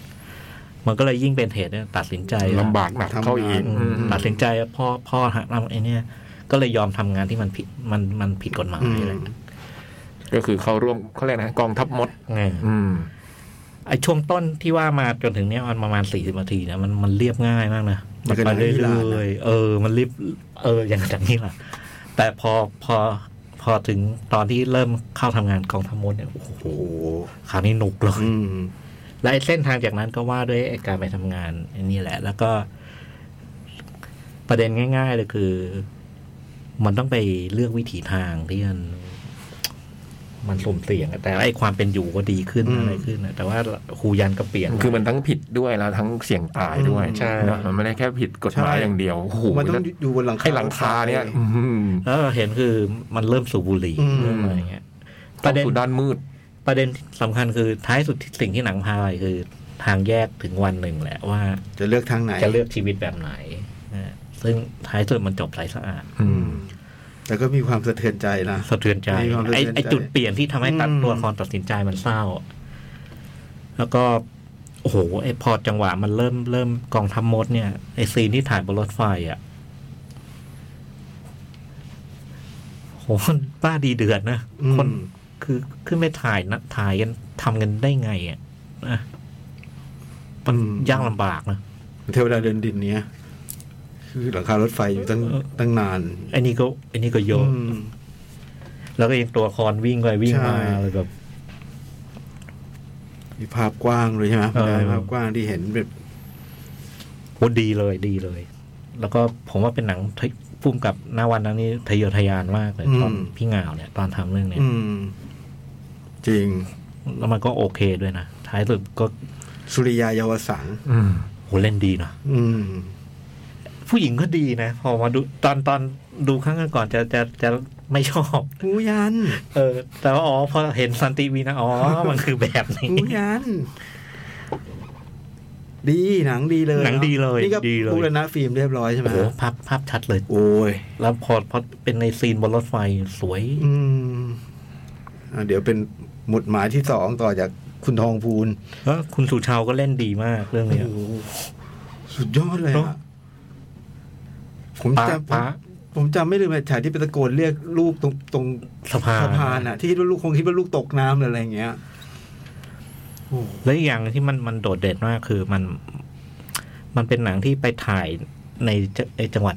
มันก็เลยยิ่งเป็นเหตุเนี่ยตัดสินใจ
ลำบากหนักเข้าอีก
อืม
อืม
ตัดสินใจว่าพ่อพ่อหักน้ำไอ้เนี่ย ก็เลยยอมทำงานที่มันผิดมันมันผิดกฎหมาย
อืม
อะไร
ก็คือเข้าร่วมเขาเรียกนะกองทัพมด
เงี้ย
อืม
ไอช่วงต้นที่ว่ามาจนถึงเนี้ยมันประมาณสี่สิบนาทีนะมันมันเรียบง่ายมากนะมัน
มัน
ไป
ก็
เรื่
หนังอีหลาน
อยๆเออ มันรีบเออ อย่างจากนี้แหละแต่พอพอพอถึงตอนที่เริ่มเข้าทำงานกองทัพมดเนี่ยโอ้โห
โอ้โห
คราวนี้หนุกเลย
อืม
และไอ้เส้นทางจากนั้นก็ว่าด้วยไอ้การไปทำงานไอ้นี่แหละ แล้วก็ ประเด็นง่าย ๆ เลยคือ มันต้องไปเลือกวิถีทางที่มันมันสุ่มเสี่ยงอะแต่ไอ้ความเป็นอยู่ก็ดีขึ้น
อืม
อะไรขึ้นอะแต่ว่าครูยันก็เปลี่ยน
คือมันทั้งผิดด้วยแล้วทั้งเสี่ยงตายด้วย
ใช่
เนอะมันไม่ได้แค่ผิดกฎหมายอย่างเดียวโอ้โห
มันต้อ
แล้
ง
ว
อยู่บนหลังคา
ไอ้หลังคาเนี่ยอื้อหือ
แล้วเราเห็นคือมันเริ่มสูบบุหรี่
อืม
เริ่มอะไรเงี้ย ป
ประ ระ
เด็
เด็
น
นด้านมืด
ประเด็นสำคัญคือท้ายสุดที่สิ่งที่หนังพาไปคือ ทางแยกถึงวันหนึ่งแหละว่า
จะเลือกทางไหน
จะเลือกชีวิตแบบไหนนะซึ่งท้ายสุดมันจบไรสะอาด
อืมแต่ก็มีความสะเทือนใจนะ
สะเทือนใจ
มีความสะเทือนใจ
ไอ้ไอ้จุดเปลี่ยนที่ทำให้ตัด
อืม
ตัวละครตัดสินใจมันเศร้า แล้วก็ โอ้โหไอ้พอจังหวะมันเริ่มเริ่มกองทัพมดเนี่ยไอ้ซีนที่ถ่ายบนรถไฟอ่ะโหมันบ้าดีเดือดนะ
อื
ค
ม
น คือขึ้นไปถ่ายนะถ่ายกันทำกันได้ไงอ่ะนะมันยากลำบากนะ
เทวดาเดินดินเนี้ยคือหลังคารถไฟอยู่ตั้งตั้งนาน
ไอ้นี่ก็ไอ้นี่ก็โยน
อืม
แล้วก็ยังตัวละครวิ่งไปวิ่งมา
ใช่
เลยแบบ
มีภาพกว้างเลยใช่ไหม
เออ
มีภาพกว้างที่เห็นแบบ
โหดีเลยดีเลย แล้วก็ผมว่าเป็นหนังที่พุ่มกับหน้าวันนั้นนี่ทะเยอทะยานมากเลย
อืม
ตอนพี่เหงาเนี่ย ตอนทำเรื่องเนี่ย
อืม จริง
แล้วมันก็โอเคด้วยนะท้ายสุดก็
สุริยาเยาวสัง
อืม
โหเล่นดีเนาะ
อืม
ผู้หญิงก็ดีนะ พอมาดูตอนตอนดูครั้งก่อนๆจะจะจะไม่ชอบ
หูยัน
เออ แต่ว่าอ๋อพอเห็นซันติวีนะอ๋อ มันคือแบบ
<laughs>
นี้
หูยัน ดีหนังดีเลย
หนังดีเลย
นี่ก็
ดีเลย
บูรณะฟิล์มเรียบร้อยใช่ไหม
โอ้โหภาพภาพชัดเลย
โอ้ย
แล้วพอพอเป็นในซีนบนรถไฟสวย
อืมอ่ะเดี๋ยวเป็นหมุดหมายที่สองต่อจากคุณทองพูน
เออคุณสุชาวก็เล่นดีมากเรื่องเนี้ย
โอ้โหสุดยอดเลย
เนอะ
อะผม
ป๊า
จำผม
ป๊า
ผมจำไม่ลืมเลยฉากที่ไปตะโกนเรียกลูกตรงตรง
สะพาน
สะพานอ่ะ ที่คิดว่าลูกคงคิดว่าลูกตกน้ำหรืออะไรอย่างเงี้ย โอ้โห
และอีกอย่างที่มันมันโดดเด่นมากคือมัน มันเป็นหนังที่ไปถ่ายในจะไอ้จังหวัด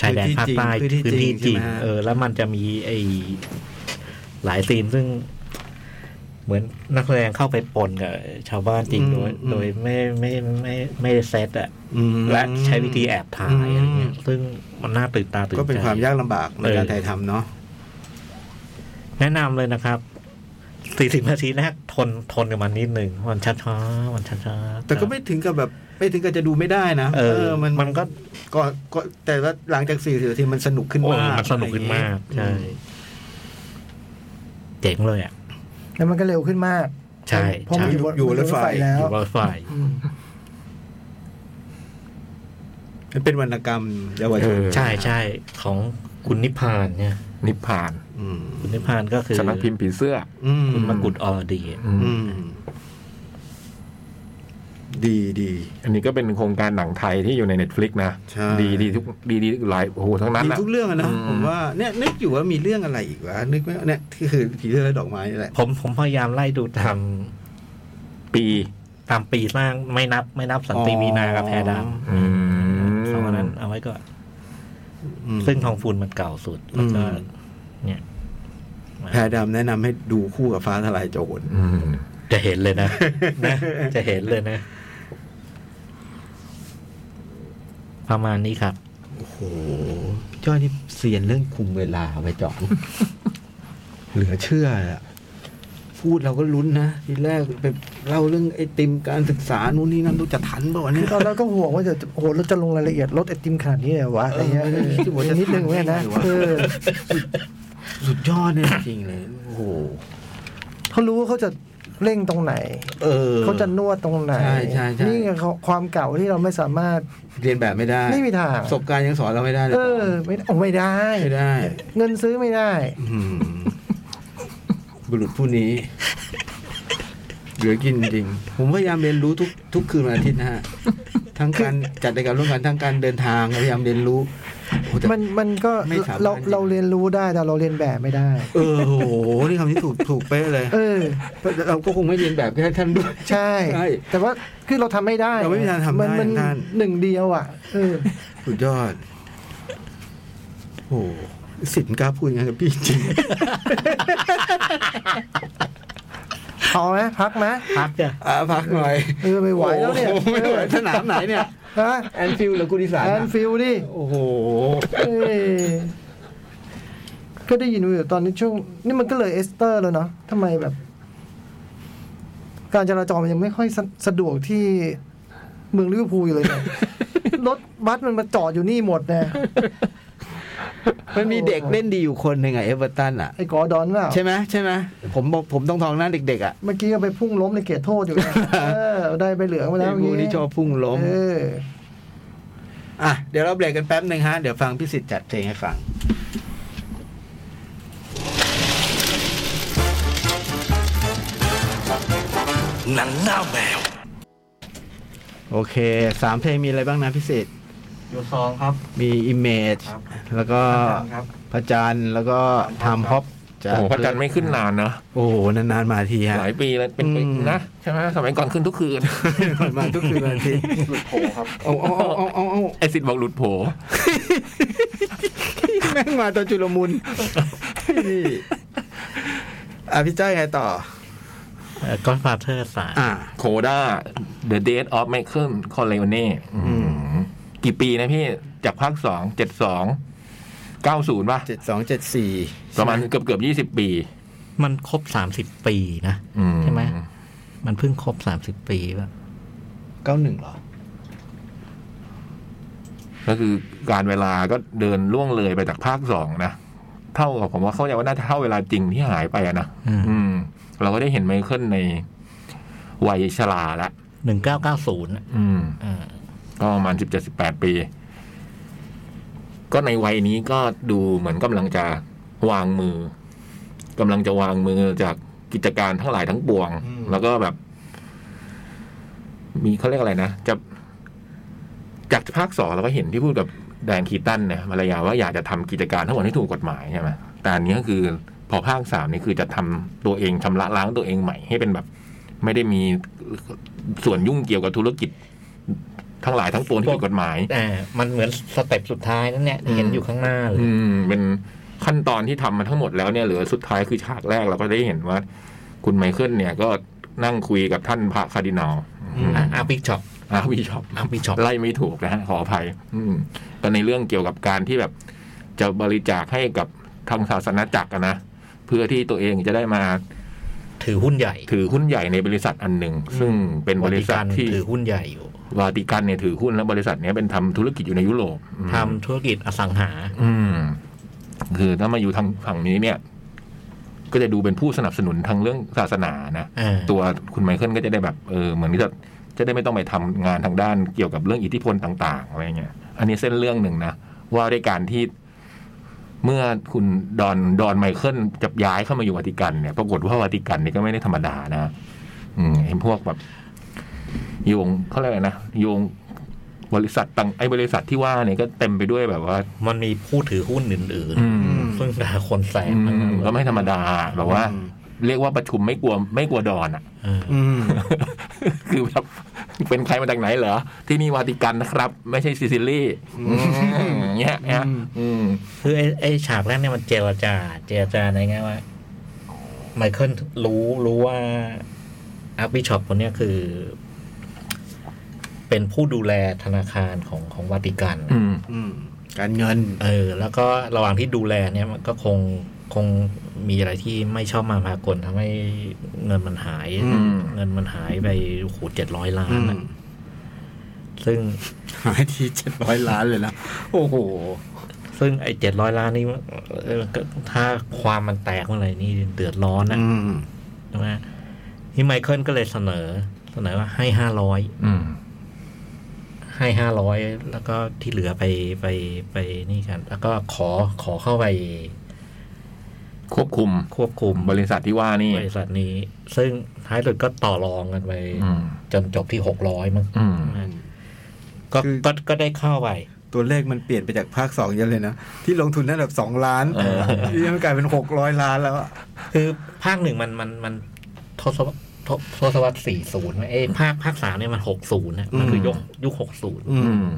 ชายแดนภาคใต้พื้นที่จริงเออ แล้วมันจะมีไอ้หลายซีนซึ่ง เหมือนนักแสดงเข้าไปปนกับชาวบ้านจริงโดย โดยไม่ไม่ไม่ไม่ได้เซตอ่ะ
อืม
และใช้วิธีแอบถ่ายอะไรเงี้ยซึ่งมันน่าตื่นตาตื่นใจ
ก็เป็นความยากลำบากในการ
เออ
ถ่ายทำเนาะ
แนะนำเลยนะครับ 40 นาทีแรกทนทนกับมันนิดหนึ่งมันช้าๆมันช้าๆ
แต่ก็ไม่ถึงกับแบบ ไม่ถึงกับจะดูไม่ได้นะ
เออ
มัน
มันก็
ก็ก็แต่ว่าหลังจากสี่สิบนาทีมันสนุกขึ้น
โอ้
มาก
มันสนุกขึ้นมาก
อะไรอย่
ใช่
งเงี้ย
เจ๋งเลยอ่ะ
แล้วมันก็เร็วขึ้นมาก
ใช่
เพราะ
ใช่
มัน
อ
อยู่ยู่บนอยู่บนรถไฟแล้ว
บนรถไฟ
อืมมันเป็นวรรณกรรมเยาวชน
เออ
ใช่ใช่ของคุณนิพพานเนี่ย
นิพพาน
ม
คุณนิพพานก็คือ
สำนักพิมพ์ผีเสื้อ
อืม
คุณมกุฎอรดี
อืม
อืม ดีดี
อันนี้ก็เป็นโครงการหนังไทยที่อยู่ใน Netflix นะ
ใช่
ดีดีทุกดีดีหลายโอ้โหทั้งนั้น
มี
นะ
ทุกเรื่องอะนะ
อืม
ผมว่าเนี่ยนึกอยู่ว่ามีเรื่องอะไรอีกวะนึกไม่ออกเนี่ยที่คือผีเสื้อและดอกไม้นี่แหละ
ผมผมพยายามไล่ดูตาม
ปี
ตามปีสร้างไม่นับ ไม่นับสันติวีนากับแพรด
อ๋อ
อืม
ำสองอันนั้นเอาไว้ก่อน
อืม
ซึ่งทองฟูนมันเก่าสุด แล้วก็
อืม
เนี่ยมา
แพรดำแนะนำให้ดูคู่กับฟ้าทลายโจร
อืม
จะเห็นเลย
<laughs>
นะ นะ จะเห็นเลยนะ ประมาณนี้ครับ
โอ้โหจ้อยนี่เซียนเรื่องคุมเวลาไปจ่อง เหลือเชื่ออะพูดเราก็ลุ้นนะ ทีแรกไปเล่าเรื่องไอติมการศึกษานู่นนี่นั่นรู้จะทันเปล่าวะเนี่ย
ตอนแรกก็ห่วงว่าจะโอ้โหเราจะลงรายละเอียดรถไอติมขนาดนี้เลยวะอะไรเงี้ย
เออที่หัวจะ
นิดนึงเว้ยนะ
ทำยังไงวะ
เออ
สุดยอดเนี่ยจริงเลย โอ้โห
เขารู้ว่าเขาจะเร่งตรงไหน
เออ
เขาจะนวดตรงไหน
ใช่ใช่ใช่
นี่ไงความเก่าที่เราไม่สามารถ
เรียนแบบไม่ได้
ไม่มีทาง
ประสบการณ์ยังสอนเราไม่ได้เลย
เออ ไม่ได้โอ้ไม่ได้
ไม่ได้
เงินซื้อไม่ได้
อืมบุรุษผู้นี้ เหลือกินจริง ผมพยายามเรียนรู้ทุกทุกคืนวันอาทิตย์นะฮะ ทั้งการจัดรายการร่วมกันทั้งการเดินทางพยายามเรียนรู้โอ้แต่
มันมันก็
ไม่สามารถ
เราเราเรียนรู้ได้แต่เราเรียนแบบไม่ได้
เออโหนี่คำนี้ถูกถูกเป๊ะเลย
เออ
เราก็คงไม่เรียนแบบแค่ท่านด้วย
ใช่
ใช่
แต่ว่าคือเราทำไม่ได้
เราไม่มีทางทำได้
นมัน
ท่าน
หนึ่งเดียวอ่ะเออ
สุดยอด โอ้โหสินกล้าพูดอย่างนั้นกับพี่จริง
พอไหมพักไหม
พักจ้ะ
อ่ะพักหน่อย
เออไม่ไหวแล้วเนี่ย
โอ้โหไม่ไหวสนามไหนเนี่ย
ฮะ
แอนฟิลหรือกูดิสาน
แอ
อะ
นฟิลดิ
โอ้โห
เอ้ยก็ได้ยินอยู่ตอนนี้ช่วง นี่มันก็เลยเอสเตอร์แล้วเนาะทำไมแบบ การจราจรมันยังไม่ค่อยสะสะดวกที่เมืองลิเวอร์พูลอยู่เลยเนี่ย
<laughs>
รถบัสมันมาจอดอยู่นี่หมดนะ
มันมีเด็กเล่นดีอยู่คนหนึ่งอะเอเวอร์ตันอะ
ไอ้กอร์ดอนเปล่า
ใช่ไหมใช่ไหมผมบอกผมต้องทองหน้าเด็กๆอะ
เมื่อกี้ก็ไปพุ่งล้มในเขตโทษอยู่นะเออ ได้ไปเหลืองมา
ไอ้
แล้ว
พวกนี้ชอบพุ่งล้ม
เออ
อ่ะเดี๋ยวเราเบรกกันแป๊บหนึ่งฮะ เดี๋ยวฟังพิสิทธิ์จัดเพลงให้ฟัง
หนังหน้าแมว
โอเคสามเพลงมีอะไรบ้างนะพิสิทธิ์
อยู่ซองครับ
มี Image
ครับ
แล้วก็
ครับ
พระจันทร์แล้วก็ทำฮอป
โอ้โหพระจันทร์ไม่ขึ้นนานนะ
โอ้โหนานๆมาทีฮะ
หลายปีแล้วเป็น
อืม
นะใช่ไหมสมัยก่อนขึ้นทุกคืน
<laughs> มาทุกคืนวันอาทิตย์
หลุดโผครับ
เอาเอาเอาเอาเอา
ไอสิทธิ์บอกหลุดโผ
แม่งมาตอนจุล
<laughs>
มุนนี่อ่ะพี่จ้อยไงต่อ
ก็ฟาเธอร์สา
อ่ะ
โคด้า The Death of Michael Corleone อืม
อืม
กี่ปีนะพี่จากภาคสองเจ็ดสองเก้าศูนย์ป่ะ
เจ็ดสองเจ็ดสี่
ประมาณเกือบเกือบยี่สิบปี
มันครบสามสิบปีนะ
อื
ใช่ไหม มันเพิ่งครบสามสิบปีป่ะ
เก้าหนึ่งเหรอ
ก็คือการเวลาก็เดินล่วงเลยไปจากภาคสองนะ เท่ากับผมว่าเข้าใจว่าน่าจะเท่าเวลาจริงที่หายไปอะนะ
อืม
อืม เราก็ได้เห็นไมเคิลในวัยชราละ
หนึ่งเก้าเก้าศูนย์
อืม ก็ประมาณสิบเจ็ดสิบแปดปี ก็ในวัยนี้ก็ดูเหมือนกำลังจะวางมือกำลังจะวางมือจากกิจการทั้งหลายทั้งปวง
อืม
แล้วก็แบบ มีเขาเรียกอะไรนะจะจากภาคสองเราก็เห็นที่พูดกับแดนคีตันนะภรรยาว่าอยากจะทำกิจการทั้งหมดให้ถูกกฎหมายใช่ไหมแต่อันนี้ก็คือ พอภาคสามนี่คือจะทำตัวเองชำระล้างตัวเองใหม่ให้เป็นแบบ ไม่ได้มีส่วนยุ่งเกี่ยวกับธุรกิจ ทั้งหลายทั้งปวงที่ผิดกฎหมาย
อ่ามันเหมือนสเต็ปสุดท้ายนั่นเนี่ย
อืม
เห็นอยู่ข้างหน้าเลย
อืม เป็นขั้นตอนที่ทำมาทั้งหมดแล้วเนี่ยเหลือสุดท้ายคือฉากแรกเราก็ได้เห็นว่า คุณไมเคิลเนี่ยก็นั่งคุยกับท่านพระคาร์ดินัล
อ่าอาร์บิกช็อป
อาร์วีช็อป
อาร์บิกช็อป
ไล่ไม่ถูกนะฮะขออภัย อืมก็ในเรื่องเกี่ยวกับการที่แบบจะบริจาคให้กับทางศาสนาจักรอะนะเพื่อที่ตัวเองจะได้มา
ถือหุ้นใหญ่
ถือหุ้นใหญ่ในบริษัทอันหนึ่งซึ่งเป็นบริษัท
วั
ที่
ถือหุ้นใหญ่อยู่
วาติกันเนี่ยถือหุ้นและบริษัทเนี้ยเป็นทำธุรกิจอยู่ในยุโรปอืม
ทำธุรกิจอสังหา
อืม คือถ้ามาอยู่ทางฝั่งนี้เนี่ย ก็จะดูเป็นผู้สนับสนุนทางเรื่องศาสนานะ
อ่า
ตัวคุณไมเคิลก็จะได้แบบเออเหมือนที่จะจะได้ไม่ต้องไปทำงานทางด้านเกี่ยวกับเรื่องอิทธิพลต่างๆอะไรเงี้ยอันนี้เส้นเรื่องหนึ่งนะว่าด้วยการที่เมื่อคุณดอนดอนไมเคิลจะย้ายเข้ามาอยู่วัติกันเนี่ยปรากฏว่าวาติกันเนี่ยก็ไม่ได้ธรรมดานะอืมเห็นพวกแบบโยงเขาเรียกอะไรนะโยงบริษัทต่างไอ้บริษัทที่ว่าเนี่ยก็เต็มไปด้วยแบบว่า
มันมีผู้ถือหุ้นอื่น
อืม
ๆ ซึ่งแต่คนแสนทั้งนั้นเลย
ก็ไม่ธรรมดาแบบว่า
อืม
เรียกว่าประชุมไม่กลัวไม่กลัวดอนอ่ะ <laughs>
เออ
อืม
คือแบบเป็นใครมาจากไหนเหรอ ที่นี่วาติกันนะครับ ไม่ใช่ซิซิลีอืมเนี้ยนะอืม
คือไอ้ไอ้ฉากแรกเนี่ยมันเจรจา เจรจาในแง่ว่า ไมเคิลรู้รู้ว่าอาร์บิกช็อปคนเนี้ยคือ เป็นผู้ดูแลธนาคารของของวัติกัน
อืม
อืม การเงิน
เออ แล้วก็ระหว่างที่ดูแลเนี่ยมันก็คงคงมีอะไรที่ไม่ชอบมาพากลทำให้เงินมันหาย
อืม
เงินมันหายไปโอ้โหเจ็ดร้อยล้านอะ
อืม
ซึ่ง
หายทีเจ็ดร้อยล้านเลยนะโอ้โห
ซึ่งไอ้เจ็ดร้อยล้านนี่เออก็ถ้าความมันแตกเมื่อไหร่นี่เดือดร้อนนะ
อืม
ใช่ไหมนี่ไมเคิลก็เลยเสนอ เสนอว่าให้ห้าร้อย
อืม
ให้ห้าร้อยแล้วก็ที่เหลือไปไปไปนี่กัน แล้วก็ขอขอเข้าไป
ควบคุม
ควบคุม
บริษัทที่ว่านี่
บริษัทนี้ ซึ่งท้ายสุดก็ต่อรองกันไป
อืม
จนจบที่หกร้อยมั้ง
อืม
ก็
คือ
ก็ก็ได้เข้าไป
ตัวเลขมันเปลี่ยนไปจากภาคสองเยอะเลยนะ ที่ลงทุนนั่นแบบสองล้าน
เออ
นี่มันกลายเป็นหกร้อยล้านแล้วอะ
คือภาคหนึ่งมันมันมันทศวรรษทศทศวรรษสี่ศูนย์เอ้ยภาคภาคสามเนี่ยมันหกศูนย์นะมันคือยุคยุคหกศูนย์
อื
อื
ม
ม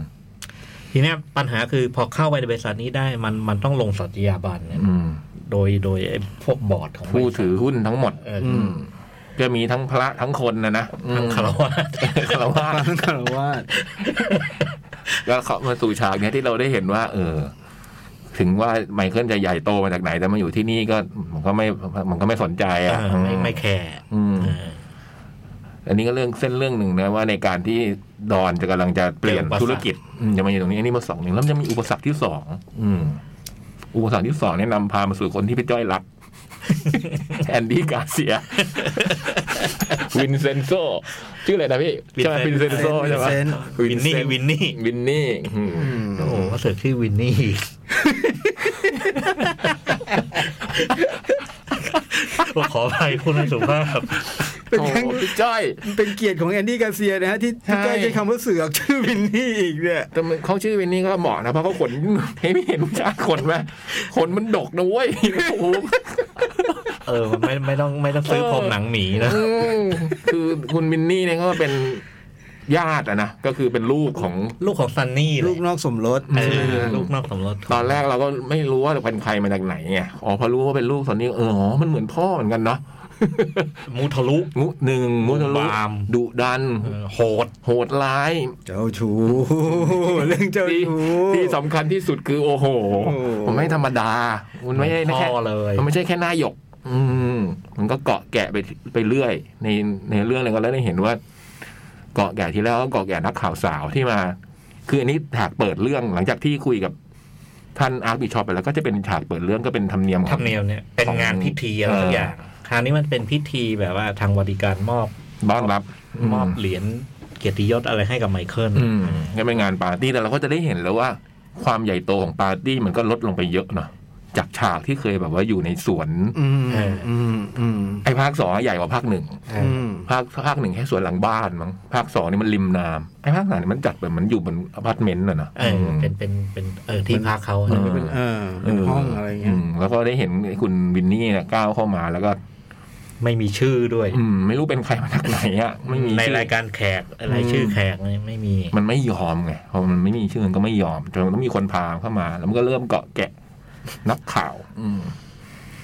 ทีเนี้ยปัญหาคือพอเข้าไปในบริษัทนี้ได้มันมันต้องลงสัตยาบันเนี่ย
อืม
โดยโดยไอ้พวกบอร์ดของบ
ผู้
ริษัท
ถือหุ้นทั้งหมด
เอออ
อืมก็มีทั้งพระทั้งคนนะนะ
ทั้งคารวะ
คารวะ
ฟังคารวาส
ก็เขามาสู่ฉากเนี้ยที่เราได้เห็นว่า เออ ถึงว่าไมเคิลจะใหญ่โตมาจากไหน แต่มาอยู่ที่นี่ก็มันก็ไม่มันก็ไม่สนใจอ่ะ
เออไม่ไม่แคร์
อืม
เออ
อันนี้ก็เรื่องเส้นเรื่องหนึ่งนะว่าในการที่ดอนจะกำลังจะเปลี่ยน
เปลี่ยนอุป
ธุร
สรรค
กิจอืมจะมาอยู่ตรงนี้อันนี้มาสองหนึ่งแล้วมันจะมีอุปสรรคที่สองอืม อุปสรรคที่สองเนี่ยนำพามาสู่คนที่พี่จ้อยรัก <laughs> แอนดี้กาเซีย <laughs> วินเซนโซ ชื่ออะไรนะพี่ใช่ไหมวินเซนโซใช่ไหม
เซน
วินนี่วินนี่
วินนี่อืม
อืม
โอ้โหเสือกชื่อวินนี่ ขออภัยคุณสุภาพ
เป็น
โอ้
แค่ง
พี่จ้อย
<laughs> เป็นเกียรติของแอนดี้กาเซียนะฮะที่ที่ใกล้ใช้คำว่าเสือกชื่อวินนี่อีกเนี่ย
แต่มันเขาชื่อวินนี่ก็เหมาะนะ เพราะเขาขน ให้ไม่เห็นผู้ชายขนไหมขนมันดกนะเว้ยโอ้โห
เออมันไม่ไม่ต้องไม่ต้องซื้อผมหนังหมีนะ
อืมคือคุณวินนี่เนี่ยก็เป็นญาติอะนะ ก็คือเป็นลูกของ
ลูกของซันนี่เล
ลู
ย
กนอกสมรส
เอ
ใช่ไหม
อ
ฮะ
ลูกนอกสมรส
ตอนแรกเราก็ไม่รู้ว่าเป็นใครมาจากไหนไงอ๋อพอรู้ว่าเป็นลูกตอนนี้เอออ๋อมันเหมือนพ่อเหมือนกันเนาะ
มูทะลุ
มุหนึ่งมุทะลุ
บาม
ดุดัน
เออโหด
โหดร้าย
เจ้าชู้ <laughs> เรื่องเจ้า
ที่
ชู้
ที่สำคัญที่สุดคือโอ้โห
โอ้โห
มันไม่ธรรมดา มันไม่ใช่แค่
พ่อเลย
มันไม่ใช่แค่หน้าหยก อืมมันก็เกาะแกะไปไปเรื่อย ในในเรื่องเลยก็แล้วได้เห็นว่า เกาะแกะที่แล้วก็เกาะแกะนักข่าวสาวที่มา คืออันนี้ฉากเปิดเรื่องหลังจากที่คุยกับท่านอาร์ตบิชอปไปแล้วก็จะเป็นฉากเปิดเรื่องก็เป็นธรรมเนียมข
ธ
อ
รรง มเนียมเนี่ยเป็นงานพิธีอะไรสักอย่างคราวนี้มันเป็นพิธีแบบว่าทางวาติการมอบ
บ้านรับ
มอบเหรียญเกียรติยศอะไรให้กับไมเคิล
อืมก็เป็นงานปาร์ตี้แต่เราก็จะได้เห็นแล้วว่า ความใหญ่โตของปาร์ตี้มันก็ลดลงไปเยอะเนาะจากฉากที่เคยแบบว่าอยู่ในสวน
อืมอืมอืม
ไอ้ภาคสองอะใหญ่กว่าภาคหนึ่ง
อืม
ภาคภาคหนึ่งแค่สวนหลังบ้านมั้งภาคสองนี่มันริมน้ำไอ้ภาคสามนี่มันจัดแบบเหมันอยู่บนอพาร์ตเมนต์น่ะนะ
เออเป็นเป็นเป็นเออที่พักเขา
อ
อะ
อ
เออเป็นห้องอะไรเงี้ย
มแล้วก็ได้เห็นไอ้คุณวินนี่เนี่ยก้าวเข้ามาแล้วก็
ไม่มีชื่อด้วย
อืม ไม่รู้เป็นใครมาจากไหนอ่ะไม่มี
ใน
ชื่อ
รายการแขกอะไรชื่อแขกเนี่ยไม่มี
มันไม่ยอมไงพอมันไม่มีชื่อมันก็ไม่ยอมจนมันต้องมีคนพาเข้ามา แล้วมันก็เริ่มเกาะแกะนักข่าว อืม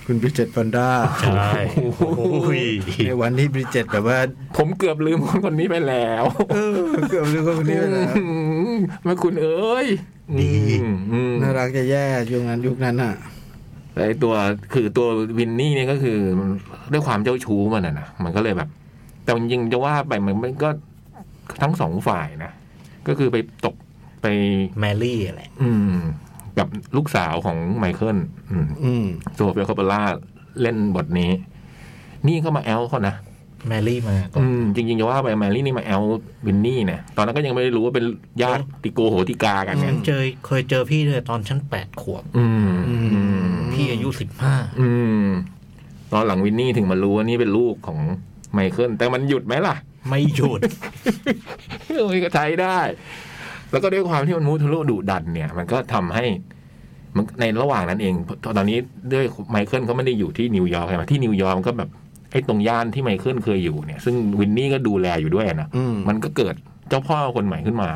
คุณบริจิตฟันด้า
ใช่
โอ้โห
โอ้ย
ในวันที่บริจิตแบบว่า <laughs>
ผมเกือบลืมคนคนนี้ไปแล้ว
เออเกือบลืมคนนี้ไปแล้ว
อืมแม่คุณเอ้ยดีอืม
น่ารักจะแย่ยุคนั้นยุคนั้นอ่ะ
ไอตัวคือตัววินนี่เนี่ยก็คือด้วยความเจ้าชู้มันนะนะมันก็เลยแบบ แต่จริงๆจะว่าไปมันมันก็ทั้งสองฝ่ายนะ ก็คือไปตกไป
แมรี่แหละ
อืม กับลูกสาวของไมเคิลอืม
อืม
โซเฟียคอปเปล่าเล่นบทนี้ นี่ก็มาแอลเขานะ
แมรี่มาก่อ
อื
น
มจริงๆจะว่าไปแมรี่นี่มาแอลวินนี่เนี่ยตอนนั้นก็ยังไม่ได้รู้ว่าเป็นญาติติโกโหติกากันเนี่ย
เจอเคยเจอพี่เลยตอนชั้นแปดขวบ
อืม
อืม
อืม
พี่อายุสิบห้า
อืม ตอนหลังวินนี่ถึงมารู้ว่านี่เป็นลูกของไมเคิลแต่มันหยุดไหมล่ะ
ไม่หยุด
โอ้ยก็ใช้ได้ แล้วก็ด้วยความที่มันมูทะลุดุดันเนี่ย มันก็ทำให้มันในระหว่างนั้นเองตอนนี้ด้วยไมเคิลเขาไม่ได้อยู่ที่นิวยอร์กใช่ไหมที่นิวยอร์กมันก็แบบไอ้ตรงย่านที่ไมเคิลเคยอยู่เนี่ย ซึ่งวินนี่ก็ดูแลอยู่ด้วยนะ
อืม
มันก็เกิดเจ้าพ่อคนใหม่ขึ้นมา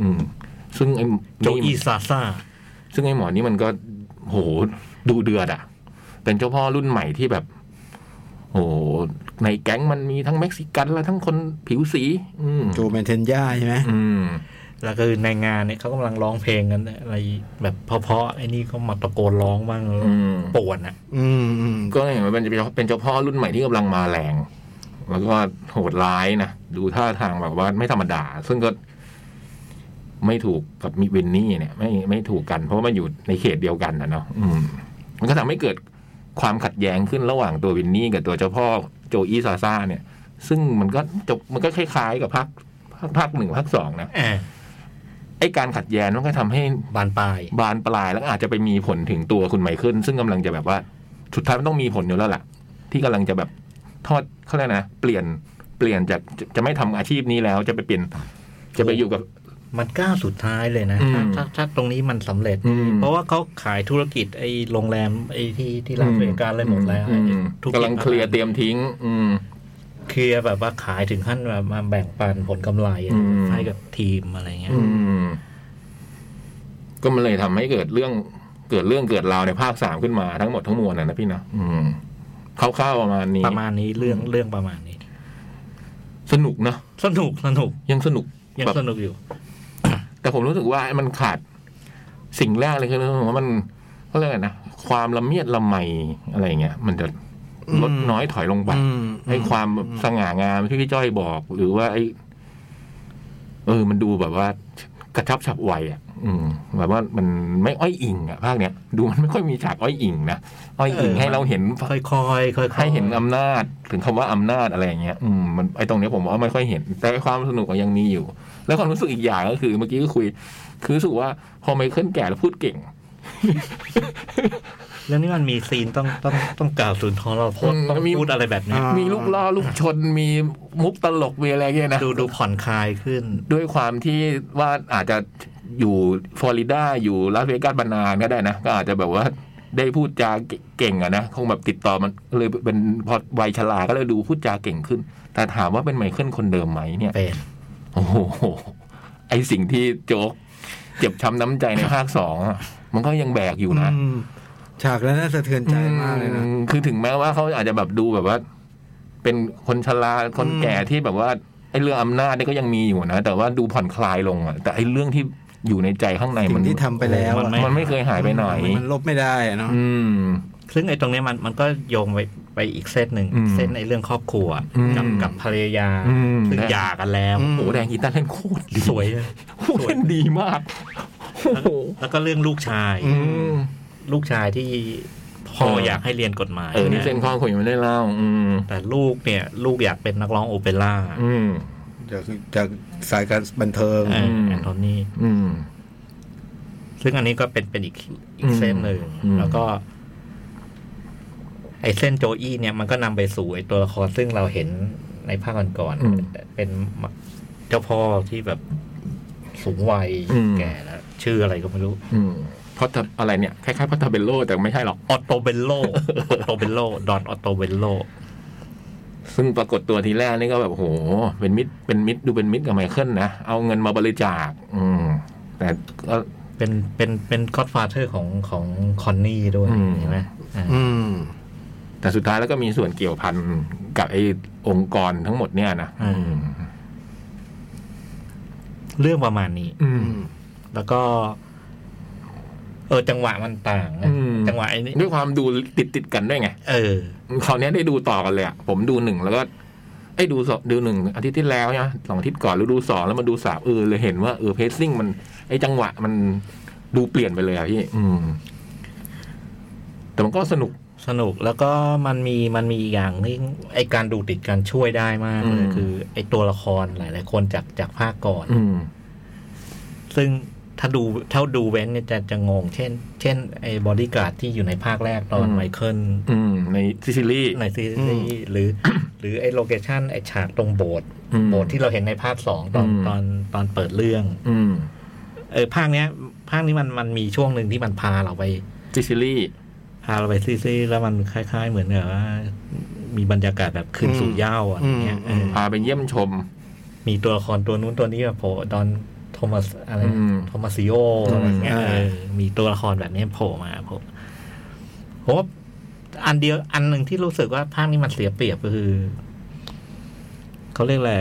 อืม ซึ่งไอ้นี่
โจอีซาซ่า
ซึ่งไอ้หมอนี่มันก็โหดูเดือดอ่ะ เป็นเจ้าพ่อรุ่นใหม่ที่แบบโหในแก๊งมันมีทั้งเม็กซิกันและทั้งคนผิวสี อืม
จูเมนเทนย่าใช่ไหม
อืม
แล้วก็ในงานเนี่ยเขากำลังร้องเพลงกันอะไรแบบเพราะๆไอ้นี่ก็มาตะโกนร้องบ้าง
อืม
ป่วนอ่ะ
อืมอืม
ก็เห็นว่าเป็นเป็นเจ้าพ่อรุ่นใหม่ที่กำลังมาแรง แล้วก็โหดร้ายนะ ดูท่าทางแบบว่าไม่ธรรมดา ซึ่งก็ไม่ถูกกับมิวินนี่เนี่ย ไม่ไม่ถูกกัน เพราะว่ามันอยู่ในเขตเดียวกันนะเนาะอืม มันก็ทำให้เกิดความขัดแย้งขึ้นระหว่างตัววินนี่กับตัวเจ้าพ่อโจอีซาซ่าเนี่ย ซึ่งมันก็จบมันก็คล้ายๆกับภาคภาคภาคหนึ่งภาคสองนะ
แอบ
ไอ้การขัดแย้งมันก็ทำให้
บานปลาย
บานปลายแล้วก็อาจจะไปมีผลถึงตัวคุณไมเคิลซึ่งกำลังจะแบบว่า สุดท้ายมันต้องมีผลอยู่แล้วล่ะ ที่กำลังจะแบบทอดเขาเรียกนะเปลี่ยนเปลี่ยนจากจะจะไม่ทำอาชีพนี้แล้วจะไปเปลี่ยน จะไปอยู่กับ
มันก้าวสุดท้ายเลยนะ
อืม
ถ้าถ้าถ้าตรงนี้มันสำเร็จ
อืม
เพราะว่าเขาขายธุรกิจไอ้โรงแรมไอ้ที่ที่ลาสเวกัสเลยหมดแล้ว
อืม
ไอ้ธุ
กำลังเคลียร์เตรียมทิ้ง อืม
เคลียร์แบบว่าขายถึงขั้นแบบมาแบ่งปันผลกำไร
อืม
ให้กับทีมอะไรเงี้ย
อืม ก็มันเลยทำให้เกิดเรื่องเกิดเรื่องเกิดราวในภาคสามขึ้นมาทั้งหมดทั้งมวลนะนะพี่นะอืมคร่าวๆประมาณนี้
ประมาณนี้เรื่องเรื่องประมาณนี้
สนุกเนาะ
สนุกสนุก
ยังสนุก
ยัง
แบบ
สนุกอยู่
แต่ผมรู้สึกว่ามันขาดสิ่งแรกเลยคือผมว่ามันก็เรียกอะไรนะความละเมียดละไมอะไรเงี้ยมันจะลดน้อยถอยลงไป
อืม
ไอ้ความสง่างามที่พี่จ้อยบอก หรือว่าไอ้เออ มันดูแบบว่า กระชับฉับไวอ่ะ อืมแบบว่ามันไม่อ้อยอิงอ่ะภาคเนี้ยดูมันไม่ค่อยมีฉากอ้อยอิงนะอ้อยอิง
เออ
ให้เราเห็น
ค่อยๆค่อยๆ
ให้เห็นอำนาจถึงคำว่าอำนาจอะไรอย่างเงี้ยอืมมันไอตรงเนี้ยผมว่าไม่ค่อยเห็น แต่ความสนุกก็ยังมีอยู่ แล้วความรู้สึกอีกอย่างก็คือ เมื่อกี้ก็คุย คือรู้สึกว่าพอไมเคิลแก่แล้วพูดเก่ง
เรื่องนี้มันมีซีนต้องต้องต้องกล่าวสุนทรเราพจน์ต้องพูดอะไรแบบเนี้ย
อ่า
มีลูกล่อลูกชนมีมุกตลกมีอะไรเงี้ยนะ
ดูดูผ่อนคลายขึ้น
ด้วยความที่ว่าอาจจะอยู่ฟลอริดาอยู่ลาสเวกัสมานานก็ได้นะก็อาจจะแบบว่าได้พูดจาเก่งอะนะคงแบบติดต่อมันเลยเป็นพอวัยชราก็เลยดูพูดจาเก่งขึ้น แต่ถามว่าเป็นไมเคิลคนเดิมไหมเนี่ย
เป็น
โอ้โห ไอสิ่งที่โจ๊กเจ็บช้ำน้ำใจในภาคสองอะมันก็ยังแบกอยู่นะ
อืมฉากนั้นน่าสะเทือนใจมากเลยนะ
อืมคือถึงแม้ว่าเขาอาจจะแบบดูแบบว่า เป็นคนชราคนแก่ที่แบบว่าไอ้เรื่องอำนาจเนี่ยก็ยังมีอยู่นะ แต่ว่าดูผ่อนคลายลงอะแต่ไอ้เรื่องที่อยู่ในใจข้างใน
สิ่
มัน
งที่ทำไปแล้วอะ
มันไม่เคยหายไปไหน
มันลบไม่ได้อะเนาะ
อืม
ซึ่งไอ้ตรงเนี้ยมันมันก็โยงไปไปอีกเส้นหนึ่ง
อืม
เส้นในเรื่องครอบครัว
อืม
กับกับภรรยา
อืม
ซึ่งหย่ากันแล้ว
อืม
โอ้โหแดงกีตาร์เล่นโคตรดี
สวย
โอ้โหเล่นดีมากโอ้โห
แล้วก็เรื่องลูกชาย
อืม
ลูกชายที่พ่อ
เอออ
อยากให้เรียนกฎหมาย
เออนี่เส้นข้อคุยยังไม่ได้เล่า อืม
แต่ลูกเนี่ย ลูกอยากเป็นนักร้องโอเปร่า
อืม
จากจากสายการบันเทิง
เออ
ม
แอนโทนี
อืม
ซึ่งอันนี้ก็เป็นเป็นอีกอีกเส้นหนึ่ง
อืม
แล้วก็ ไอ้เส้นโจอี้เนี่ยมันก็นำไปสู่ไอ้ตัวละครซึ่งเราเห็นในภาคก่อน
อืม
ๆเป็นเจ้าพ่อที่แบบสูงวัย
อืม
แก่แล้วชื่ออะไรก็ไม่รู้
อืมพอตอะไรเนี่ย คล้ายๆพอตเบลโลแต่ไม่ใช่หรอก
ออโตเบลโล <laughs> ออโตเบลโล ดอนออโตเบลโล
ซึ่งปรากฏตัวทีแรกนี่ก็แบบโห เป็นมิตรเป็นมิตรดูเป็นมิตรกับไมเคิลนะ เอาเงินมาบริจาค อืม แต่ก็
เป็นเป็นเป็นก็อดฟาเธอร์ของของคอนนี่ด้วย
อืม
ใช่ไหมอ่า
อืม
แต่สุดท้ายแล้วก็มีส่วนเกี่ยวพันกับไอ้องค์กรทั้งหมดเนี่ยนะอืม
เรื่องประมาณนี้
อืม
แล้วก็ เออ จังหวะมันต่างนะ
อืม
จังหวะไอ้นี่
ด้วยความดูติดติดๆกันด้วยไง
เออ
คราวเนี้ยได้ดูต่อกันเลยอะผมดูหนึ่งแล้วก็ไอ้ยดูสองดูหนึ่งอาทิตย์ที่แล้วนะสองอาทิตย์ก่อนแล้วดูสองแล้วมาดูสามเออเลยเห็นว่าเออเพซซิ่งมันไอ้จังหวะมันดูเปลี่ยนไปเลยอะพี่ อืม แต่มันก็สนุก
สนุกแล้วก็มันมีมันมีอีกอย่างนึงไอการดูติดกันช่วยได้มากเลย
อืม
คือ ไอตัวละครหลาย ๆ คนจากจากภาคก่อน
อืม
ซึ่งถ้าดูเท่าดูเว้นเนี่ยจะจะงง เช่น เช่นไอบอดี้การ์ดที่อยู่ในภาคแรกตอน
อืม
ไมเคิล
อืม ในซิซิลี
ในซีรีส์หรือ หรือไอ้โลเคชันไอ้ฉากตรงโบสถ์
อืม
โบสถ์ที่เราเห็นในภาคสองตอน
อืม
ตอนตอนเปิดเรื่อง
อืม
เออภาคเนี้ยภาคนี้มันมันมีช่วงหนึ่งที่มันพาเราไป
ซิซิลี
พาเราไปซีซีแล้วมันคล้าย ๆ เหมือนกับว่า มีบรรยากาศแบบขึ้นสู่เหย้าอะไรเงี้ย
อืม
เออ
พาไปเยี่ยมชม
มีตัวละครตัวนู้นตัวนี้แบบโผล่ดอนโทมัสอะไร
อืม
โทมัสซิโออะไรเงี้ย
อืม
เออมีตัวละครแบบนี้โผล่มาโผล่ผมว่าอันเดียวอันหนึ่งที่รู้สึกว่าภาคนี้มันเสียเปรียบก็คือเขาเรียกอะไร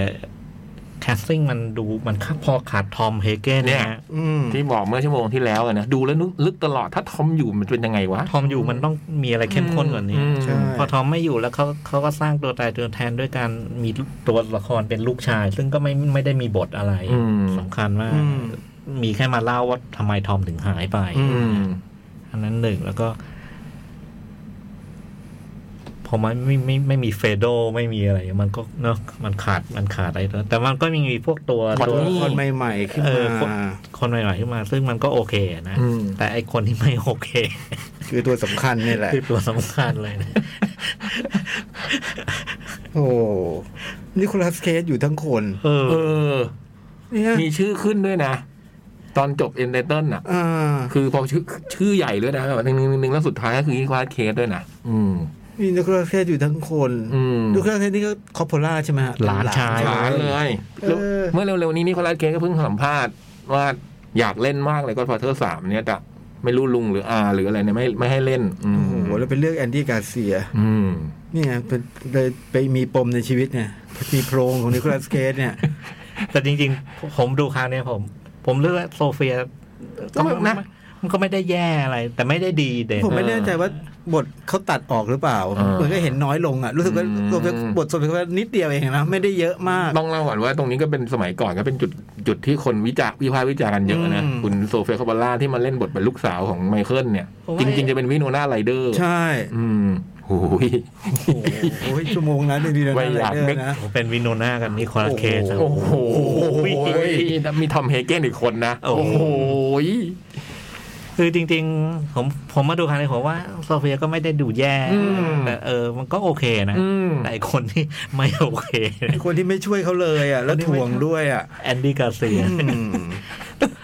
แคสติ้งมันดูมันคับพอขาดทอมเฮเกน
เนี่
เนี่ย ย
อืม
ที่บอกเมื่อชั่วโมงที่แล้วอะนะดูแล้วนึกลึกตลอดถ้าทอมอยู่มันเป็นยังไงวะ
ทอมอยู่มันต้องมีอะไรเข้มข้นกว่านี้
อืม
ใช่
พอทอมไม่อยู่แล้วเขาเขาก็สร้างตัวตายตัวแทนด้วยการมีตัวละครเป็นลูกชาย ซึ่งก็ไม่ไม่ได้มีบทอะไร
อืม
สำคัญมาก
อืม
มีแค่มาเล่าว่าทำไมทอมถึงหายไป
อื
อื
ม
ม
อันนั้นหนึ่งแล้วก็ พอมันไม่ไม่ไม่มีเฟโดไม่มีอะไร มันก็เนาะมันขาดมันขาดอะไรตัวแต่มันก็ยังมีพวกตัว
คอน
ตัว
นี่
คนใหม่ๆขึ้น
เอ
มา
อคน คนใหม่ๆขึ้นมา ซึ่งมันก็โอเคนะ
อืม
แต่ไอคนที่ไม่โอเค
คือตัวสำคัญนี่แหละ
คือตัวสำคัญเลยนะ
โอ้นิโคลัสเคสอยู่ทั้งคน
เออ
เออ
เนี่ย
มีชื่อขึ้นด้วยนะ ตอนจบเอ็นเดเติลน่ะ
อ่า
คือพอชื่อชื่อใหญ่เลยนะแบบหนึ่งหนึ่งหนึ่งแล้วสุดท้ายก็คือนิโคลัสเคสด้วยนะอืม
มีนิโคลัสเคสอยู่ทั้งคน
อืม
นิโคลัสเคสนี่ก็คอปโพล่าใช่ไหมฮะ
หลานชาย
หลานเลยแล้ว
เออ
เมื่อเร็วๆนี้นิโคลัสเคสก็เพิ่งสัมภาษณ์ว่าอยากเล่นมากเลยก็พอเธอสามเนี่ยแต่ไม่รู้ลุงหรืออาหรืออะไรเนี่ยไม่ไม่ให้เล่น อืม
โอ้โหแล้วเป็นเรื่องแอนดี้กาเซีย
อืม
นี่ไงเป็นเลยไปมีปมในชีวิตเนี่ยมีโพรงของนิโคลัสเคสเนี่ย
แต่จริงๆ ผมดูคราวเนี้ยผม ผมเลือกว่าโซเฟีย
ก็ไม่นะ
มันก็ไม่ได้แย่อะไร แต่ไม่ได้ดีเด่น
ผมไม่แน่ใจว่าบทเขาตัดออกหรือเปล่า
เออ
เหมือนก็เห็นน้อยลงอ่ะ รู้สึกว่า
อืม
ตัวเป็นบทสมเป็นนิดเดียวเองนะ ไม่ได้เยอะมาก
ต้องเล่าก่อนว่าตรงนี้ก็เป็นสมัยก่อนก็เป็นจุดจุดที่คนวิจารณ์วิพากษ์วิจารณ์กันเยอะนะ
อืม
คุณโซเฟียคาบาร่าที่มาเล่นบทเป็นลูกสาวของไมเคิลเนี่ย จริง ๆ จะเป็นวิโนนาไรเดอร์
ใช่
อืมโอ้ย
โอ้โหชั่วโมงนั้นเนี่ยดีนะ
ไม่อยาก
เรื่อง
นึก
นะ
ผมเป็นวินโนนากันนี่คอร์เคส
โอ้
โอ้โหมีทอมเฮเกนอีกคนนะ โอ้โห
คือจริง ๆ ผมผมมาดูคราวนี้ผมว่าโซเฟียก็ไม่ได้ดูแย่
อืม
แต่เออ มันก็โอเคนะ
อืม
แต่ไอ้คนที่ไม่โอเคเนี่ย
คนที่ไม่ช่วยเขาเลยอ่ะ แล้วถ่วงด้วยอ่ะ
แอนดี้กาเซีย
อืม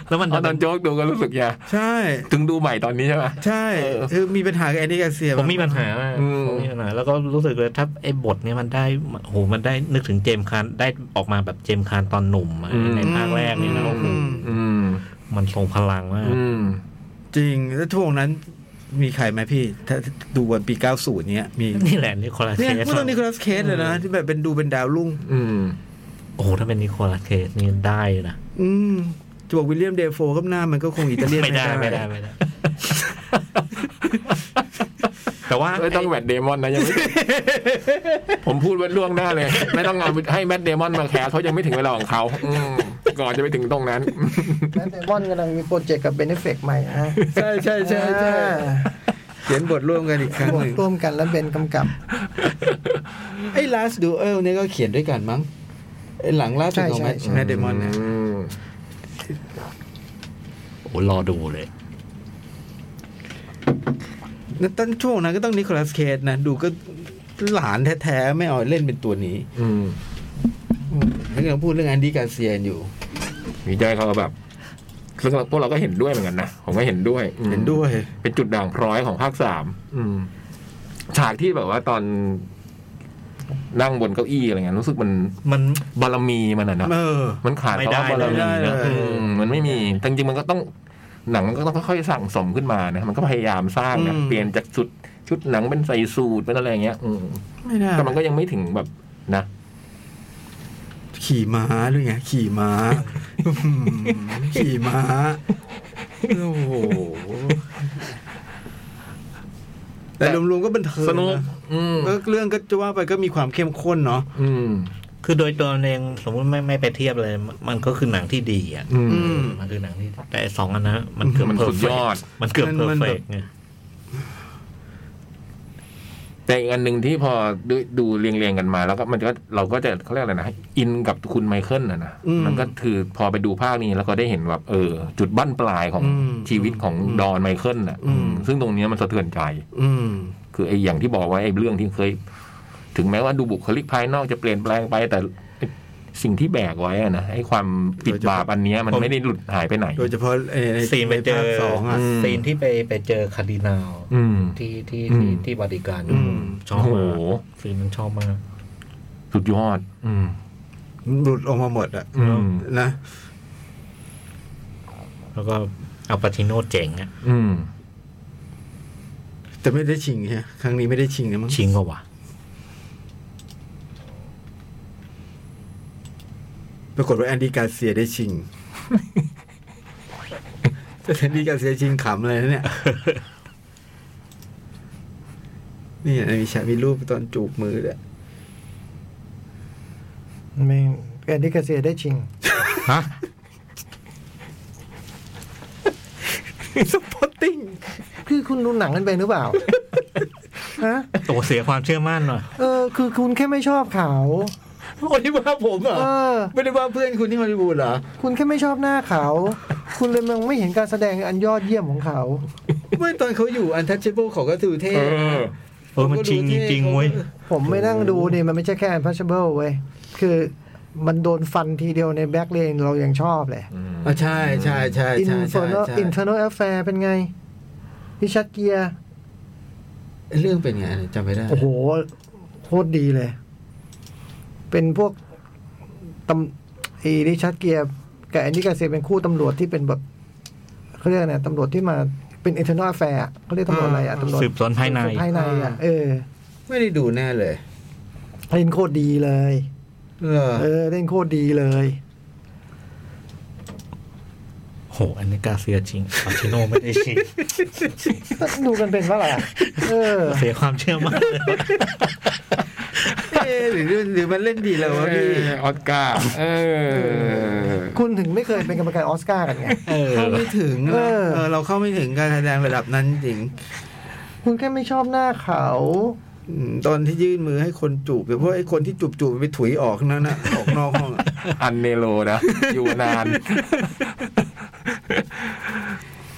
แล้วมัน
ตอน
จะเป็
นั้น นโจ๊กดูก็รู้สึกอยาง
ใช่
ถึงดูใหม่ตอนนี้ใช่ไหม
ใช่
เออ
คือมีปัญหากับแอนดี้กาเซีย
ผมมีปัญหามาก
อืม
ผมมีปัญหาแล้วก็รู้สึกเลยถ้าไอ้บทเนี่ยมันได้โอ้โหมันได้นึกถึงเจมส์คานได้ออกมาแบบเจมส์คานตอนหนุ่มอะในภาคแรกเนี่ยนะโอ้โห
อืม
อืม
มันทรงพลังมาก
อืม
จริง แล้วช่วงนั้นมีใครไหมพี่ ถ้าดูวันปี 90 เนี้ยมี
นี่แหละนิโคลัส
เนี่
เค
ย
ส
พูดถึงนิโคลัสเคสเลยนะ ที่แบบเป็นดูเป็นดาวรุ่ง
อืม
โอ้โหถ้าเป็นนิโคลัสเคสนี่ได้นะ
อืมจะบอกวิลเลียมเดฟโฟก็หน้ามันก็คงอิตาเลียน
ไม่ได้ไม่ได้ไม่ได้ ไป แต่ว่า
ไม่ต้องแมทเดมอนนะยังไม่ ผมพูดไว้ล่วงหน้าเลย ไม่ต้องงานให้แมทเดมอนมาแคสเพราะยังไม่ถึงเวลาของเขาอืมก่อนจะไปถึงตรงนั้น
แมทเดมอนกำลังมีโปรเจกต์กับเบนเฟกใหม่นะฮะ
ใช่ใช่ใช่ใช่เขียนบทร่วมกันอีกครั้ง
บว
ห
ก
นึ่ง
ร่วมกันแล้วเบนกำกับ
ไอ้ last duel เนี่ยก็เขียนด้วยกันมั้งไอ้หลังล่าสุดของ
ใช่
แมท
ใช่
แมทเดมอนเนี่ย
อืม
โอ้รอดูเลย
ตั้งช่วงนั้นก็ต้องนิโคลัสเคสนะ ดูก็หลานแท้ๆ ไม่เอาเล่นเป็นตัวนี้
อืม
ไม่กำลังพูดเรื่องแอนดี้การเซียนอยู่
มีใจเขาแบบซึ่งพวกเราก็เห็นด้วยเหมือนกันนะ ผมก็เห็นด้วยอืม
เห็นด้วย
เป็นจุดด่างพร้อยของภาคสามอืม ฉากที่แบบว่าตอนนั่งบนเก้าอี้อะไรเงี้ยรู้สึกมัน
มัน
บารมีมันอะเนอะ
เออ
มันขาด
ไม่
คำ
ได้
ว่าบาร
เลย
มี
ไม่ได้
นะ
เลย
อืมมันไม่มีแต่จริงๆมันก็ต้องหนังมันก็ต้องค่อยๆสั่งสมขึ้นมานะมันก็พยายามสร้างนะ
อืม
เปลี่ยนจากชุดชุดหนังเป็นใส่สูทเป็นอะไรเงี้ย อืม
ไม่ได้
แต่มันก็ยังไม่ถึงแบบนะ
ขี่ม้าด้วยไง ขี่
<laughs>
ม้าอืมขี่ม้า โอ้โหแต่รวมๆก็บันเทิง
สนุก
ะ
อืม
เออเรื่องก็จะว่าไปก็มีความเข้มข้นเนาะ
อืม
คือโดยตัวมันเองสมมติไม่ไม่ไปเทียบเลย มันมันก็คือหนังที่ดีอ่ะ
อืม
มันคือหนังที่แต่ไอ้สองอันนะมันเกือบ
มัน
เพอ
สุ
ร์
ด
เฟ
ยอด
กมันเกือบเพอร์เฟกไง
แต่อีกอันหนึ่งที่พอดูดูเรียงเรียงๆกันมา แล้วก็มันก็เราก็จะเขาเรียกอะไรนะอินกับคุณไมเคิลนะนะมันก็คือพอไปดูภาคนี้แล้วก็ได้เห็นแบบเออ จุดบั้นปลายของ
อืม
ชีวิตของ
อืม
ดอนไมเคิลน่ะ
อืม
ซึ่งตรงเนี้ยมันสะเทือนใจ
อืม
คือไอ้อย่างที่บอกไว้ไอ้เรื่องที่เคย ถึงแม้ว่าดูบุคลิกภายนอกจะเปลี่ยนแปลงไป แต่สิ่งที่แบกไว้อะนะไอ้ความปิดบาปอันเนี้ยมันไม่ได้หลุดหายไปไหน
โดยเฉพาะไอ้ไอ้
ซีนไปเจอ
ภาคสองอ่ะ
ม
ซีนที่ไปไปเจอคาร์ดินาล
อืม
ที่ที่
อืม
ที่ที่บริการ
อืม
ชอบมา
โอ้
ก
โห
ซีนนั้นชอบมาก
สุดยอด อืม
หลุดออกมาหมดอ่ะ
อืม
นะ
แล้วก็อัลปาชิโนเจ๋งอ่ะ
อืม
แต่ไม่ได้ชิงใช่ไหมครั้งนี้ไม่ได้ชิงนะมั้ง
ชิงก็ว่ะ
ปรากฏว่าแอนดี้การเซียได้ <laughs> ชิง แต่แอนดี้การเซียชิงขำเลยนะเนี่ย นี่มีฉากมีรูปตอนจูบมือด้วย
ไม่แอนดี้กาเซียได้ชิง
ฮะ
สปอตติ้ง
คือคุณดูหนังกันไปหรือเป
<laughs>
ล่า ฮะ
ตัวเสียความเชื่อมั่นหน่อย
เออ คือคุณแค่ไม่ชอบเขา
คนที่ว่าผมเหรอ
เออ
ไม่ได้ว่าเพื่อนคุณที่ฮอลลีวูดเหรอ
คุณแค่ไม่ชอบหน้าเขา คุณเลยมองไม่เห็นการแสดงอันยอดเยี่ยมของเขา
ไม่ตอนเขาอยู่อันทัชเชเบิลเขาก็ถือเท่
เออ
เออมันชิงจริงๆเว้ย
ผมไม่นั่งดูนี่มันไม่ใช่แค่ Untouchable เว้ย คือมันโดนฟันทีเดียวในแบ็กเลนเรายังชอบเลย
อ่ะใช่ใช่ใช่ใช่
Infernal
ใช่
Internal Affair เป็นไงพิชัดเกียร์
เรื่องเป็นไงจำไม่ได้
โอ้โห โคตรดีเลย เป็นพวกตำไอีริชัดเกียร์กับแอนดี้กาเซียเป็นคู่ตำรวจที่เป็นแบบเขาเรียกอะไรนะตำรวจที่มาเป็น Internal Affair อะเขาเรียกตำรวจอะไรอะตำรวจ
สืบสวนภายใน
สืบภายในอะเออ
ไม่ได้ดูแน่เลย
เล่นโคตรดีเลย
เหรอ
เออเล่นโคตรดีเลย
โห อันนี้กาเซียจริงอัลชิโนไม่ได้จริง
ดูกันเป็นว่าล่ะ <laughs> เออ
เสียความเชื่อมั่นเลย
เอ๊ะหรือหรือมันเล่นดีแล้ววะพี่
เออออสการ์เออ
คุณถึงไม่เคยเป็นกรรมการออสการ์กันไง
เออ
เข้าไม่ถึงนะ
เออ
เออเราเข้าไม่ถึงการแสดงระดับนั้นจริง
คุณแค่ไม่ชอบหน้าเขา
อืมตอนที่ยื่นมือให้คนจูบเนี่ยเพราะไอ้คนที่จูบจูบมันไปถุยออกนั่นนะออกนอกห้องอะ
อันเนโลนะ อยู่นาน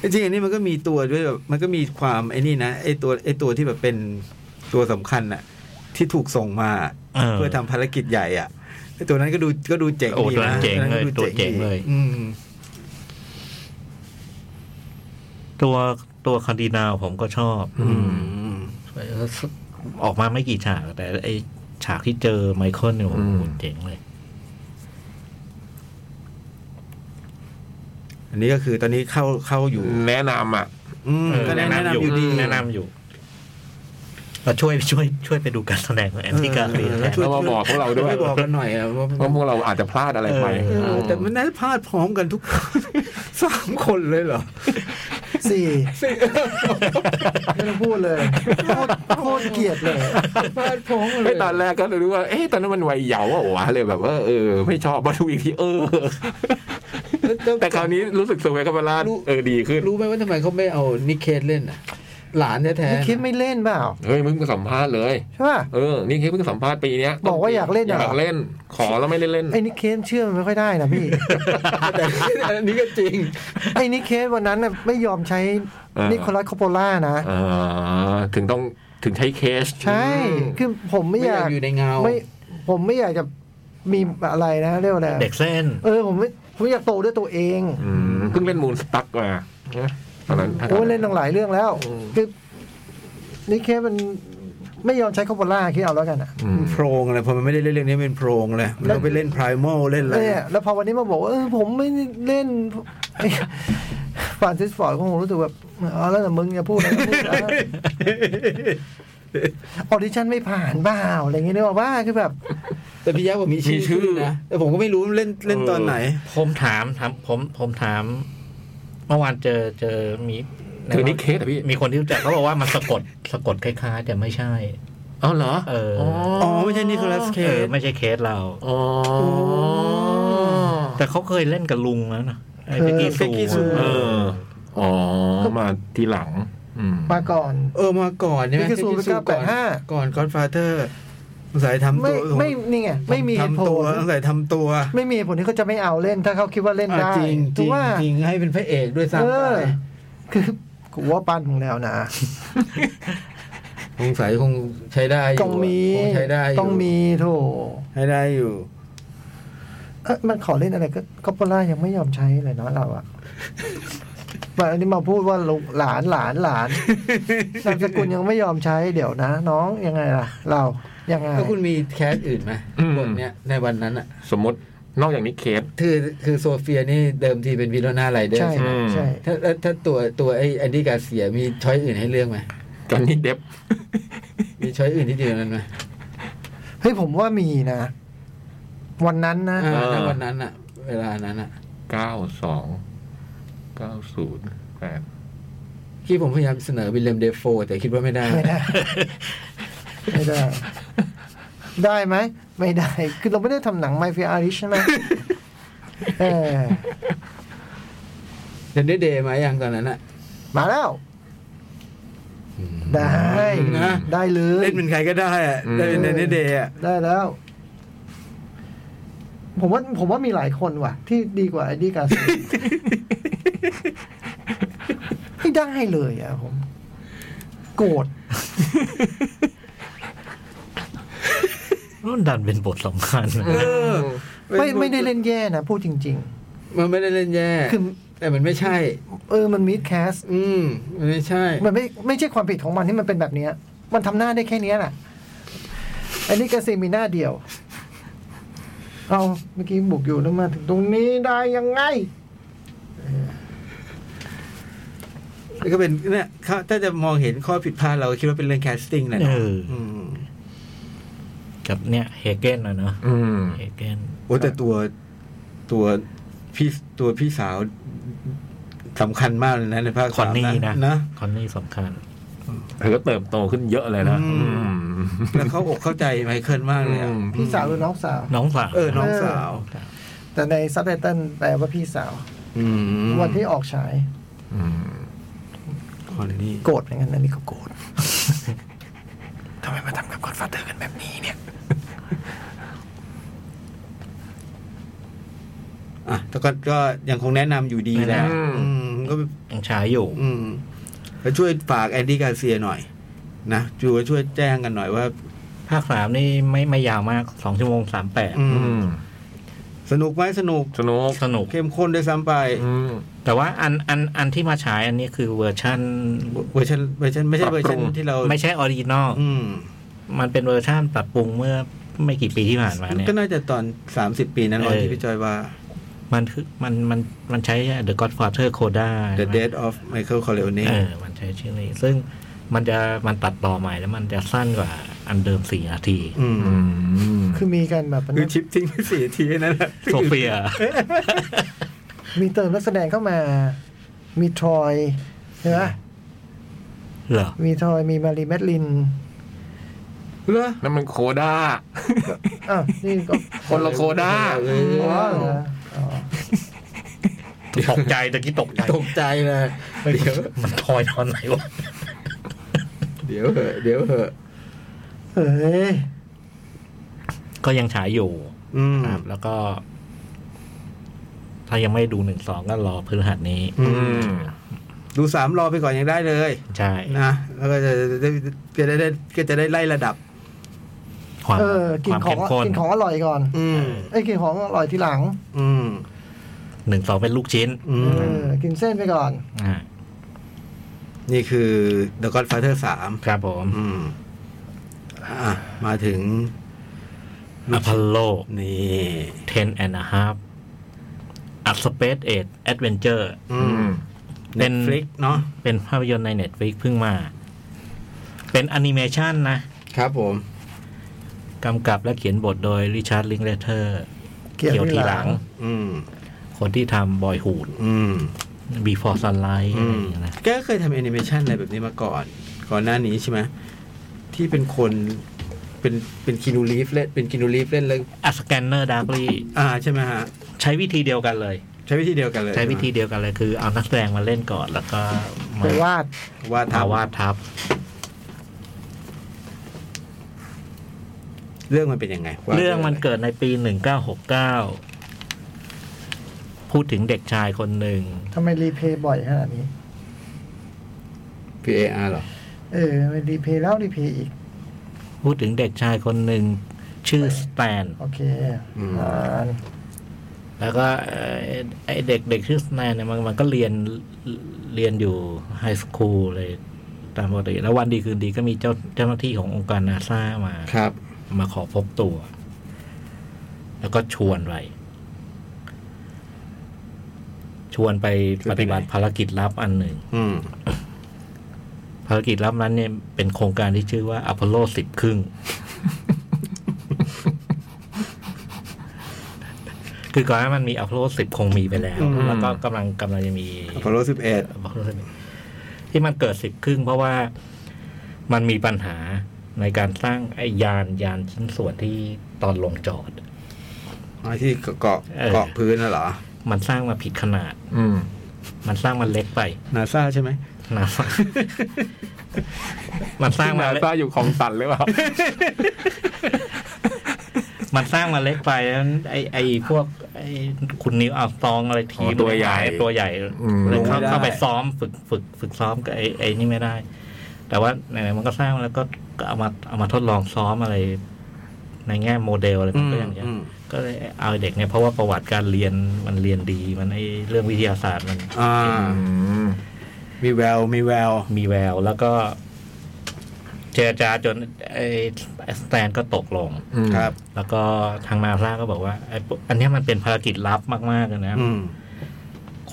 จริงๆอันนี้มันก็มีตัวด้วยแบบมันก็มีความไอ้นี่นะไอ้ตัวไอ้ตัวที่แบบเป็นตัวสำคัญอะที่ถูกส่งมา เพื่อทำภารกิจใหญ่อะไอ้ตัวนั้นก็ดูก็ดูเจ๋ง
โอ้
ดี
ตัว
นะ
เจ๋งเลย
ตัวนั้นก็ดู
ตัวเจ๋ง
ดี
เลย
อืม
ตัวตัวคาร์ดินาลผมก็ชอบ
อืม
ออกมาไม่กี่ฉาก แต่ไอฉากที่เจอไมเคิลเนี่ยโอ้
อื
โห
ม
เจ๋งเลย
อันนี้ก็คือตอนนี้เข้าเข้าอยู่
แนะนำอ่ะ
อืม
เออ
ก็แนะนำอยู่ดี
แนะนำอยู่เราช่วยช่วยช่วยไปดูการแสดงของแอนติกาเซีย
ออแล้วช่วย
แล้วมาบอกพวกเราด้วย
ช่บอกกันหน่อยอะว่า
เพราะพวกเราอาจจะพลาดอะไรไป
เอ
<laughs> เออแต่มันน่าจะพลาดพร้อมกันทุก สามคนเลยเหรอ
สี่ <laughs> ไม่ต้องพูดเลยโคตรโคตรเกลียดเลย
ฟาดพงเล
ไม่
ย
ตอนแรกก็เลยรู้ว่า เอ๊ะตอนนั้นมันวัยเยาว์อะวะเลยแบบว่าเออ ไม่ชอบมาดูอีกทีเออ แต่คราวนี้รู้สึกสวยกับเวลาเออดีขึ้น
รู้ไหมว่าทำไมเขาไม่เอานิเคสเล่นอ่ะ หลานแท้
นี่
ๆ
คิดไม่เล่นเปล่า
เฮ้ยมึงไปสัมภาษณ์เลย
ใช่ป่ะ
เออ นี่คือเพิ่งสัมภาษณ์ปีเนี้ย
บอกว่าอยากเล่นเหรอ
อ
อ
ยากเล่น ขอแล้วไม่ได้เล่น
ไอ้นิเคสเชื่อมันไม่ค่อยได้นะพี่
แต่อันนี้ก็จริง
ไอ้นิเคสวันนั้นน่ะไม่ยอมใช้
เออ
นิโคลัสโคโปล่านะ
เออถึงต้องถึงใช้เคส
ใช่ คือผมไม่
ไม่อ
อาย
ยาก กอยู่ในเงา
ไม่ผมไม่อยากจะมีอะไรนะเรียกว่าอะไร
เด็กเส้น
เออผมไม่ผมอยากโตด้วยตัวเอง
อืมเพิ่งเล่นมูนสตั๊กมานะตอนนั้น
โอ้ยเล่นตั้งหลายเรื่องแล้ว คือนิเคสมันไม่ยอมใช้โคโปล่าคิดเอาแล้วกันอ่ะ
อืม
มันโพรงอะไรพอมันไม่ได้เล่นเรื่องนี้มันเป็นโพรงเลยมันต้องไปเล่น p r i m a l เล่นอะไร
เนี่ยแล้วพอวันนี้มาบอกว่าเออผมไม่ได้เล่น <laughs> ฟรานซิสฟอร์ดก็คงรู้สึกแบบเอาแล้วแต่มึงอย่าพูดนะ <laughs> พูดนะออดิชั่นไม่ผ่านบ้าอะไรเงี้ยนึกออกว่าคือแบบ
แต่พี่ยักษ์บอกมีชื่อนะแต่ผมก็ไม่รู้เล่นเล่นตอนไหน
ผมถามถามผมผมถาม เมื่อวานเจอเจอมี
ถึงนี่เคสเหรอพี่
มีคนที่รู้จักเขาบอกว่ามันสะกดสะกดคล้ายๆแต่ไม่ใช่
เอาเหรอ
เอออ๋
อ
อ๋อ ไม่ใช่นิโคลัสเค
เออ
ส
ไม่ใช่เคสเรา
อ๋อ
แต่เขาเคยเล่นกับลุงแล้วนะไอ้
เค
เบก
ย
กี้
แต่
ซู
เบกกี้ซู
เอออ๋อมาทีหลัง อืม
มาก่อน
เออมาก่อนใช่ไหม
นี่คือศูนย์เก้าแปดห้า
ก่อน Godfather สงสัยทำ
ไม่
ตัว
ไม่นี่ไงไม่มีเหตุผ
ทำตัว
ล
สงสัยทำตัว
ไม่มีเหตุผลที่เขาจะไม่เอาเล่น ถ้าเขาคิดว่าเล่นได้
อ่ะจริงจ
ถื
ริ
องว่า
จริงให้เป็นพระเอกด้วย
เอ
ซ้ำไป
อ คือกูว่าปั้นมึงแล้วนะ
สงสัยคงใช้ได้อยู่
ต้องมี
คงใช้ได้อยู่
ต้องมีโถ
ใช้ได้อยู่
เอ๊ะมันขอเล่นอะไรก็ก็ปล่ายังไม่ยอมใช้เลยเนาะ <laughs> เราอะแบบอันนี้มาพูดว่าลูกหลานหลานหลานนามสกุลยังไม่ยอมใช้เดี๋ยวนะ น้องยังไงล่ะ เรายังไง
ถ้าคุณมีแคสอื่นไหมบทเนี้ยในวันนั้นอ่ะ
สมมตินอกจากนี้เคส
คือคือโซเฟียนี่เดิมทีเป็นวิลโลนาไรเดอร์
ใช่
ใช่ไหม
ใช่
ถ้าถ้าถ้าตัวตัวไอ้แอนดี้กาเซียมีช้อยอื่นให้เลือกไหม
จอห์นนี่เด็บ
มีช้อยอื่นที่ดีกว่านั้นไหม
เฮ้ยผมว่ามีนะ วันนั้นนะ
อ่าถ้าวันนั้นอ่ะ เวลานั้นอ่ะ
เก้าสองเก้าศูนย์แปด
ที่ผมพยายามเสนอวิลเลมเดฟโฟ แต่คิดว่าไม่ได้
ไม่ได้ ไม่ได้ ได้ไหม ไม่ได้ คือเราไม่ได้ทำหนังไมเฟียอาริชใช่ไหมเออ
เดนเดย์มายังตอนนั้นอ่ะ
มาแล้ว ได้
นะ
ได้เลย
เล่นเป็นใครก็ได้อ่ะเล่นเดนเดย์อ่ะ
ได้แล้ว ผมว่า ผมว่ามีหลายคนว่ะ ที่ดีกว่าไอ้ดีกา <laughs> ซีไม่ได้เลยอ่ะผม โกรธ
รุ่นดันเป็นบทสำคัญนะ
ไม่ไม่ได้เล่นแย่นะ พูดจริง
มันไม่ได้เล่นแย่
ๆ คือ
แต่มันไม่ใช่
เออ มันมิดแคส
อืมมันไม่ใช่
มันไม่ไม่ใช่ความผิดของมันที่มันเป็นแบบเนี้ย มันทำหน้าได้แค่เนี้ยแหละอันนี้กระซีมีหน้าเดียว เอาเมื่อกี้บุกอยู่แล้วมาถึงตรงนี้ได้ยังไง
แล้วก็เป็นเนี่ยเขาถ้าจะมองเห็นข้อผิดพลาดเราคิดว่าเป็นเรื่องแคสติ้งแหละ
เอ
เนาะ
อ
ม
กับเนี่ยเฮเกนนะเนอะ
อืม
เฮเกน
โอ้แต่ตัวตัวพี่ตัวพี่สาวสำคัญมากเลยนะในภาค
คอนนี่
สาม
นะ
นะ
คอนนี่สำคัญ
เธอก็เติบโตขึ้นเยอะเลยนะ
อืม
อืม
แล้วเขาอกเข้าใจไมเคิลมากเลยอะ
อืม
พี่สาวหรือน้องสาว
น้องสาว
เออน้องสาว
แต่ในซับไตเติลแปลว่าพี่สาว
ม
วันที่ออกฉาย
อืม
คอนนี่
โกรธเหมือนกันอันนี้ก็โกรธ
<laughs> ทำไมมาทำกับกอดฟาเตอร์กันแบบนี้เนี่ย
อ่ะแต่ก็ก็ยังคงแนะนำอยู่ดีแหละ
อืม
อืมก็
ยังฉายอยู่
อืมแล้วช่วยฝากแอนดี้กาเซียหน่อย นะจูว่าช่วยแจ้งกันหน่อยว่า
ภาคสามนี่ไม่ไม่ยาวมากสองชั่วโมงสามแปด
อื
อื
ม
ม
สนุกไหมสนุก
สนุก
สนุก
เข้มข้นด้วยซ้ำไป
อืม
แต่ว่าอันอันอันที่มาฉายอันนี้คือเวอร์ชัน
เวอร์ชันเวอร์ชันไม่ใช่เวอร์ชัน
ปรับปรุง
ที่เรา
ไม่ใช่ออริจินอล
อืม
มันเป็นเวอร์ชันปรับปรุงเมื่อไม่กี่ปีที่ผ่านมาเนี่ย
ก็น่าจะตอนสามสิบปีนั้นตอน
เออ
ที่พี่จอยว่า
มันคือมันมันมันใช้ The Godfather Coda
The
ใช่ไหม
Death of Michael
เอ
Corleone
อ มันใช้ชื่อนี้ ซึ่งมันจะมันตัดต่อใหม่แล้วมันจะสั้นกว่าอันเดิมสี่นาที
อืม
อืม
คือมีกันแบบ
คือชิปทิ้งไปสี่ทีนั่นแหละ
โซเฟีย
มีเติมนักแสดงเข้ามา มีทรอย ช่ไหม
เหรอ
มีทอยมีมารีแมดลิน
เหรอ
นั่นมันโคด้า
อ้าวนี่ก็
คนละโคด้า
เอ
อ๋อ
อ
เหรออ๋อ
ตกใจตะกี้ตกใจ
ตกใจเลยเดี๋ยว
มันทอยตอนไหนวะ
เดี๋ยวเหอะเดี๋ยวเหอะ
เฮ้ย
ก็ยังฉายอยู่
อืม
ครับ แล้วก็ ถ้ายังไม่ดูหนึ่งสองก็รอพฤหัสนี้
อื
อื
ม
ม
ดูสามรอไปก่อนยังได้เลย
ใช่
นะแล้วก็จะได้จะได้ได้ก็จะได้ไล่ระดับ
ความ
เออกิ
คน วาม
ขอ
เข้มข้
ง
น
กินของอร่อยก่อน
อืม
ไอ้ยกินของอร่อยทีหลัง
อืม
หนึ่งสองเป็นลูกชิ้น
อื
เอ
ม
อกินเส้นไปก่อน
อ่า
นี่คือ The Godfather สาม
ครับผม
อืมอ่ะมาถึง
อพอลโล
นี่
10 and a half A Space Age Adventure
อื
อื
ม
ม
เป็
เน็
น
ตฟลิกเนาะ
เป็นภาพยนตร์ใน Netflix เพิ่งมา เป็นแอนิเมชันนะ
ครับผม
กำกับและเขียนบทโดยริชาร์ดลิงเลเทอร์
เกี่ยวทีหลัง
อืม
คนที่ทำบอยฮูด
อืม
Before Sunlight
อื
อะไร
ม
อย่างเงี้ยนะ
แกก็เคยทำแอนิเมชันอะไรแบบนี้มาก่อน ก่อนหน้านี้ใช่ไหมที่เป็นคนเป็นเป็นคินูรีฟเล่นเป็นคินูรีฟเล่นแล้ว
อัสแกนเนอร์ดาร์กลี
อ่าใช่ไหมฮะ
ใช้วิธีเดียวกันเลย
ใช้วิธีเดียวกันเลย
ใช้วิธี
ช่ไ
เดียวกันเลยคือเอานักแสดงมาเล่นก่อนแล้วก็
ไป
มาว
าด
หมว่าท
มาวาดทับ
ำเรื่องมันเป็นยังไงว่า
เรื่องมันเกิดในปี 1969 พูดถึงเด็กชายคนหนึ่ง
ทำไมรีเพย์บ่อยขนาดนี้
พีเออาร์หรอ
เออทำไมรีเพย์แล้วรีเพย์อีก
พูดถึงเด็กชายคนหนึ่งชื่อสแตน
โอเค
อืม
อ่าน
แล้วก็เอ่อไอเด็กเด็กชื่อสแนนเนี่ยมันมันก็เรียนเรียนอยู่ไฮสคูลเลยตามปกติ แล้ววันดีคืนดีก็มีเจ้าเจ้าหน้าที่ขององค์การนาซามา
ครับ
มาขอพบตัว แล้วก็ชวนไปชวนไป
ชวน
ป
ไปไหน
ฏิบัติภารกิจลับอันหนึ่ง
อืม
ภารกิจลับนั้นเนี่ยเป็นโครงการที่ชื่อว่าอพอลโลสิบครึ่ง <laughs> คือก่อนหน้ามันมีอพอลโลสิบคงมีไปแล้ว
อืม
แล้วก็กำลังกำลังจะมี
อพอลโลสิบเอ็ด
อพอลโล11ที่มันเกิดสิบครึ่ง เพราะว่ามันมีปัญหาในการสร้างไอ้ยานยานชิ้นส่วนที่ตอนลงจอด
ที่เกาะ
เออ
เกาะพื้นน่ะเหรอ
มันสร้างมาผิดขนาด
อืม
มันสร้างมันเล็กไป
นาซาใช่ไหม
นะ <laughs> มันสร้างมา
นา
เล็ก
ซาอยู่ของตันหรือเปล่า
มันสร้างมาเล็กไปแล้วไอ้ไอ้พวกไอ้คุณนิวอัลตองอะไรทีม
อ๋อตัวใหญ่
ตัวใหญ่
อืม
เลยเข้าเข้าไปซ้อมฝึกฝึกฝึกซ้อมกับไอ้ไอ้นี่ไม่ได้ แต่ว่าไหนๆมันก็สร้างมาแล้วก็ก็เอามาเอามาทดลองซ้อมอะไร ในแง่โมเดลอะไร
อื
มัน
ม
ก็อย่างเงี้ย
อืม
ก็เลยเอาเด็กเนี่ยเพราะว่าประวัติการเรียนมันเรียนดี มันไอ้เรื่องวิทยาศาสตร์มัน
อ่า
อืม
มีแววมีแวว
มีแววแล้วก็ เจรจาจนไอ้สแตนก็ตกลง
ครับ
แล้วก็ทางนาซาก็บอกว่าไอ้พวกอันเนี้ยมันเป็นภารกิจลับมากๆเลยนะ
อืม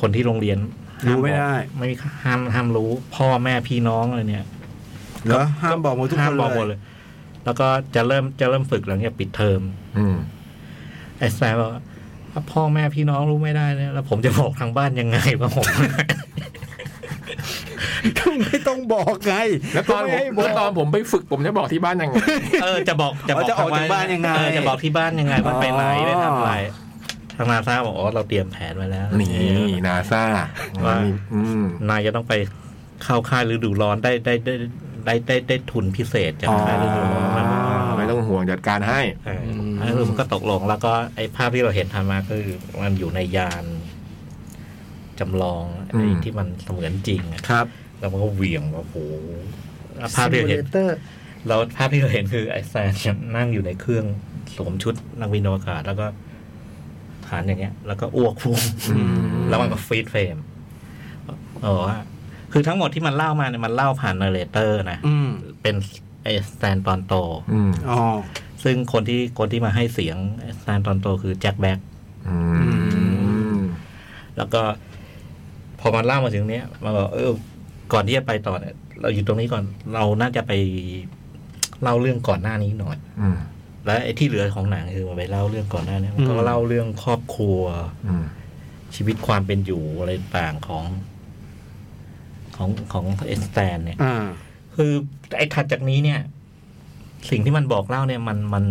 คนที่โรงเรียนห้า
รู้ไม่
บอก
ได้
ไม่มีห้ามห้ามรู้ พ่อแม่พี่น้องอะไรเนี่ย
เหรอห้ามบอกหมดทุก
ห้า
ค
ม
น
บอกหมด
เลย
เลย แล้วก็จะเริ่มจะเริ่มฝึกหลังจากปิดเทอม
อืม
ไอ้แซมบอกว่าถ้าพ่อแม่พี่น้องรู้ไม่ได้เนี่ยแล้วผมจะบอกทางบ้านยังไง <laughs> ว่าผม
ก็ไม่ต้องบอกไง
แล้วตอนผม
ก็ไม่ให้บ
แล้วต
อ
อน
ก
ผมไปฝึกผมจะบอกที่บ้านยังไง
เออจะบอกจะบอ
อ๋
ก
อจะออก
ท
จากบ้านยังไง
เออจะบอกที่บ้านยังไงว่าไปไหน
อ๋อ
ไปทำอะไรทางนาซาบอกอ๋อเราเตรียมแผนไว้แล้ว
นี่นาซา
ว่า
อืม
นายจะต้องไปเข้าค่ายฤดูร้อนได้ได้ได้ได้ได้ได้ทุนพิเศษจากค่ายฤดูร้อนมา
อ๋อ
ไม่ต้องห่วงจัดการให้
เออแล้วคือมันก็ตกลงแล้วก็ไอ้ภาพที่เราเห็นทำมาคือมันอยู่ในยานจำลอง
อื
ไอ้
ม
ที่มันเสมือนจริงอะ
ครับ
แล้วมันก็เหวี่ยงว่าโอ้โหแล้วภาพ
ซิ
ที่
มู
เรา
เล
เห็น
เตอร์
เราภาพที่เราเห็นคือไอ้แซนเนี่ยนั่งอยู่ในเครื่องสวมชุดนักบินอวกาศแล้วก็หันอย่างเงี้ย แล้วก็อ้วกฟุ้ง
อืม
แล้วมันก็ฟรีดเฟรมเออว่าคือทั้งหมดที่มันเล่ามาเนี่ยมันเล่าผ่านเนเรเตอร์นะ
อืม
เป็นไอสแตนตอนโต
อืม
อ๋อ
ซึ่งคนที่คนที่มาให้เสียงสแตนตอนโตคือแจ็คแบ็ก
อืม
แล้วก็ พอมันเล่ามาถึงเนี้ยมันบอกเออ ก่อนที่จะไปต่อเนี่ย เราอยู่ตรงนี้ก่อน เราน่าจะไปเล่าเรื่องก่อนหน้านี้หน่อย
อืม
และไอ้ที่เหลือของหนังคือมันไปเล่าเรื่องก่อนหน้านี้มันก็เล่าเรื่องครอบครัว
อืม
ชีวิตความเป็นอยู่อะไรต่างของ ข ของของเอสแตนเนี่ย
อ่า
คือไอ้ถัดจากนี้เนี่ย สิ่งที่มันบอกเล่าเนี่ยมันมัน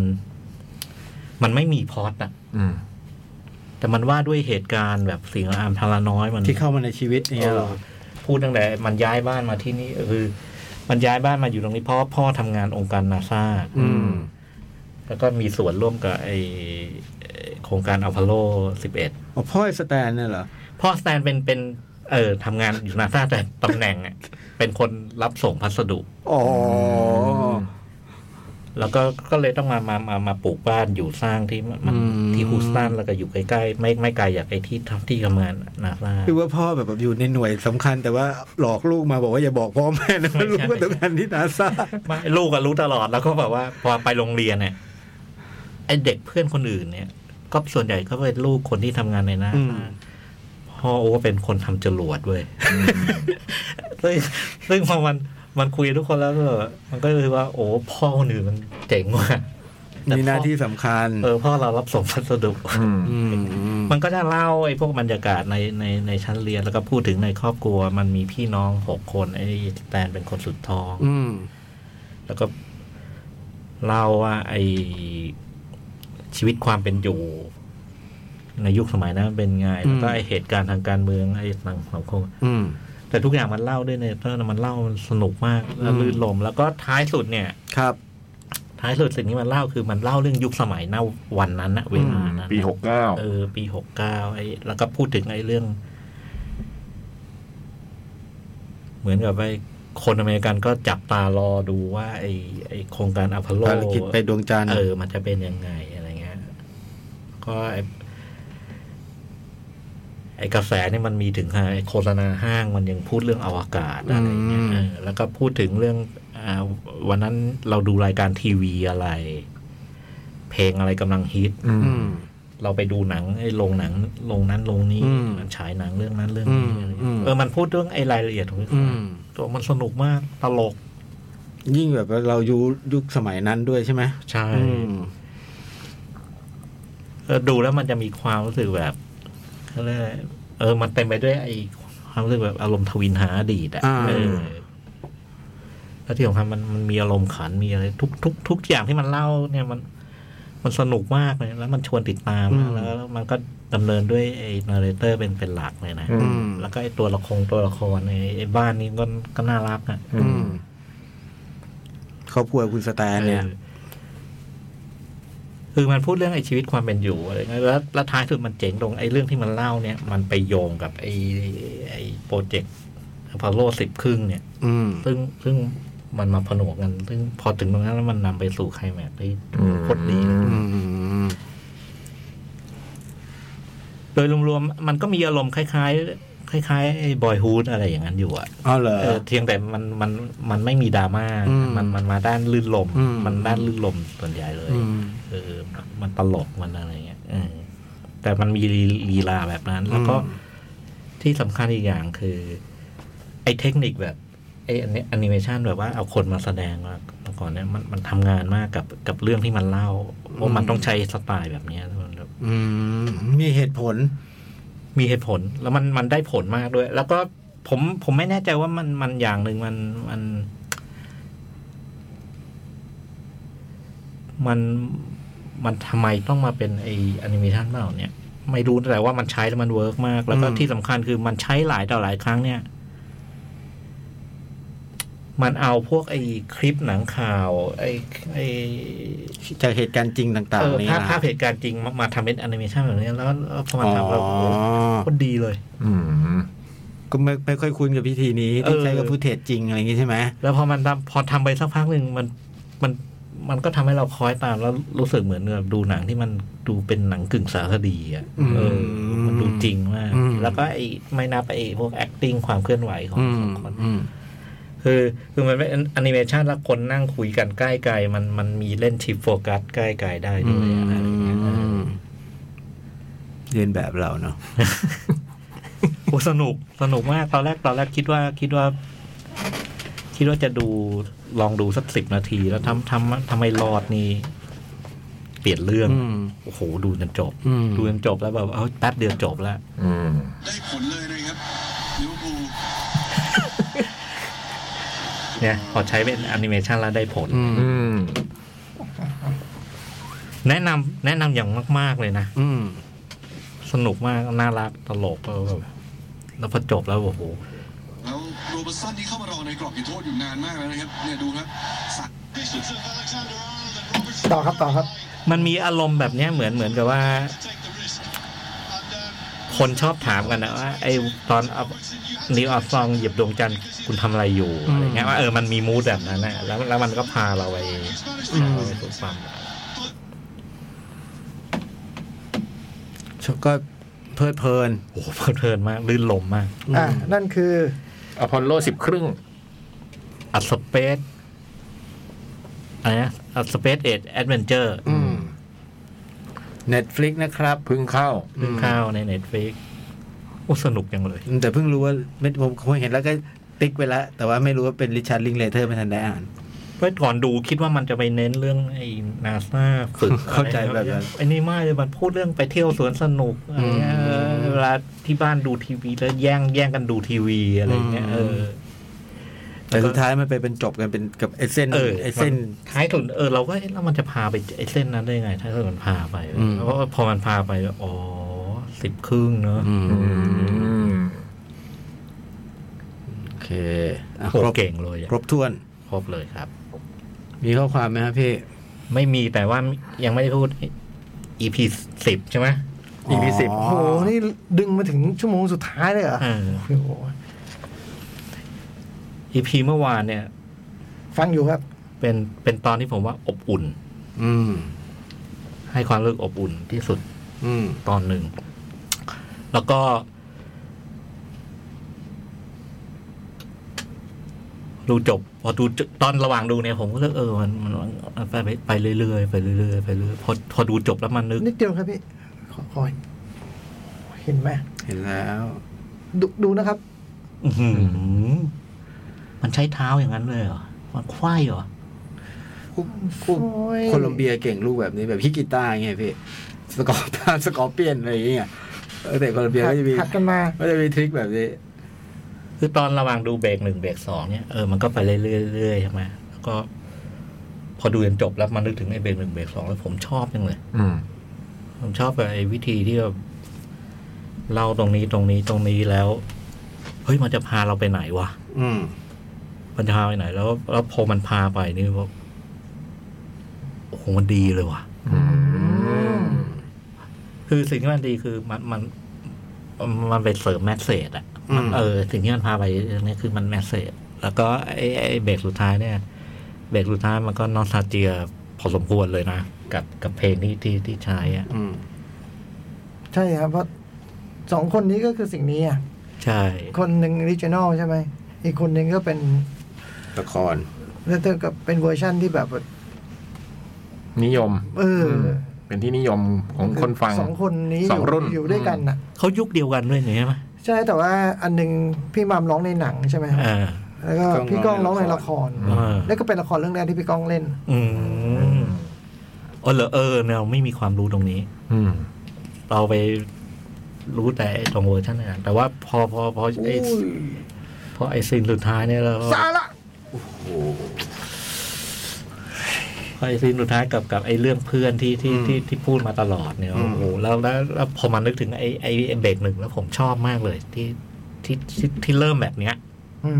มันไม่มีพล็อตอะ
อืม
แต่มันว่าด้วยเหตุการณ์แบบสิ่งละอามทาราน้อยมัน
ที่เข้ามาในชีวิตอย่าง
เอ
เงี้ยเหร
อ
อ
พูดตั้งแต่มันย้ายบ้านมาที่นี่คือ มันย้ายบ้านมาอยู่ตรงนี้เพราะว่าพ่อทำงานองค์การนาซา
อืม
แล้วก็มีส่วนร่วมกับไอโครงการอพอลโล 11
อ๋อพ่อไอ้สแตนเนี่ยเหรอ
พ่อสแตนเป็นเป็น เออทำงานอยู่นาซาแต่ตำแหน่งอะเป็นคนรับส่งพัสดุ
อ๋อ
แล้วก็ก็เลยต้องมามามามาปลูกบ้านอยู่สร้างที่มัน
อืม
ที่ฮูสตันแล้วก็อยู่ใกล้ๆไม่ไม่ไกลจากไอ้ที่ทำที่ทำงานนาซา
คือว่าพ่อแบบอยู่ในหน่วยสำคัญ แต่ว่าหลอกลูกมาบอกว่าอย่าบอกพ่อแม่นะ
ไม่ใช่
ลูกก็ทำงานที่นาซา
ไม่ลูกก็รู้ตลอดแล้วก็แบบว่า พอไปโรงเรียนเนี่ยไอ้เด็กเพื่อนคนอื่นเนี่ย ก็ส่วนใหญ่ก็เป็นลูกคนที่ทำงานในนาซาพ่อโอ้เป็นคนทำจรวดเว้ยซึ่งซึ่งพอมันมันคุยกับทุกคนแล้วก็มันก็เลยว่า โอ้พ่อคนอื่นมันเจ๋งว่ะแต่พ่อ
มีหน้าที่สำคัญ
เออพ่อเรารับส่งพัสดุ
อืม
ม
มันก็จะเล่าไอ้พวกบรรยากาศในในในชั้นเรียนแล้วก็พูดถึงในครอบครัว มันมีพี่น้องหกคนไอ้แตนเป็นคนสุดท้อง
อืม
แล้วก็เล่าว่าไอ้ชีวิตความเป็นอยู่ ในยุคสมัยนั้นมันเป็นไง
อืม
แล้วก็ไอ้เหตุการณ์ทางการเมืองไอ้ทางสังคม
อืม
แต่ทุกอย่างมันเล่าด้วยเนี่ยเพราะมันเล่ามันสนุกมากแล้วลื่นลม แล้วก็ท้ายสุดเนี่ย
ครับ
ท้ายสุดสิ่งที่มันเล่าคือมันเล่าเรื่องยุคสมัยณวันนั้นนะเวลานั้น
ปีหกเก้า
เออ ปีหกเก้าไอ้แล้วก็พูดถึงไอ้เรื่อง เหมือนกับไอ้คนอเมริกันก็จับตารอดูว่า ไอ้ไอ้โครงการอพอลโล
ภารกิจไปดวงจันทร์
เออ มันจะเป็นยังไงอะไรเงี้ย ก็ไอไอกระแสเนี่ยมันมีถึงขนาดไอ้โฆษณาห้างมันยังพูดเรื่องอวกาศอะไรเงี้ยเออแล้วก็พูดถึงเรื่องอาวันนั้นเราดูรายการทีวีอะไร เพลงอะไรกำลังฮิต
อืม
อืม
เราไปดูหนังไอ้โรงหนังโรงนั้นโรงนี้
อืม
มันฉายหนังเรื่องนั้นเรื่องนี้
อืม
อะไร
อื
เงี้
ม
ยเออมันพูดเรื่องไอ้รายละเอียดของ
อืม
ตัวมันสนุกมากตลก
ยิ่งแบบว่าเราอยู่ยุคสมัยนั้นด้วยใช่ไหม
ใช่
อืม
เออดูแล้วมันจะมีความรู้สึกแบบเขาเรียกอะไรเออ มันเต็มไปด้วยไอความรู้สึกแบบอารมณ์ทวินหาอดีตอะ
อ่า
เออแล้วที่สำคัญมันมันมีอารมณ์ขันมีอะไร ทุกทุกทุกอย่างที่มันเล่าเนี่ยมัน มันสนุกมากเลย แล้วมันชวนติดตามมากแล้วแล้วมันก็ดำเนินด้วยไอ้นาร์เรเตอร์เป็นเป็นหลักเลยนะ
อื
อืม
แล้วก็ไอ้ตัวละครตัวละครไอ้ไอ้บ้านนี้ก็ก็น่ารักอ่ะ
อื
อื
ม
มครอบครัวคุณสแตนเนี่ย
เออคือมันพูดเรื่องไอ้ชีวิตความเป็นอยู่อะไรเงี้ยแล้วแล้วท้ายสุดมันเจ๋งตรงไอ้เรื่องที่มันเล่าเนี่ย มันไปโยงกับไอ้ไอ้โปรเจกต์พอโลสิบครึ่งเนี่ย
อืม
ซึ่งซึ่งมันมาผนวกกัน ซึ่งพอถึงตรงนั้นแล้วมันนำไปสู่ไคลแม็กซ์ได้โคตรดีเลย
อืม
โดยรวมๆมันก็มีอารมณ์คล้ายๆคล้ายๆไอ้บอยฮูดอะไรอย่างนั้นอยู่อะ
เอาเหรอ
เออเพียงแต่มันมันมันไม่มีดราม่า
อืม
มันมันมาด้านลื่นลม
อืม
มันด้านลื่นลมส่วนใหญ่เลย
อืม
เออมันตลกมันอะไรเงี้ยเออแต่มันมีลีลาแบบนั้น แล้วก็
อืม
ที่สำคัญอีกอย่างคือ ไอ้เทคนิคแบบไอ้อันเนี้แอนิเมชันแบบว่าเอาคนมาแสดงมาก่อนเนี่ยมันมันทำงานมากกับกับเรื่องที่มันเล่าว่ามันต้องใช้สไตล์แบบเนี้ยมันแบบ
อืม มีเหตุผล
มีเหตุผลแล้วมันมันได้ผลมากด้วย แล้วก็ผมผมไม่แน่ใจว่ามันมันอย่างหนึ่งมันมัน มันมันทำไมต้องมาเป็นไอแอนิเมชันเปล่าเนี่ย ไม่รู้แต่ว่ามันใช้แล้วมันเวิร์กมาก แล้วก็
อืม
ที่สำคัญคือมันใช้หลายต่อหลายครั้งเนี่ย มันเอาพวกไอคลิปหนังข่าว ไอไอ
จากเหตุการณ์จริงต่าง
เออ
ๆนี่
ภาพ
นะ
ภาพเหตุการณ์จริงมามาทำเป็นแอนิเมชันแบบนี้แล้วแล้วพอมาทำแล้ว
อ๋อ
โอ้โหโคตรดีเลย
อืม
ก็ไม่ไม่ค่อยคุ้นกับพิธีนี้
เออ
ที่ใช้กับผู้เทศจริงอะไรอย่างงี้ใช่ไหม
แล้วพอมันทำพอทำไปสักพักหนึ่งมันมันมันก็ทำให้เราคล้อยตามแล้วรู้สึกเหมือนแบบดูหนังที่มันดูเป็นหนังกึ่งสารคดีอ่ะเออมันดูจริงมาก แล้วก็ไอ้ไม่นับไอ้พวก acting ความเคลื่อนไหวของ
อืม
ของคน
อืม
คือคือมันเป็นแอนิเมชันแล้วคนนั่งคุยกันใกล้ไกลมันมันมีเล่นชิปโฟกัสใกล้ไกลได้ด้วยอะไรอย่างเงี้ยเออ
เรียนแบบเราเนาะ
<laughs> โอ้สนุกสนุกมากตอนแรกตอนแรกคิดว่าคิดว่า คิดว่าจะดูลองดูสักสิบนาที แล้วทำทำทำไมรอดนี่เปลี่ยนเรื่อง โอ้โห ดูจนจบ ดูจนจบแล้วแบบเอาแป๊บเดียวจบแล้ว
อืม
ได้ผลเลยนะครับลิเวอร์พูล
เนี่ยพอใช้เป็นแอนิเมชันแล้วได้ผล
อืม
อืม
แนะนำแนะนำอย่างมาก ๆ เลยนะ
อืม
สนุกมาก น่ารักตลกแล้วแบบแล้วพอจบแล้วโอ้โห
แล้วโรเบอร์ตสันที่เข้ามารอในกรอบจุดโทษอยู่นานมากแล้วนะครับ เนี่ยดูครับสัก
ต่อครับต่อครับ
มันมีอารมณ์แบบเนี้ยเหมือนเหมือนกับว่า คนชอบถามกันนะว่าไอ้ตอนนิวอัลซองเหยียบดวงจันทร์คุณทำอะไรอยู่
อืม
อะไรเงี้ยว่าเออมันมีมูดแบบนั้นนะแล้วแล้วมันก็พาเราไปเราไปสู่ความ
ก็เพลิดเพลิน
โอ้โหเพลิดเพลินมากลื่นลมมาก
อ่านั่นคือ
อพอลโลสิบครึ่ง
อัดสเปซอะไรนะอัดสเปซเอ็ดแอดเวนเจอร์
อืม Netflix นะครับ
เพึ่งเข้า
เรื่องข้าวในเน็ตฟิกโอ้สนุกจังเลย
แต่เพิ่งรู้ว่าไม่ผมคงเห็นแล้วก็ติ๊กไปแล้ว แต่ว่าไม่รู้ว่าเป็นริชาร์ดลิงเลเทอร์ไม่ทันได้อ่าน
เพื่อก่อนดูคิดว่ามันจะไปเน้นเรื่องไอ้นาซาฝึก
<laughs> เข้าใจแบบนั้น
ไอ้นี่ไม่เลยมันพูดเรื่องไปเที่ยวสวนสนุกอะไรเงี้ย
อืม
เออเวลาที่บ้านดูทีวีแล้วแย่งแย่งกันดูทีวีอะไรเงี้ย
อืม
เออ
แต่สุดท้ายมันไปเป็นจบกันเป็นกับไอเส้น
เออ
ไอเส้น
มันท้ายสุดเออเราก็เอ๊ะแล้วมันจะพาไปไอ้เส้นนั้นได้ไง ถ้าเกิดมันพาไป
อืม
เพราะว่าพอมันพาไปอ๋อสิบครึ่งเนอะ
อืม
อืม
โอเคอ่ะ
โค
ครบ
เก่งเลยอะ
ครบถ้วน
ครบเลยครับ
มีข้อความไหมครับพี่
ไม่มีแต่ว่ายังไม่ได้พูด EP สิบใช่ไหม
EP สิบ
โอ้โห นี่ดึงมาถึงชั่วโมงสุดท้ายเลยเหรอ
เออ
โอ้โห
EP เมื่อวานเนี่ย
ฟังอยู่ครับ
เป็นเป็นตอนที่ผมว่าอบอุ่น
อืม
ให้ความรู้สึกอบอุ่นที่สุด
อืม
ตอนหนึ่ง แล้วก็ ดูจบ พอดูจบตอนระหว่างดูเนี่ยผมก็เลือกเออมันมันมันไปไปไปเรื่อยๆไปเรื่อยๆไปเรื่อยๆพอพอดูจบแล้วมันนึก
นิดเดียวครับพี่ ขอคอย เห็นไหม
เห็นแล้ว
ดูดูนะครับ
อื้อหือมันใช้เท้าอย่างนั้นเลยเหรอ มันควายเหรอ
คู่
โอ้ย
โคลอมเบียเก่งลูกแบบนี้แบบฮิกิต้าไงยพี่สกอร์ตาสกอร์เปียนอะไรอย่างเงี้ยเออแต่โคลอมเบียก็จะมี
หัดกันมา
ก็จะมีทริคแบบนี้
คือตอนระหว่างดูเบรกหนึ่งเบรกสองเนี่ยเออมันก็ไปเรื่อยๆเรื่อยๆใช่ไหมแล้วก็ พอดูจนจบแล้วมันนึกถึงไอ้เบรกหนึ่งเบรกสองแล้วผมชอบจังเลย
อืม
ผมชอบแบบไอ้วิธีที่แบบเล่าตรงนี้ตรงนี้ตรงนี้แล้ว เฮ้ยมันจะพาเราไปไหนวะ
อืม
มันจะพาไปไหน แล้ว แล้วพอมันพาไปนี่ว่าโอ้โหมันดีเลยว่ะ คือสิ่งที่มันดีคือมันมันมันไปเสริมแมสเซจอะ
อืม
เออ สิ่งที่มันพาไปเนี่ยคือมันแมสเซจแล้วก็ไอ้ไอ้เบรกสุดท้ายเนี่ย เบรกสุดท้ายมันก็นอสตาเจียพอสมควรเลยนะ กับกับเพลงที่ที่ที่ใช้อ่ะ
อืม
ใช่ครับ เพราะสองคนนี้ก็คือสิ่งนี้อ่ะ
ใช่
คนหนึ่งออริจินอลใช่ไหม อีกคนหนึ่งก็เป็น
ละคร
แล้วเธอก็เป็นเวอร์ชั่นที่แบบ
นิยม
เอออ
เป็นที่นิยมของคนฟัง
สองคนนี้
สองรุ่น
อยู่ด้วยกันน่ะ
เขายุคเดียวกันด้วยนี่ใช่ไหม
ใช่แต่ว่าอันหนึงพี่มามร้องในหนังใช่ไหมครับ
เอ่า
แล้วก็พี่ก้องร้องในละคร
อ่า
แล้วก็เป็นละครเรื่องแรกที่พี่ก้องเล่น
อืมอ๋อเหรอเออเราไม่มีความรู้ตรงนี้
อืม
เราไปรู้แต่ไอ้ตรงเวอร์ชันนั้นแต่ว่าพอพอพอไอ้พอไอ้สิ่งสุดท้ายเนี่ยเรา
สาระ
พอไอ้สิ่งสุดท้ายกับกับไอ้เรื่องเพื่อนที่ที่ที่ที่พูดมาตลอดเนี่ย
อืม
โอ้โหแล้วแล้วแล้วพอมานึกถึงไอ้ไอ้ไอ้เบรกหนึ่งแล้วผมชอบมากเลยที่ที่ที่ที่เริ่มแบบเนี้ย
อืม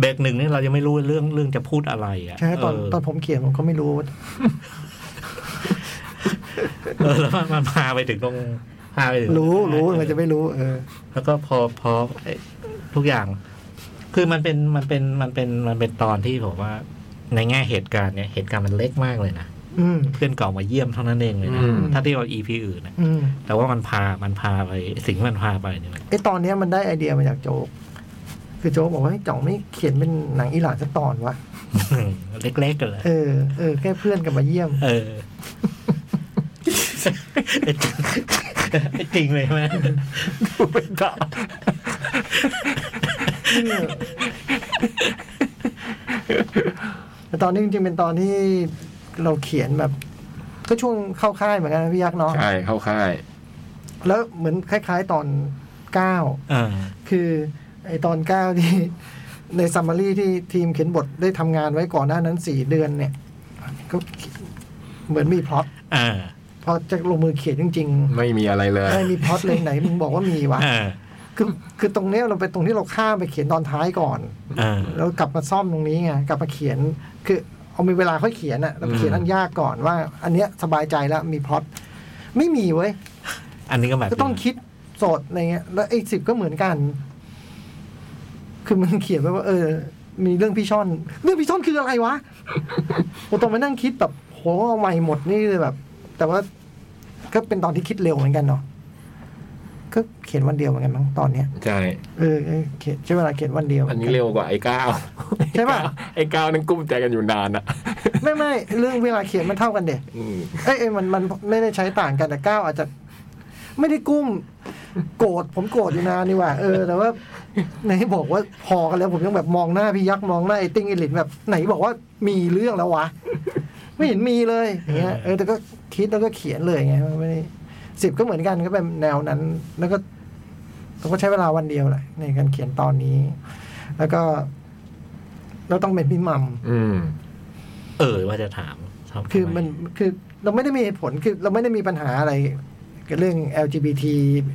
เบรกหนึ่งเนี่ยเรายังไม่รู้เรื่องเรื่องจะพูดอะไรอ่ะ
ใช่ตอน
เ
ตอนผมเขียนผมก็ไม่รู้
เอ <laughs> อแล้วมันมันพาไปถึงตรงพาไปถึง
รู้รู้มันจะไม่รู้ เออ
แล้วก็พอพอเอ้ยทุกอย่าง คือมันเป็นมันเป็นมันเป็นมันเป็นตอนที่ผมว่า ในแง่เหตุการณ์เนี่ยเหตุการณ์มันเล็กมากเลยนะ
อืม
เพื่อนเก่ามาเยี่ยมเท่านั้นเองเลยนะ
อืม
ถ้าที่เรา EP อื่นนะ
อืม
แต่ว่ามันพามันพาไปสิ่งที่มันพาไปเนี่ย <laughs> มัน
ไอตอนเนี้ยมันได้ไอเดียมาจากโจ๊กคือโจ๊กบอกว่าให้จ่องไม่เขียนเป็นหนังอิหร่านสักตอนวะ
เล็กๆกันเลย
เออเออแค่เพื่อนกลับมาเยี่ยม
เอ <laughs> อจริงเลยใช่ไหม
เป็นต่อ
แต่ตอนนี้จริงๆเป็นตอนที่เราเขียนแบบ ก็ช่วงเข้าค่ายเหมือนกันนะพี่ยักษ์เนาะ
ใช่เข้าค่าย
แล้วเหมือนคล้าย ๆ ตอนเก้า
อ่า
คือไอตอนเก้าที่ ในซัมมารีที่ทีมเขียนบทได้ทำงานไว้ก่อนหน้านั้นสี่เดือนเนี่ย ก็เหมือนมีพล็อต
อ่า
พอจะลงมือเขียนจริง
ไม่มีอะไรเลย
ๆไม่มีพล็อตเลยไหนมึงบอกว่ามีวะ
อ่า
คือคือตรงเนี้ยเราไปตรงที่เราข้ามไปเขียนตอนท้ายก่อน
อ่า
แล้วกลับมาซ่อมตรงนี้ไงกลับมาเขียน คือเอามีเวลาค่อยเขียนอะแล้วไปเขียน
อืม
อันยากก่อนว่า อันเนี้ยสบายใจแล้วมีพล็อตไม่มีเว้ย
อันนี้ก็หมาย
ก็ต้องคิดสดอะไรเงี้ย แล้วไอ้สิบก็เหมือนกัน คือมันเขียนไว้ว่าเออ มีเรื่องพี่ช่อน เรื่องพี่ช่อนคืออะไรวะ ผมต้องมานั่งคิดแบบโหเอาใหม่หมดนี่เลยแบบ แต่ว่าก็เป็นตอนที่คิดเร็วเหมือนกันเนาะ ก็เขียนวันเดียวเหมือนกันมั้งตอนเนี้ย
ใช่
เออเออเขียนใช้เวลาเขียนวันเดียวหมื
อัน
กั
นี้เร็วกว่าไอ้เก้า
ใช่ปะ
ไอ้เก้านั่นกุ้มใจกันอยู่นานอะ
ไม่ไม่เรื่องเวลาเขียนมันเท่ากันเด็
อืม
เอ้ยเอ้ยมันมันไม่ได้ใช้ต่างกันแต่ก้าวอาจจะไม่ได้กุ้มโกรธผมโกรธอยู่นานนี่หว่าเออแต่ว่าไหนบอกว่าพอกันแล้วผมยังแบบมองหน้าพี่ยักษ์มองหน้าไอ้ติ้งไอ้หลินแบบไหนบอกว่ามีเรื่องแล้ววะ ไม่เห็นมีเลยอย่างเงี้ยเออแต่ก็คิดแล้วก็เขียนเลยไงไม่ได้สิบก็เหมือนกันก็เป็นแนวนั้น แล้วก็เราก็ใช้เวลาวันเดียวแหละในการเขียนตอนนี้ แล้วก็เราต้องเป็นพี่มัม
อืม
เออว่าจะถามทำ
คือ
ทำไ
มันคือเราไม่ได้มีเหตุผลคือเราไม่ได้มีปัญหาอะไรกับเรื่อง LGBT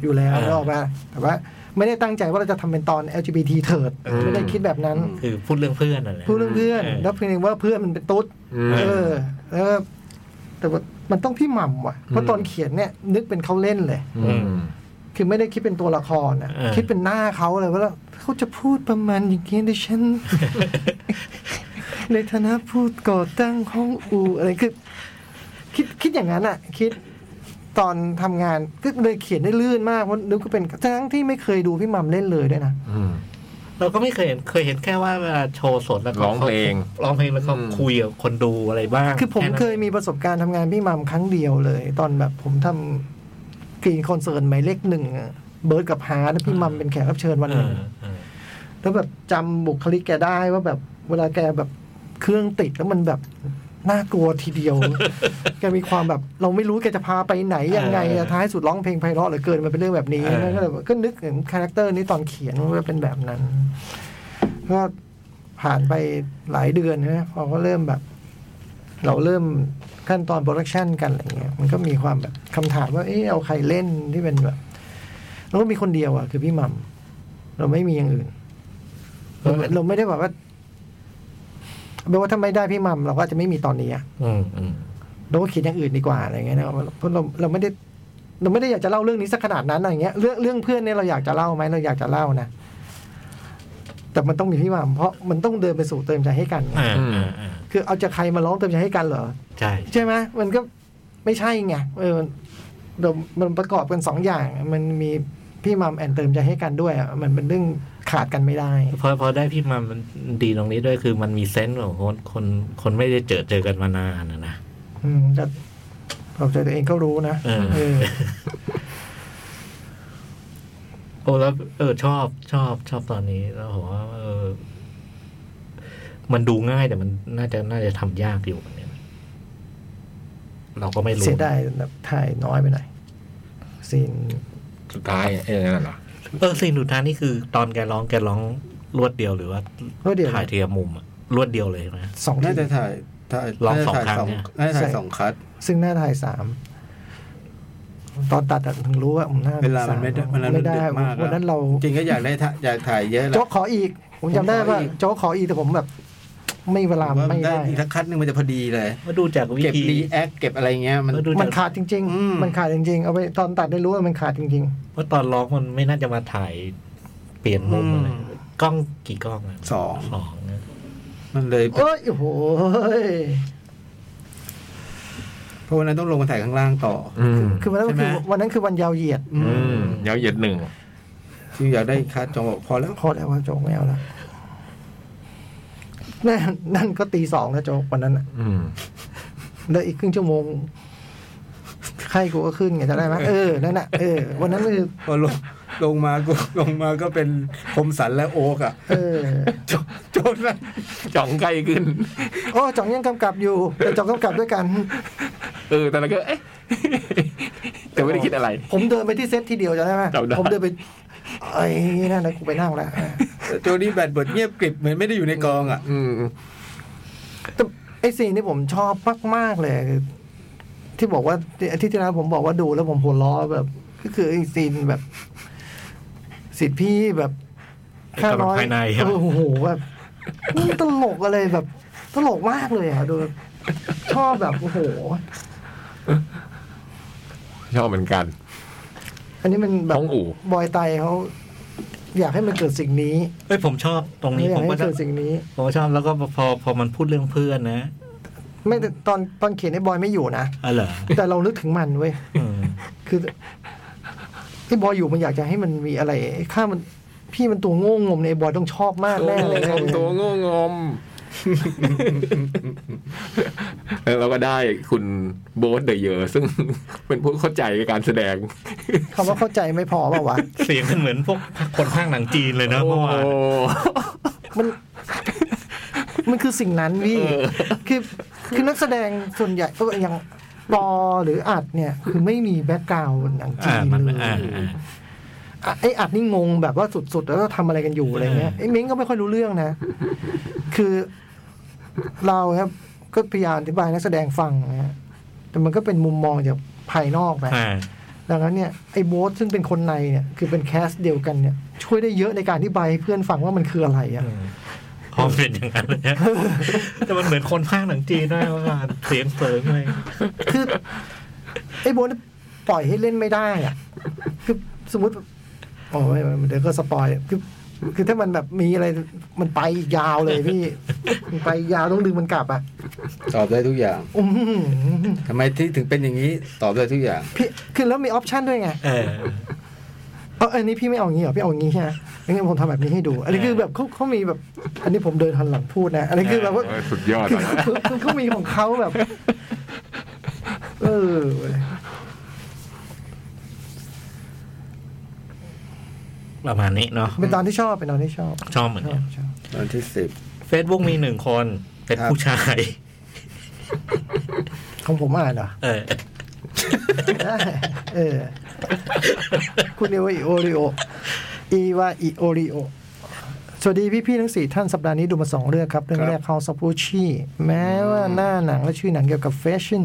อยู่แล้ว
อ่า
หรอกว่าแต่ว่าไม่ได้ตั้งใจว่าเราจะทำเป็นตอน LGBT เถิด
อืม
ไม่ได้คิดแบบนั้น
คือพูดเรื่องเพื่อนอะไร
พูดเรื่องเพื่อน
เออ
แล้วเพียงว่าเพื่อนมันเป็นตุ๊ด
อืม
เออแล้วก็แต่ว่ามันต้องพี่หม่ำว่ะเพ
อื
ราะ
ม
ตอนเขียนเนี่ยนึกเป็นเขาเล่นเลย
อืม
คือไม่ได้คิดเป็นตัวละครนะ
เออ
คิดเป็นหน้าเขาเลยว่าเขาจะพูดประมาณอย่างนี้ดิฉั
<laughs>
น ในฐานะพูดก่อตั้งห้องอูอะไรคือ คิดคิดอย่างนั้นอ่ะ คิดตอนทำงานก็เลยเขียนได้ลื่นมากเพราะนึกก็เป็นทั้งที่ไม่เคยดูพี่หมัมเล่นเลยด้วยนะ
อืม
เราก็ไม่เคยเห็นเคยเห็นแค่ว่าเวลาโชว์สดแล้วก็
ร้องเพลง
ร้องเพลงแล้วก็
อืม
คุยกับคนดูอะไรบ้าง
คือผม
แนั้น
เคยมีประสบการณ์ทำงานพี่หมัมครั้งเดียวเลย ตอนแบบผมทำกรีนคอนเสิร์ตหมายเลขหนึ่งอะเบิร์ดกับฮาร์ดพี่หมัมเป็นแขกรับเชิญวัน
เอ
หนึ่ง
อเออ
แล้วแบบจำบุคลิกแกได้ว่าแบบเวลาแกแบบเครื่องติดแล้วมันแบบน่ากลัวทีเดียว แกมีความแบบเราไม่รู้แกจะพาไปไหนยังไงอะท้ายสุดร้องเพลงไพเราะเหลือเกินมันเป็นเรื่องแบบนี้แล้วก็เลยก็นึกถึงคาแรคเตอร์นี้ตอนเขียนว่าเป็นแบบนั้น ก็ผ่านไปหลายเดือนนะพอก็เริ่มแบบ เราเริ่มขั้นตอนโปรดักชันกันอะไรเงี้ยมันก็มีความแบบคำถามว่าเออเอาใครเล่นที่เป็นแบบแล้วก็มีคนเดียวอะคือพี่หมัมเราไม่มีอย่างอื่น เราไม่เราไม่ได้แบบว่าแปลว่าถ้าไม่ได้พี่มัมเราก็อาจจะไม่มีตอนนี้อะ
อืมอืม
เราก็คิดอย่างอื่นดีกว่าอะไรเงี้ยนะเพราะเราเราไม่ได้ เราไม่ได้อยากจะเล่าเรื่องนี้สักขนาดนั้นอะไรเงี้ยเรื่องเรื่องเพื่อนเนี่ยเราอยากจะเล่าไหมเราอยากจะเล่านะแต่มันต้องมีพี่มัมเพราะมันต้องเดินไปสู่เติมใจให้กันไง
อ่าอ่าอ่า
คือเอาจากใครมาร้องเติมใจให้กันเหรอ
ใช่
ใช่ไหมมันก็ไม่ใช่ไงเออเรามันประกอบกันสองอย่าง มันมีพี่มัมแอนเติมใจให้กันด้วยอะมันเป็นเรื่องขาดกันไม่ได้
พอพอได้พี่มามันดีตรงนี้ด้วยคือมันมีเซนส์ของคนคนคนไม่ได้เจอเจอกันมานานอะนะ
อืมแต่ปลอบใจตัวเองก็รู้นะ
เออ
เออ
โอ้แล้วเออชอบชอบชอบตอนนี้ แล้วผมว่าเออ มันดูง่ายแต่มันน่าจะน่าจะทำยากอยู่เนี่ยเราก็ไม่รู้
เสียดายแบบถ่ายน้อยไปหน่อยซีน
สุดท้ายเอ้ยนั่นเหรอ
เออสิ่งสุดท้ายนี่คือตอนแกร้องแกร้องรวดเดียวหรือว่า
ก็เดี๋ยว
ถ่ายเทียมมุมอะรวดเดียวเลยใช่ไหม
สอง
น่าจะ
ที
ถ่ายถ่าย
ลอง
น่า
สอง
จะถ่าย
ครั้งเนี่ย
น่าจะถ่าย
ใช่
สองคัด
ซึ่งหน้าถ่ายสามตอนตัดอะถึงรู้ว่าหน้า
เวลา
ส
มันไม่ได้วันนั้น
ไม่ได้
มันดึกมากอะ
วันนั้นเรา
จริงก็อยากได้ถ่ายอยากถ่ายเยอะแหละ
โจ๊กขออีก ผมจำได้
ผมขอ
ว่า
อีก
โจ๊กขออีกแต่ผมแบบ ไม่เวลา
ผมว่า
ไม่
ได้
ได้
อีกสักคัดหนึ่งมันจะพอดีเลย
มาดูจากวิ
เก็บ
ธี
รีแอคเก็บอะไรเงี้ยมัน
แล้วดู
มันขาดจริง
อืม
ๆ มันขาดจริง ๆ เอาไปตอนตัดได้รู้ว่ามันขาดจริง
เพราะตอนร้องมันไม่น่าจะมาถ่ายเปลี่ยนมุมอะไรกล้องกี่กล้องอะ
สอง
สองนะ
มันเลย
ๆ โอ้ยโอ้โหย
เพราะวันนั้นต้องลงมาถ่ายข้างล่างต่อ
อืม
คือวันนั้นคือ
ใช่ไหม
วันนั้นคือวันยาวเหยียด
อื
อื
ม
มเดี๋ยวเหยียดหนึ่ง
จริงอยากได้อีกคัดจองบอกพอแล้ว
พอแล้วว่าโจ๊กไม่เอาแล้วนั่นนั่นก็ตีสองแล้วโจ๊กวันนั้นน่ะ
อืม
แล้วอีกครึ่งชั่วโมงไข้กูก็ขึ้นไงจะได้ไหมเออนั่นน่ะเออวันนั้นคือ
พอลงลงมาก็ลงมาก็เป็นคมสันและโอกอะ
เออ
โจโจนนะ
จ่องใกล้ขึ้น
โอ้จ่องยังกำกับอยู่แต่จ่องกำกับด้วยกัน
เออ แต่เราก็เอ๊ะ <laughs> แต่ไม่ได้คิดอะไร
ผมเดินไปที่เซตทีเดียวจะได้ไหม
จำได้
ผมเดินไปไอ้นั่นนะกูไปนั่งแล้ว
โจนี่แบตเบิร์ดเงียบกริบเหมือนไม่ได้อยู่ในกองอ่ะ
อืม
แต่ไอ้ซีนที่ผมชอบมาก ๆ เลยคือที่บอกว่าที่อาทิตย์ที่แล้วผมบอกว่าดูแล้วผมหัวล้อแบบ ก็คือไอ้ซีนแบบสิทธิพี่แบบ
ไอ้กำลังภายในครับ
เออโอ้โหแบบมันตลกอะไรแบบ ตลกมากเลยอ่ะดูชอบแบบโอ้โห
ชอบเหมือนกัน
อันนี้มันแบบ
ท้องอู่
บอยไตเขาอยากให้มันเกิดสิ่งนี้
เอ้ยผมชอบตรงนี้
ไม่อยา
ผ
ก
มก็
ให้
ชอ
เกิ
บ
ดสิ่งนี้
ผมก็ชอบแล้วก็พอพอมันพูดเรื่องเพื่อนนะ
ไม่แต่ตอนตอนเขียนให้บอยไม่อยู่นะ
อ๋อเหรอ
แต่เรานึกถึงมันเว้ย
อืม
คือที่บอยอยู่มันอยากจะให้มันมีอะไรข้ามัน พี่มันตัวโง่งมในยไอ้บอยต้องชอบมากแน่เลย
งมตัวโง่งมแล้วเราก็ได้คุณโบ๊ทเดอะเยอร์ซึ่ง <laughs> เป็นผู้เข้าใจการแสดง
คำว่าเข้าใจไม่พอเปล่าวะ
เสียงมันเหมือนพวกคนข้างหนังจีนเลยนะ
โอ้
เมื่อ
โห
วาน
มัน มันคือสิ่งนั้นพี่
เออ
คือคือนักแสดงส่วนใหญ่ก็อย่างปอหรืออัดเนี่ย คือไม่มีแบ็กกราวด์หนังจี
อ่าน มัน
เลย
อ่าอ่า
อ่ะไออัดนี่งงแบบว่าสุดๆ แล้วก็ทำอะไรกันอยู่อะไรเงี้ยไอเม้งก็ไม่ค่อยรู้เรื่องนะ คือเราครับ ก็พยายามอธิบายนักแสดงฟังนะฮะแต่มันก็เป็นมุมมองจากภายนอกไป
อ่า
ดังนั้นเนี่ยไอ้โบ๊ทซึ่งเป็นคนในเนี่ยคือเป็นแคสเดียวกันเนี่ย ช่วยได้เยอะในการที่บายให้เพื่อนฟังว่ามันคืออะไรอะ่ะ
พอเป็นอย่างนั้นเลยนะแต่มันเหมือนคนภาคหนังจีนได้ว่าเสียงเสริมเลย
คือไอ้โบ๊ทปล่อยให้เล่นไม่ได้อะ่ะคือสมมติโอ้ยเดี๋ยวก็สปอยคือคือถ้ามันแบบมีอะไรมันไปอีกยาวเลยพี่มันไปยาวต้องดึงมันกลับอะ่ะ
ตอบได้ทุกอย่าง
อื้อหือ
ทำไมที่ถึงเป็นอย่างนี้ ตอบได้ทุกอย่าง
พี่คือแล้วมีออปชันด้วยไง
เออ
เอออันนี้พี่ไม่เอางี้เหรอ พี่เอางี้ใช่ไหมงั้นผมทำแบบนี้ให้ดู อันนี้คือแบบเขาเขามีแบบ อันนี้ผมเดินทันหลังพูดนะ อันนี้คือแบบว่า
เออสุดยอด
คือ
เลย
คือคือเขามีของเขาแบบ เออเว้ย
ประมาณนี้เนาะ
เป็นตอนที่ชอบ เป็นตอนที่ชอบ
ชอบเหมือน
ชอ
กับน
ชอบ
ตอนที่สิบ
เฟซบุ๊กมีหนึ่งคน เป็น
ครับ
ผู้ชาย
ของผมอ่านเหรอ
เออ
ได้เออ <laughs> คุณเอวาอิโอริโออีวาอิโอริโอ สวัสดีพี่ๆทั้งสี่ท่านสัปดาห์นี้ดูมาสองเรื่องครับ เรื่อง
ครับ
แรก House of Gucci แม้ว่าหน้าหนังและชื่อหนังเกี่ยวกับแฟชั่น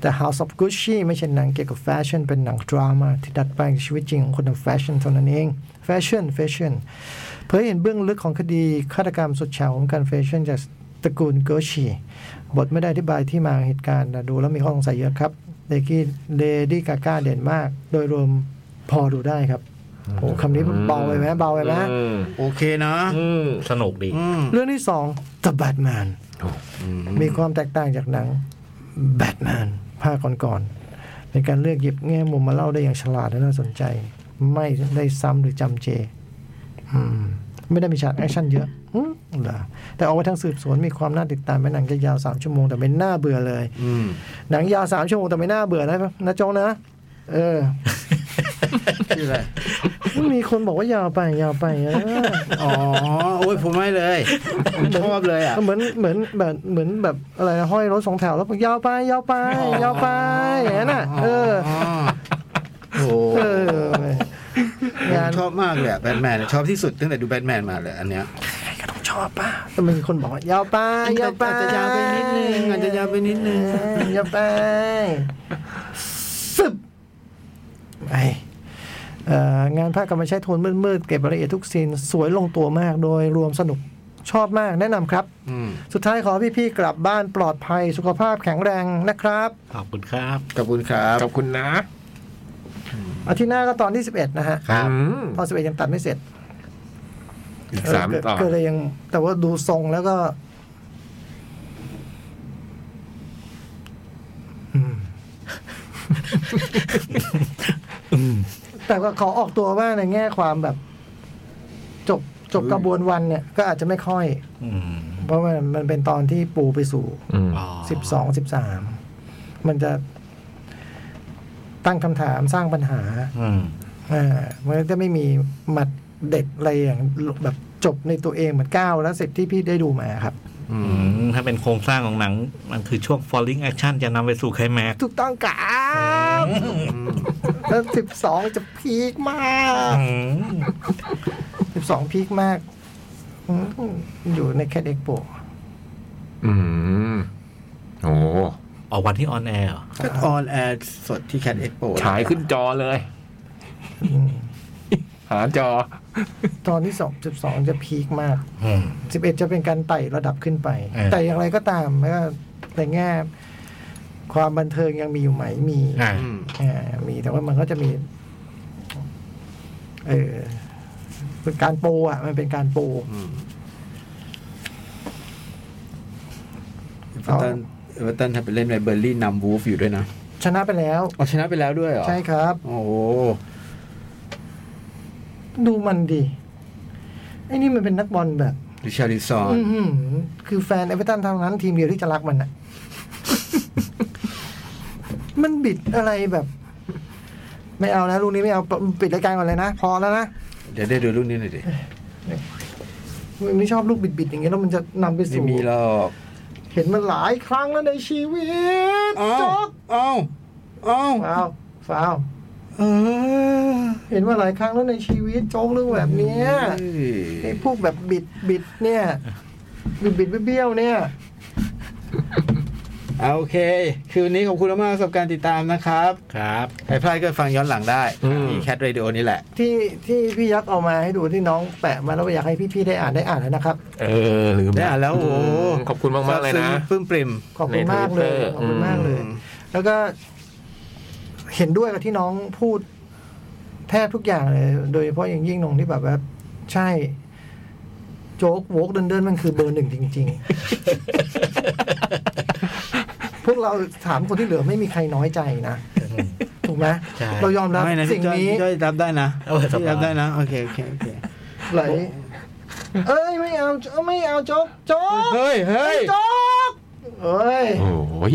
แต่ House of Gucci ไม่ใช่หนังเกี่ยวกับแฟชั่น เป็นหนังดราม่าที่ดัดแปลงชีวิตจริงของคนทำแฟชั่นเท่านั้นเองแฟชั่นแฟชั่นเผยเห็นเบื้องลึกของคดีฆาตกรรมสุดเฉาของการแฟชั่นจากตระกูล Gucci บทไม่ได้อธิบายที่มาเหตุการณ์แต่ดูแล้วมีข้อสงสัยเยอะครับเลกี้เลดี้กาก้าเด่นมาก โดยรวมพอดูได้ครับโอ้คำนี้เบาไปไหมเบาไปไหม
อืม
โอเคนะ
อืม
สนุกดี
อืม
เรื่องที่สอง The Batman
โอ้
มีความแตกต่างจากหนัง Batman ภาคก่อนๆเป็นการเลือกหยิบแง่มุมมาเล่าได้อย่างฉลาดและน่าสนใจ ไม่ได้ซ้ำหรือจำเจ อืม ไม่ได้มีฉากแอคชั่นเยอะอืมเหรอแต่ออกมาทางสืบสวนมีความน่าติดตามเป็นหนังจะยาวสามชั่วโมงแต่ไม่น่าเบื่อเลย
อืม
หนังยาวสามชั่วโมงแต่ไม่น่าเบื่อนะนะโจงนะ เออ <laughs>
ชื่ออะไร
มีคนบอกว่ายาวไปยาวไปเออ
อ๋อ โอ้ยผมไม่เลยผมชอบเลยอ่ะ
เหมือนเหมือนแบบเหมือนแบบอะไรนะห้อยรถสองแถวแล้วยาวไปยาวไปยาวไปอย่างนั้นน่ะเออ
โอ้โห
เออ
ผม
งาน
ชอบมากเลยแบทแมนชอบที่สุดตั้งแต่ดูแบทแมนมาเลยอันเนี้ย
ชอบป่ะแต่มีคนบอกว่ายาวไปยาวไป
อาจจะยาวไปนิดนึงอาจจะยาวไปนิดนึง
เออยาวไปซึบไอเอ่องานภาคกำมันใช้โทนมืดๆเก็บรายละเอียดทุกซีนสวยลงตัวมาก โดยรวมสนุกชอบมากแนะนำครับ
อืม
สุดท้ายขอพี่ๆกลับบ้านปลอดภัยสุขภาพแข็งแรงนะครับ
ขอบคุณครับ
ขอบคุณครับ
ขอบคุณนะ
อาทิตย์หน้าก็ตอนที่ 11 นะฮะ
อืม
ตอน 11 ยังตัดไม่เสร็จ
อีกสาม
เออ
ตอน
เก็เลยยัง แต่ว่าดูทรงแล้วก็ อืมแต่ก็ขอออกตัวว่าในแง่ความแบบ จบจบกระบวนวันเนี่ย ก็อาจจะไม่ค่อย
อืม
เพราะว่ามันเป็นตอนที่ปูไปสู่
อืม
อ๋อ
สิบสองสิบสาม มันจะตั้งคำถามสร้างปัญหา
อืม
อ่ามันจะไม่มีหมัดเด็ดอะไรอย่างแบบจบในตัวเองเหมือนก้าวแล้วสิบที่พี่ได้ดูมาครับ
อื
อื
ม
ม ถ้าเป็นโครงสร้างของหนัง มันคือช่วง falling action จะนำไปสู่ไคลแม็กซ์
ถูกต้อง <laughs> กับแล้วสิบสองจะพีคมาก
อืม
สิบสองพีคมากอืมอยู่ในแคดเอ็กโป
อืมโอ้
ออกวันที่ออนแอร์เหรอ
ก็ออนแอร์สดที่แคดเอ็กโป
ฉายขึ้นจอเลย หาจอ
ตอนที่สองสิบสองจะพีคมาก
อืม
สิบเอ็ดจะเป็นการไต่ระดับขึ้นไป
เออ
แต่อย่างไรก็ตามก็ในแง่ความบันเทิงยังมีอยู่ไหมมี
อ่า
อืม
อ่ามีแต่ว่ามันก็จะมี เออเป็นการโปรอ่ะ มันเป็นการโปร
อืมเอ
เอา
เวอร์ตันเอเวอร์ตันทำไปเล่นในเบอร์ลี่นำวูฟอยู่ด้วยนะ
ชนะไปแล้ว
เอาชนะไปแล้วด้วยเหรอ
ใช่ครับ
โอ้โห
ดูมันดิไอ้นี่มันเป็นนักบอลแบบ
ริชาริซอน
อื้อหือคือแฟนเอเวอร์ตันเท่านั้น ทีมเดียวที่จะรักมันอ่ะ มันบิดอะไรแบบ ไม่เอานะลูกนี้ไม่เอาปิดรายการก่อนเลยนะ พอแล้วนะ
เดี๋ยวได้ดูรูปนี้หน่อยดิ
มันไม่ชอบลูกบิดๆอย่างเงี้ยแล้วมันจะนำไป
ไม่
สู่
มีหรอก
เห็นมันหลายครั้งแล้วในชีวิต
เอ้า
จอก
เอ้าเอ้า
ฟาวฟาว
เออ
เห็นมาหลายครั้งแล้วในชีวิตโจ๊กเรื่องแบบเนี้ย
เฮ้
ไอ้
ย
พวกแบบบิดบิดเนี่ย บิดบิดๆเบี้ยวๆเนี่ย
เอาโอเค คืนวันนี้ขอบคุณมากๆสำหรับการติดตามนะครับ
ครับ
ใครพลาดก็ฟังย้อนหลังได้
อืม
ที่แคทเรดิโอนี่แหละ
ที่ที่พี่ยักษ์เอามาให้ดูที่น้องแปะมาแล้วอยากให้พี่ๆได้อ่านได้อ่านแล้วนะครับ
เออลืม
ได้อ่านแล้วโอ้โห
มขอบคุณมากมากๆเลยนะ
ซบซึ้งปลื้มป
ข
ริม
อบคุณมากเลย
ใน Twitter
ขอบคุณมากเลย แล้วก็ เห็นด้วยกับที่น้องพูดแทบทุกอย่างเลย โดยเฉพาะอย่างยิ่งนงที่แบบว่าใช่ โจ๊กโวกเดินเดินๆมันคือเบอร์หนึ่งจริง ๆ พวกเราถามคนที่เหลือไม่มีใครน้อยใจนะถูกไหม
ใช่
เรายอมรับ
ไม่นะ
สิ่งนี้
พี่จ้อยพี่จ้อยรับได้นะ
เออสบาย
พี่รับได้นะ โอเคโอเคโอเค
ไหลเอ้ยไม่เอาไม่เอาโจ๊กโจ๊ก
เฮ้ยเฮ้ย
โจ๊กเอ้ย
โอ้ย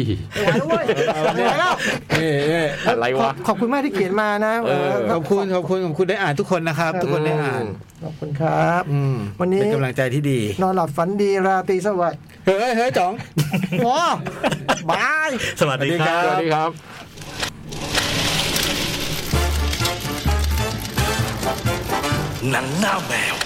ไม่ไหวแล้วเว้ยไม่ไหวแล้ว
เอ้ยเอ้ย
อะไรวะ
ขอบขอบคุณมากที่เขียนมานะ
เออ
ขอบคุณขอบคุณขอบคุณได้อ่านทุกคนนะครับ ทุกคนได้อ่าน
ขอบคุณครับ
อืม
วันนี้
เป็นกำลังใจที่ดี
นอนหลับฝันดีราตรีสวัสดิ์
เฮ้ยเฮ้ยจ๋อง
หมอ
บาย
สวัสดีครับ
สวัสดีครับ
หนังหน้าแมว